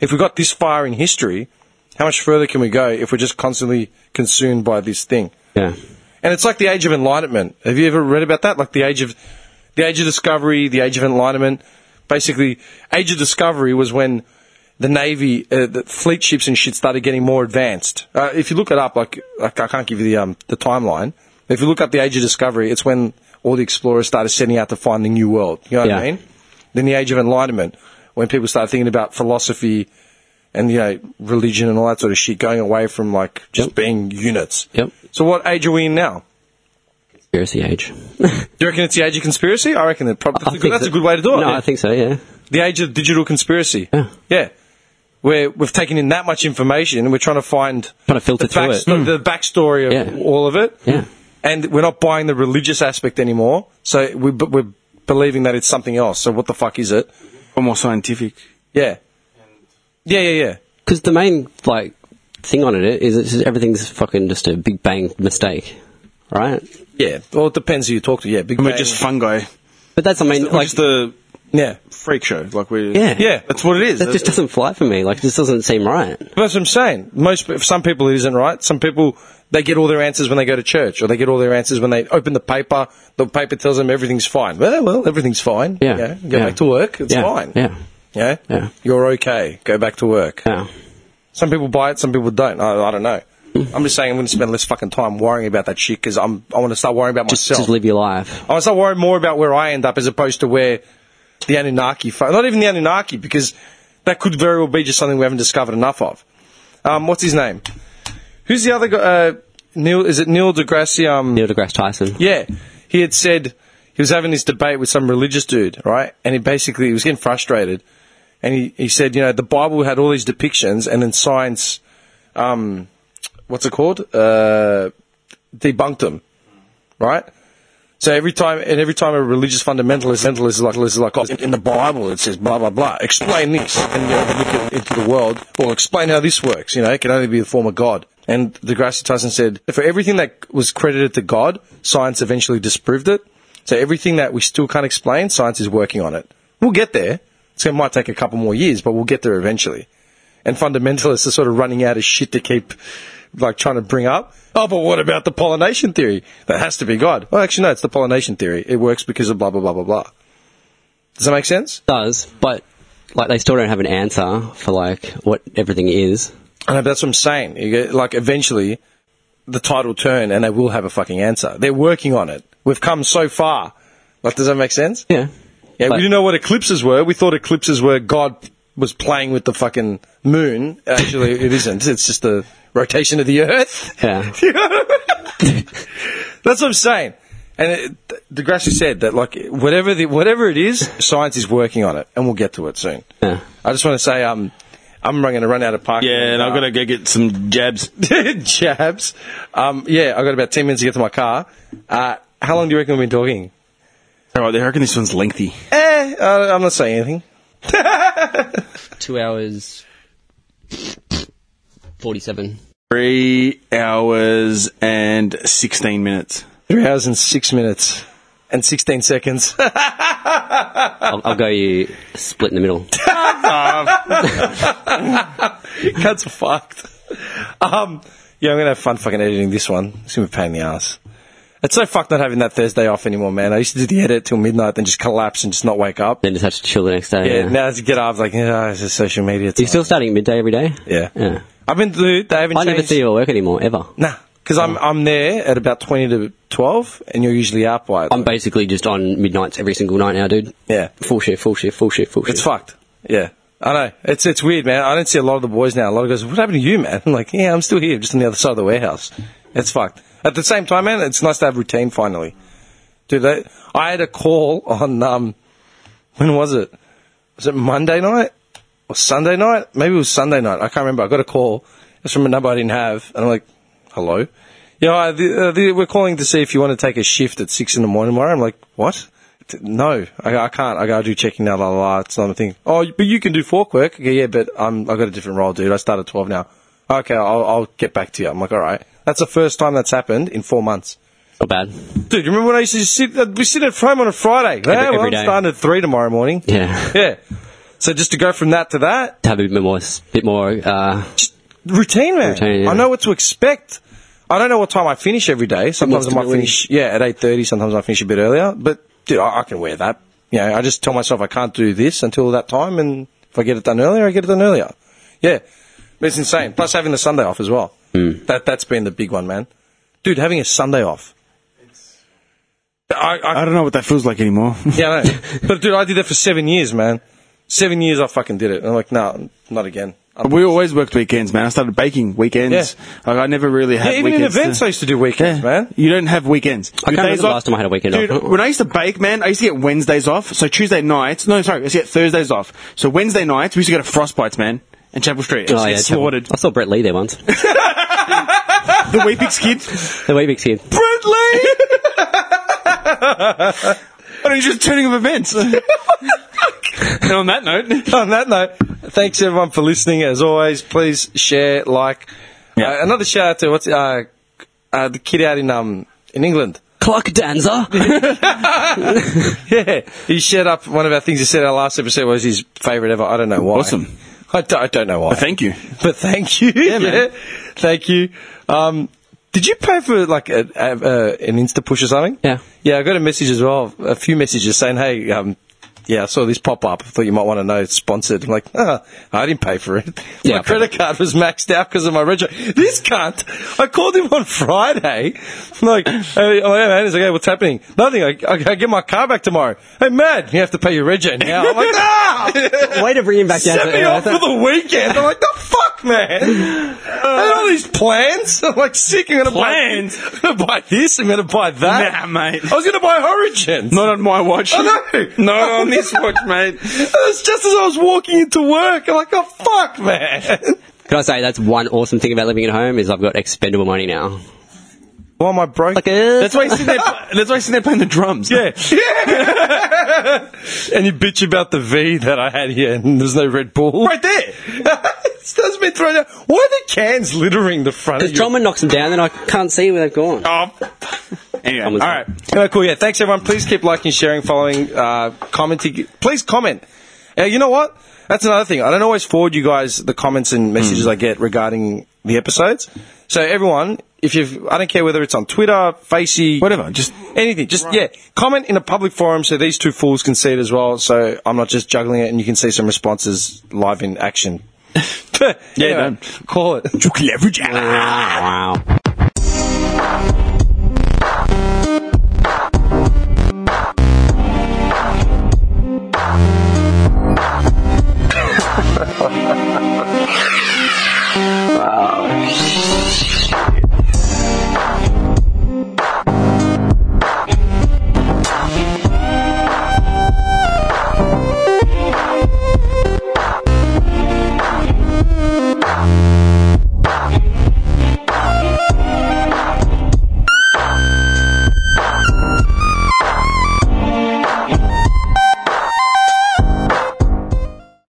S3: if we got this far in history, how much further can we go if we're just constantly consumed by this thing?
S1: Yeah.
S3: And it's like the age of enlightenment. Have you ever read about that? Like the age of the age of discovery, the age of enlightenment. Basically, age of discovery was when the navy, uh, the fleet ships and shit started getting more advanced. Uh, if you look it up, like, like I can't give you the um, the timeline. If you look up the age of discovery, it's when all the explorers started setting out to find the new world. You know what I
S1: Yeah.
S3: mean? Then the age of enlightenment, when people started thinking about philosophy and you know religion and all that sort of shit, going away from like just
S1: Yep.
S3: being units.
S1: Yep.
S3: So what age are we in now?
S1: Conspiracy age. *laughs*
S3: Do you reckon it's the age of conspiracy? I reckon that probably, that's,
S1: I
S3: a
S1: think
S3: good, that's
S1: so.
S3: a good way to do it.
S1: No, I think so. Yeah.
S3: the age of digital conspiracy.
S1: Yeah.
S3: yeah. Where we've taken in that much information and we're trying to find
S1: Trying to filter
S3: the, back,
S1: through it. Mm.
S3: the backstory of
S1: Yeah.
S3: all of it.
S1: Yeah.
S3: And we're not buying the religious aspect anymore. So we, but we're believing that it's something else. So what the fuck is it?
S2: Or more scientific.
S3: Yeah. Yeah, yeah, yeah.
S1: Because the main like thing on it is it's just, everything's fucking just a big bang mistake, right?
S3: Yeah. Well, it depends who you talk to. Yeah. Big
S2: And we're
S3: bang.
S2: just fungi.
S1: But that's I mean
S2: Like
S1: like
S2: just the
S3: yeah.
S2: freak show. Like we.
S1: yeah
S3: Yeah. That's what it is.
S1: that just doesn't fly for me. Like this doesn't seem right.
S3: But That's what I'm saying. Most for some people it isn't right. Some people they get all their answers when they go to church, or they get all their answers when they open the paper. The paper tells them everything's fine. Well, well, everything's fine.
S1: Yeah.
S3: go
S1: Yeah.
S3: back to work. It's
S1: yeah.
S3: fine.
S1: Yeah.
S3: yeah,
S1: Yeah.
S3: You're okay. Go back to work.
S1: Yeah.
S3: Some people buy it. Some people don't. I, I don't know. I'm just saying I'm going to spend less fucking time worrying about that shit because I'm I want to start worrying about
S1: Just,
S3: myself.
S1: just live your life.
S3: I was so worried more about where I end up as opposed to where the Anunnaki, fo- not even the Anunnaki, because that could very well be just something we haven't discovered enough of. Um, what's his name? Who's the other guy? Uh, Neil, is it Neil deGrasse? Um,
S1: Neil deGrasse Tyson.
S3: yeah, he had said he was having this debate with some religious dude, right? And he basically he was getting frustrated, and he, he said, you know, the Bible had all these depictions, and then science, um, what's it called, uh, debunked them, right? So every time, and every time a religious fundamentalist, fundamentalist is like, is like, oh, in- in the Bible it says blah blah blah. Explain this, and you know, they look at- into the world. Well, explain how this works. You know, it can only be the form of God. And the Degrassi Tyson said, for everything that was credited to God, science eventually disproved it. So everything that we still can't explain, science is working on it. We'll get there. So it might take a couple more years, but we'll get there eventually. And fundamentalists are sort of running out of shit to keep, like, trying to bring up. Oh, but what about the pollination theory? That has to be God. Well, actually, no, it's the pollination theory. It works because of blah, blah, blah, blah, blah. Does that make sense?
S1: does, but like they still don't have an answer for like what everything is.
S3: I know, but that's what I'm saying. You get, like, eventually, the tide will turn and they will have a fucking answer. They're working on it. We've come so far. Like, does that make sense?
S1: Yeah.
S3: Yeah,
S1: But-
S3: we didn't know what eclipses were. We thought eclipses were God was playing with the fucking moon. Actually, it isn't. It's just the rotation of the Earth.
S1: Yeah.
S3: *laughs* That's what I'm saying. And it, th- Degrassi said that like whatever the, whatever it is, science is working on it, and we'll get to it soon.
S1: Yeah.
S3: I just want to say um, I'm going to run out of parking.
S2: Yeah, and I've got to go get some jabs.
S3: *laughs* jabs. Um, yeah, I got about ten minutes to get to my car. Uh, how long do you reckon we've been talking?
S2: All right, I reckon this one's lengthy.
S3: Eh, uh, I'm not saying anything.
S1: Two hours. 47.
S2: Three hours and 16 minutes.
S3: Three hours and six minutes and sixteen seconds. *laughs*
S1: I'll, I'll go you split in the middle.
S3: Cats are fucked. Um, yeah, I'm gonna have fun fucking editing this one. It's gonna be a pain in the ass. It's so fucked not having that Thursday off anymore, man. I used to do the edit till midnight, then just collapse and just not wake up.
S1: Then just have to chill the next
S3: Yeah,
S1: day. Yeah.
S3: now as you get up, it's like, yeah, it's just social media. Time.
S1: You're still starting midday every day?
S3: yeah.
S1: Yeah.
S3: I've been, dude, they haven't
S1: I never
S3: changed-
S1: see you at work anymore, ever.
S3: Nah, because I'm I'm there at about twenty to twelve, and you're usually up by.
S1: I'm basically just on midnights every single night now, dude.
S3: yeah,
S1: Full shift, full shift, full shift, full shift.
S3: it's fucked. Yeah, I know. It's it's weird, man. I don't see a lot of the boys now. A lot of guys, what happened to you, man? I'm like, yeah, I'm still here, just on the other side of the warehouse. It's fucked. At the same time, man, it's nice to have routine finally. Dude, I, I had a call on um, when was it? Was it Monday night or Sunday night? Maybe it was Sunday night. I can't remember. I got a call. It's from a number I didn't have, and I'm like, hello. Yeah, hi, the, uh, the, we're calling to see if you want to take a shift at six in the morning tomorrow. I'm like, what? T- No, I, I can't. I gotta do checking now, la la la. It's not a thing. Oh, but you can do fork work. Okay, yeah, but um, I got a different role, dude. I start at twelve now. Okay, I'll, I'll get back to you. I'm like, all right. That's the first time that's happened in four months.
S1: Not bad.
S3: Dude, you remember when I used to just sit? uh, We sit at home on a Friday. Yeah, well,
S1: every
S3: I'm
S1: day.
S3: starting at three tomorrow morning.
S1: Yeah. *laughs*
S3: Yeah. So just to go from that to that
S1: To have a bit more, s- bit more, uh,
S3: routine, man.
S1: Routine, yeah.
S3: I know what to expect. I don't know what time I finish every day. Sometimes I might
S1: stability.
S3: finish yeah at eight thirty. Sometimes I finish a bit earlier. But dude, I, I can wear that. You know, I just tell myself I can't do this until that time, and if I get it done earlier, I get it done earlier. Yeah, it's insane. Plus having the Sunday off as well. That that's been the big one, man. Dude, having a Sunday off. I, I
S2: I don't know what that feels like anymore.
S3: Yeah, I know. but dude, I did that for seven years, man. Seven years, I fucking did it. And I'm like, no, not again. I'm-
S2: *laughs* we always worked weekends, man. I started baking weekends.
S3: Yeah.
S2: Like, I never really had
S3: yeah, even in
S2: weekends
S3: events,
S2: to-
S3: I used to do weekends, man.
S2: You don't have
S1: I
S2: weekends.
S1: can't
S2: Your
S1: remember
S2: days
S1: the
S2: off-
S1: last time I had a weekend
S2: Dude,
S1: off.
S2: when I used to bake, man, I used to get Wednesdays off. So Tuesday nights, no, sorry, I used to get Thursdays off. So Wednesday nights, we used to go to Frostbites, man, and Chapel Street. I used to get
S1: Oh, Chapel.
S2: slaughtered.
S1: I saw Brett Lee there once. the
S2: *laughs* the Weepix kid.
S1: Weebix kid.
S2: Brent Lee! *laughs* And he's just turning of events. and on that note,
S3: *laughs* On that note, thanks everyone for listening. As always, please share, like.
S2: Yeah.
S3: Uh, another shout out to what's uh, uh, the kid out in um
S2: *laughs*
S3: in England.
S1: Clark Danza.
S3: Yeah, he shared up one of our things. He said our last episode was his favorite ever. I don't know why.
S2: Awesome.
S3: I don't, I don't know why.
S2: thank you.
S3: *laughs* but thank you. Yeah,
S2: man.
S3: Thank you. Um, did you pay for like a, a, a, an Insta push or something?
S1: Yeah.
S3: Yeah, I got a message as well, a few messages saying, hey, um, yeah, I saw this pop up. I thought you might want to know it's sponsored. I'm like, ah, I didn't pay for it.
S1: Yeah,
S3: my credit card was maxed out because of my reg. This cunt, I called him on *laughs* Friday. I'm like, hey, oh, yeah, man. He's like, hey, what's happening? Nothing. I, I, I get my car back tomorrow. Hey, man, you have to pay your reg now. I'm like, *laughs* ah!
S1: Way to bring him back down
S3: Set
S1: to
S3: me off
S1: earth.
S3: for the weekend. I'm like, the fuck, man. I had all these plans. I'm like, sick. I'm gonna
S2: Plans?
S3: buy. *laughs* I'm gonna buy this. I'm gonna buy that.
S2: Nah, mate.
S3: I was gonna buy Origins.
S2: Not on my watch.
S3: *laughs* I know.
S2: Not on this watch,
S3: *laughs*
S2: mate.
S3: It's just as I was walking into work. I'm like, oh fuck, man.
S1: Can I say that's one awesome thing about living at home is I've got expendable money now.
S3: Why am I broke?
S1: Like, *laughs* uh,
S2: That's why he's sitting there,
S3: *laughs*
S2: that's why he's sitting there playing the drums.
S3: yeah. *laughs* and you bitch about the V that I had here, and there's no Red Bull.
S2: Right
S3: *laughs*
S2: there.
S3: It's- That's been thrown out. Why are the cans littering the front?
S1: Because
S3: Of your-
S1: Drummond knocks them down, then I can't see where they've gone.
S2: Oh. Anyway, all
S1: Almost
S2: right.
S3: Uh, cool. Yeah. Thanks, everyone. Please keep liking, sharing, following, uh, commenting. Please comment. Uh, you know what? That's another thing. I don't always forward you guys the comments and messages
S2: Hmm.
S3: I get regarding the episodes. So everyone, if you've, I don't care whether it's on Twitter, Facey,
S2: Whatever, just-
S3: anything. Just yeah, comment in a public forum so these two fools can see it as well. So I'm not just juggling it, and you can see some responses live in
S2: *laughs*
S3: action. *laughs* yeah,
S2: done.
S3: call it.
S2: Took leverage out.
S1: Wow. wow.
S7: Oh,